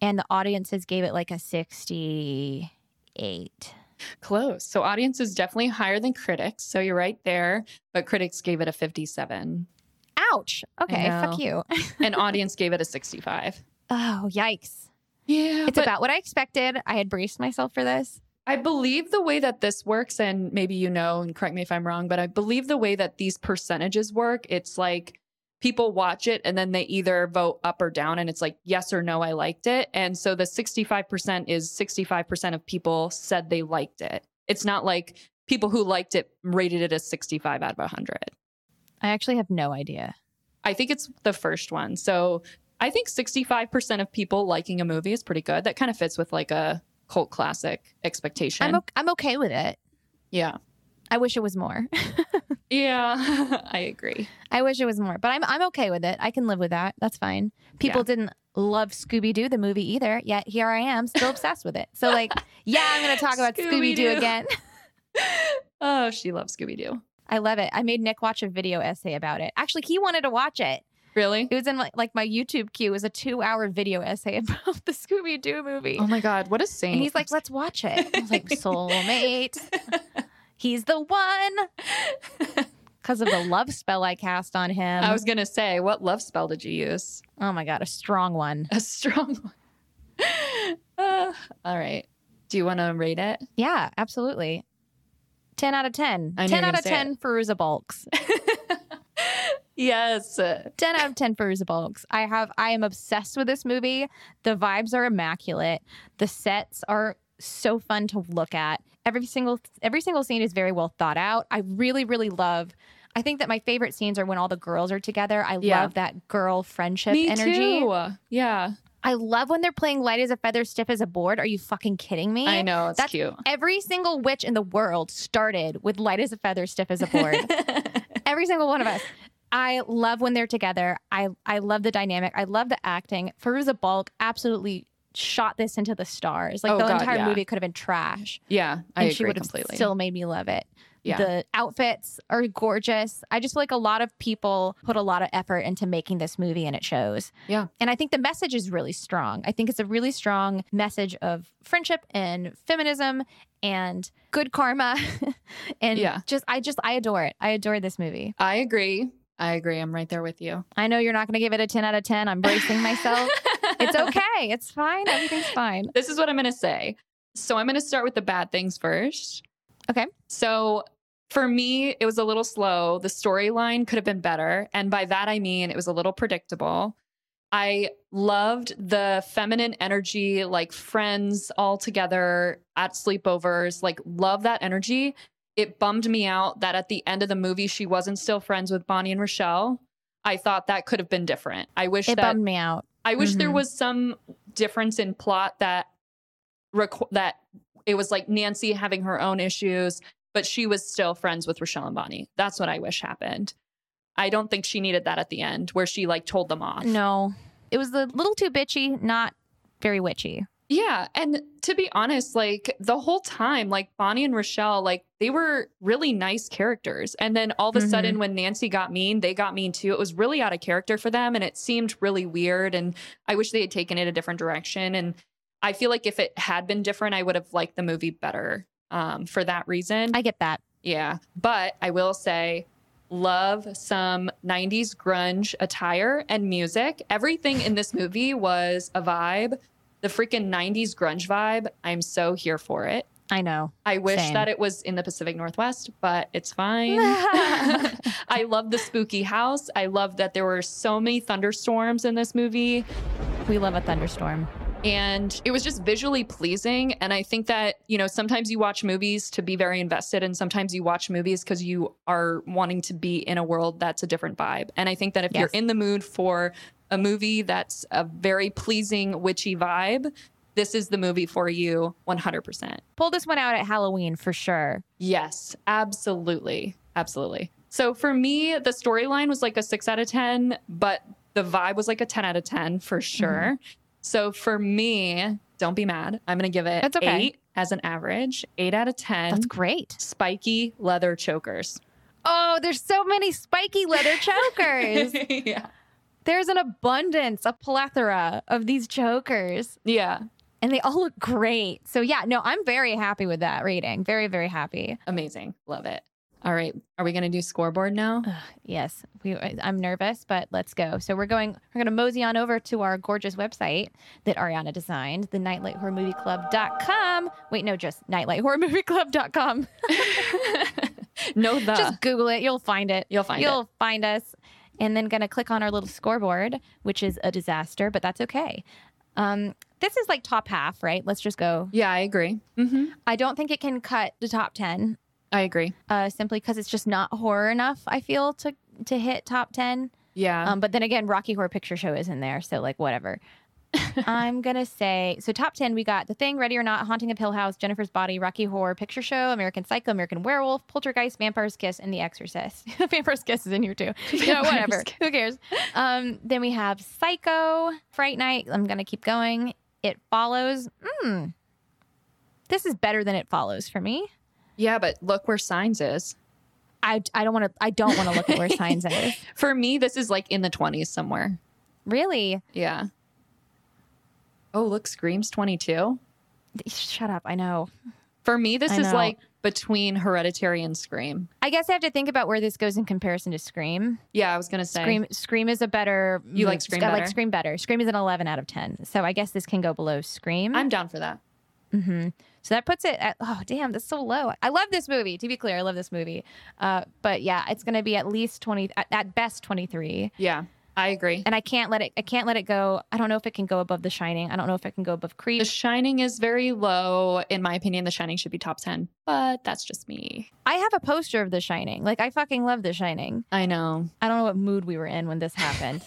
and the audiences gave it like a 68. eight. Close. So audience is definitely higher than critics. So you're right there. But critics gave it a 57. Ouch. Okay, fuck you. and audience gave it a 65. Oh, yikes. Yeah. It's but about what I expected. I had braced myself for this. I believe the way that this works, and maybe you know, and correct me if I'm wrong, but I believe the way that these percentages work, it's like people watch it and then they either vote up or down, and it's like, yes or no, I liked it. And so the 65% is 65% of people said they liked it. It's not like people who liked it rated it a 65 out of 100. I actually have no idea. I think it's the first one. So I think 65% of people liking a movie is pretty good. That kind of fits with like a cult classic expectation. I'm o- I'm okay with it. yeah. I wish it was more. Yeah. I agree. I wish it was more, but I'm I'm okay with it. I can live with that. That's fine. People Yeah. didn't love Scooby Doo the movie either, yet here I am still obsessed with it. So like, yeah, I'm going to talk about Scooby Doo Scooby-Doo. again. Oh, she loves Scooby Doo. I love it. I made Nick watch a video essay about it. Actually, he wanted to watch it. Really? It was in like, like my YouTube queue. It was a two-hour video essay about the Scooby Doo movie. Oh my God. What a saint. And he's like, let's watch it. I was like, soulmate. He's the one. Because of the love spell I cast on him. I was going to say, what love spell did you use? oh my God, a strong one. A strong one. Uh, all right. Do you want to rate it? Yeah, absolutely. 10 out of 10. I 10 knew you were out gonna of say 10 for Ruza Bulks. Yes. 10 out of 10 for Ruza Bulks. I have, I am obsessed with this movie. The vibes are immaculate. The sets are so fun to look at. Every single, every single scene is very well thought out. I really, really love, I think that my favorite scenes are when all the girls are together. I Yeah. love that girl friendship Me energy. too. Yeah. I love when they're playing light as a feather, stiff as a board. Are you fucking kidding me? I know. It's That's cute. Every single witch in the world started with light as a feather, stiff as a board. Every single one of us. I love when they're together. I I love the dynamic. I love the acting. Feruza Balk absolutely shot this into the stars. Like Oh, the God, entire yeah. movie could have been trash, Yeah. I and agree she would have completely. still made me love it. yeah. The outfits are gorgeous. I just feel like a lot of people put a lot of effort into making this movie, and it shows. Yeah. And I think the message is really strong. I think it's a really strong message of friendship and feminism and good karma. and Yeah. just, I just, I adore it. I adore this movie. I agree. I agree. I'm right there with you. I know you're not going to give it a 10 out of 10. I'm bracing myself. it's okay. It's fine. Everything's fine. This is what I'm going to say. So I'm going to start with the bad things first. Okay. So for me, it was a little slow. The storyline could have been better. And by that, I mean it was a little predictable. I loved the feminine energy, like friends all together at sleepovers, like, love that energy. It bummed me out that at the end of the movie, she wasn't still friends with Bonnie and Rochelle. I thought that could have been different. I wish It that bummed me out. I wish there Mhm. was some difference in plot that requ- that it was like Nancy having her own issues, but she was still friends with Rochelle and Bonnie. That's what I wish happened. I don't think she needed that at the end where she like told them off. No, it was a little too bitchy, not very witchy. Yeah, and to be honest, like the whole time, like Bonnie and Rochelle, like they were really nice characters. And then all of a Mhm. sudden when Nancy got mean, they got mean too. It was really out of character for them and it seemed really weird and I wish they had taken it a different direction and I feel like if it had been different, I would have liked the movie better um for that reason. I get that. Yeah. But I will say, love some 90s grunge attire and music. Everything in this movie was a vibe. The freaking 90s grunge vibe. I'm so here for it. I know. I wish Same. that it was in the Pacific Northwest, but it's fine. I love the spooky house. I love that there were so many thunderstorms in this movie We love a thunderstorm. and it was just visually pleasing and i think that you know sometimes you watch movies to be very invested and sometimes you watch movies because you are wanting to be in a world that's a different vibe and i think that if Yes. you're in the mood for a movie that's a very pleasing witchy vibe this is the movie for you 100% Pull this one out at Halloween for sure. yes absolutely absolutely so for me the storyline was like a 6 out of 10 but the vibe was like a 10 out of 10 Mm-hmm. for sure so for me, don't be mad. I'm going to give it That's okay. eight as an average, eight out of 10. That's great. Spiky leather chokers. Oh, there's so many spiky leather chokers. yeah. there's an abundance, a plethora of these chokers. Yeah. and they all look great. So yeah, no, I'm very happy with that rating. Very, very happy. Amazing. Love it. All right. Are we going to do scoreboard now? Yes, we, I'm nervous, but let's go. So we're going. We're going to mosey on over to our gorgeous website that Ariana designed, the nightlighthorrormovieclub.com. Wait, no, just nightlighthorrormovieclub.com. no, the. Just Google it. You'll find it. You'll find You'll find us. And then going to click on our little scoreboard, which is a disaster, but that's okay. Um, this is like top half, right? Let's just go. it. Yeah, I agree. hmm I don't think it can cut the top 10 I agree. uh, simply because it's just not horror enough, I feel, to, to hit top 10. Yeah. Um, but then again, Rocky Horror Picture Show is in there, so like whatever. I'm gonna say so. Top ten, we got The Thing, Ready or Not, Haunting of Hill House, Jennifer's Body, Rocky Horror Picture Show, American Psycho, American Werewolf, Poltergeist, Vampire's Kiss, and The Exorcist. Vampire's Kiss is in here too. Yeah, Vampire's whatever. Kiss. Who cares? Um, then we have Psycho, Fright Night. I'm gonna keep going. It follows. Mm, this is better than it follows for me. yeah, but look where signs is. I, I don't want to. I don't want to look at where signs is. For me, this is like in the 20s somewhere. Really, Yeah. Oh, look, Scream's 22. shut up. I know. For me, this I is know. like between Hereditary and Scream. I guess I have to think about where this goes in comparison to Scream. Yeah, I was going to say. Scream Scream is a better You like it's Scream got- I like better? Scream better. Scream is an 11 out of 10. So I guess this can go below Scream. I'm down for that. hmm So that puts it at oh damn, that's so low. I love this movie. To be clear, I love this movie. Uh, but yeah, it's going to be at least 20 at, at best 23. Yeah, I agree. And I can't let it I can't let it go. I don't know if it can go above The Shining. I don't know if it can go above Creep. The Shining is very low. In my opinion, The Shining should be top 10, but that's just me. I have a poster of The Shining. Like I fucking love The Shining. I know. I don't know what mood we were in when this happened.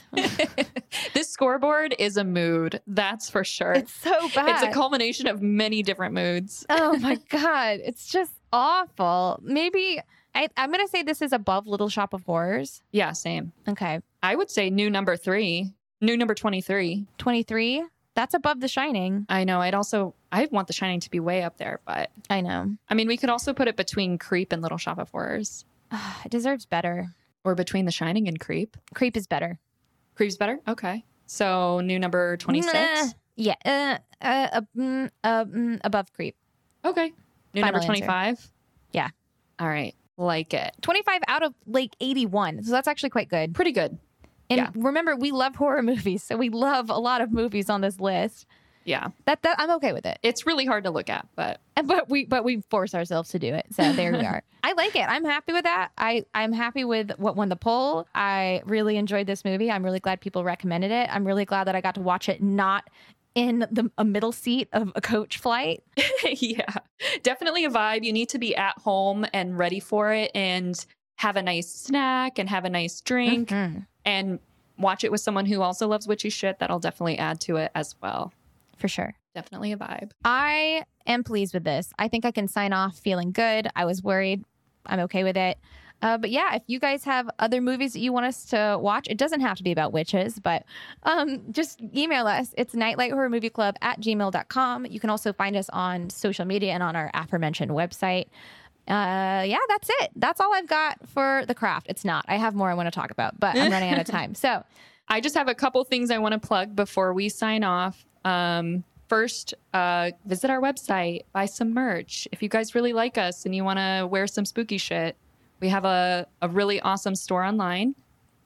this scoreboard is a mood, that's for sure. it's so bad. It's a culmination of many different moods. oh my god it's just awful maybe I, i'm gonna say this is above little shop of horrors Yeah, same. okay I would say new number three, new number 23. 23 that's above the shining I know. I'd also, I want The Shining to be way up there, but i know I mean, we could also put it between Creep and Little Shop of Horrors Ugh, it deserves better or between The Shining and Creep. creep is better Creep's better. Okay. So new number 26. Meh. yeah uh, uh, uh, mm, uh, mm, above creep Okay. New Final number answer. 25. Yeah. All right. Like it. 25 out of like 81 so that's actually quite good Pretty good. and Yeah. remember we love horror movies so we love a lot of movies on this list Yeah. that, that i'm okay with it It's really hard to look at, but And- but we but we force ourselves to do it so there we are i like it i'm happy with that i i'm happy with what won the poll i really enjoyed this movie i'm really glad people recommended it i'm really glad that i got to watch it not in the a middle seat of a coach flight yeah. Definitely a vibe. You need to be at home and ready for it and have a nice snack and have a nice drink Mm-hmm. Mm. and watch it with someone who also loves witchy shit. That'll definitely add to it as well. for sure Definitely a vibe. i am pleased with this i think i can sign off feeling good i was worried i'm okay with it uh, but yeah, if you guys have other movies that you want us to watch, it doesn't have to be about witches, but um, just email us. It's nightlighthorrormovieclub at gmail.com. You can also find us on social media and on our aforementioned website. Uh, yeah, that's it. That's all I've got for the craft. It's not. I have more I want to talk about, but I'm running out of time. So I just have a couple things I want to plug before we sign off. Um, first, uh, visit our website, buy some merch. If you guys really like us and you want to wear some spooky shit, we have a, a really awesome store online.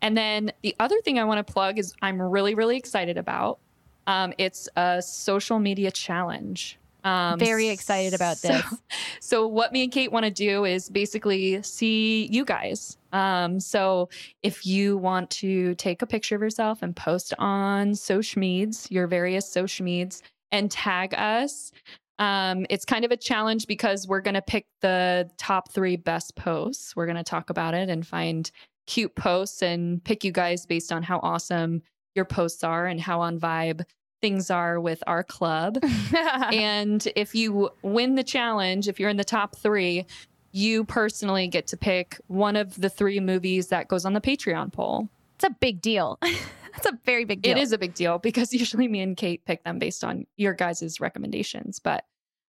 And then the other thing I want to plug is I'm really, really excited about. Um, it's a social media challenge. Um, Very excited about so- this. so what me and Kate want to do is basically see you guys. Um, so if you want to take a picture of yourself and post on social meds, your various social meds, and tag us, um, it's kind of a challenge because we're going to pick the top three best posts. We're going to talk about it and find cute posts and pick you guys based on how awesome your posts are and how on vibe things are with our club and if you win the challenge, if you're in the top three, you personally get to pick one of the three movies that goes on the Patreon poll. it's a big deal. That's a very big deal. It is a big deal because usually me and Kate pick them based on your guys' recommendations, but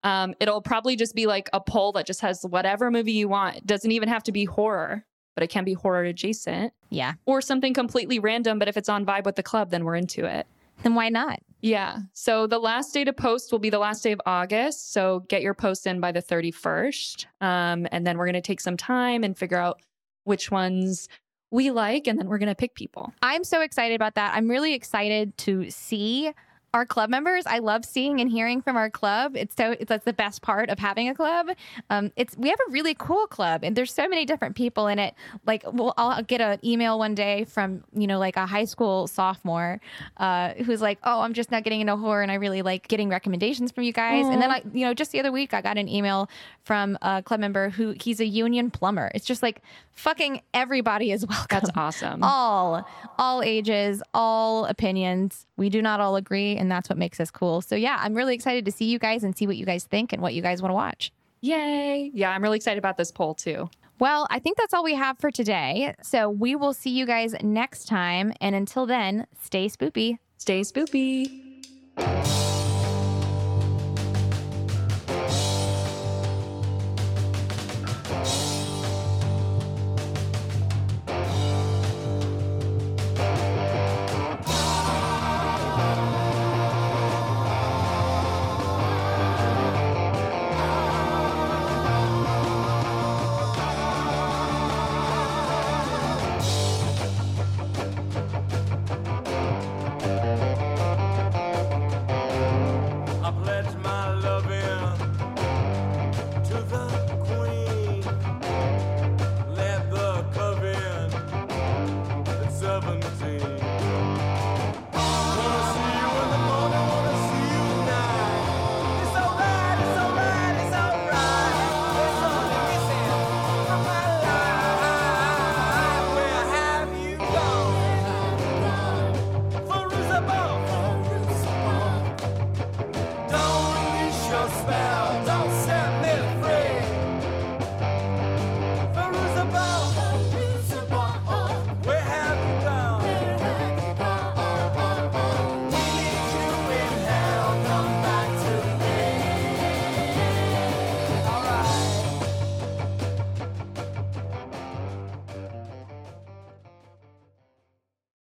um, it'll probably just be like a poll that just has whatever movie you want. It doesn't even have to be horror, but it can be horror adjacent Yeah. or something completely random. But if it's on vibe with the club, then we're into it. Then why not? Yeah. So the last day to post will be the last day of August. So get your posts in by the 31st. Um, and then we're going to take some time and figure out which ones we like. And then we're going to pick people. I'm so excited about that. I'm really excited to see our club members. I love seeing and hearing from our club. It's so it's that's the best part of having a club. Um, it's we have a really cool club, and there's so many different people in it. Like, well, I'll get an email one day from you know like a high school sophomore uh, who's like, "Oh, I'm just now getting into horror, and I really like getting recommendations from you guys." And then I, you know, just the other week, I got an email from a club member who he's a union plumber. It's just like fucking everybody is welcome That's awesome. all all ages all opinions we do not all agree and that's what makes us cool so yeah i'm really excited to see you guys and see what you guys think and what you guys want to watch Yay. Yeah. I'm really excited about this poll too. well i think that's all we have for today so we will see you guys next time and until then stay spoopy Stay spoopy.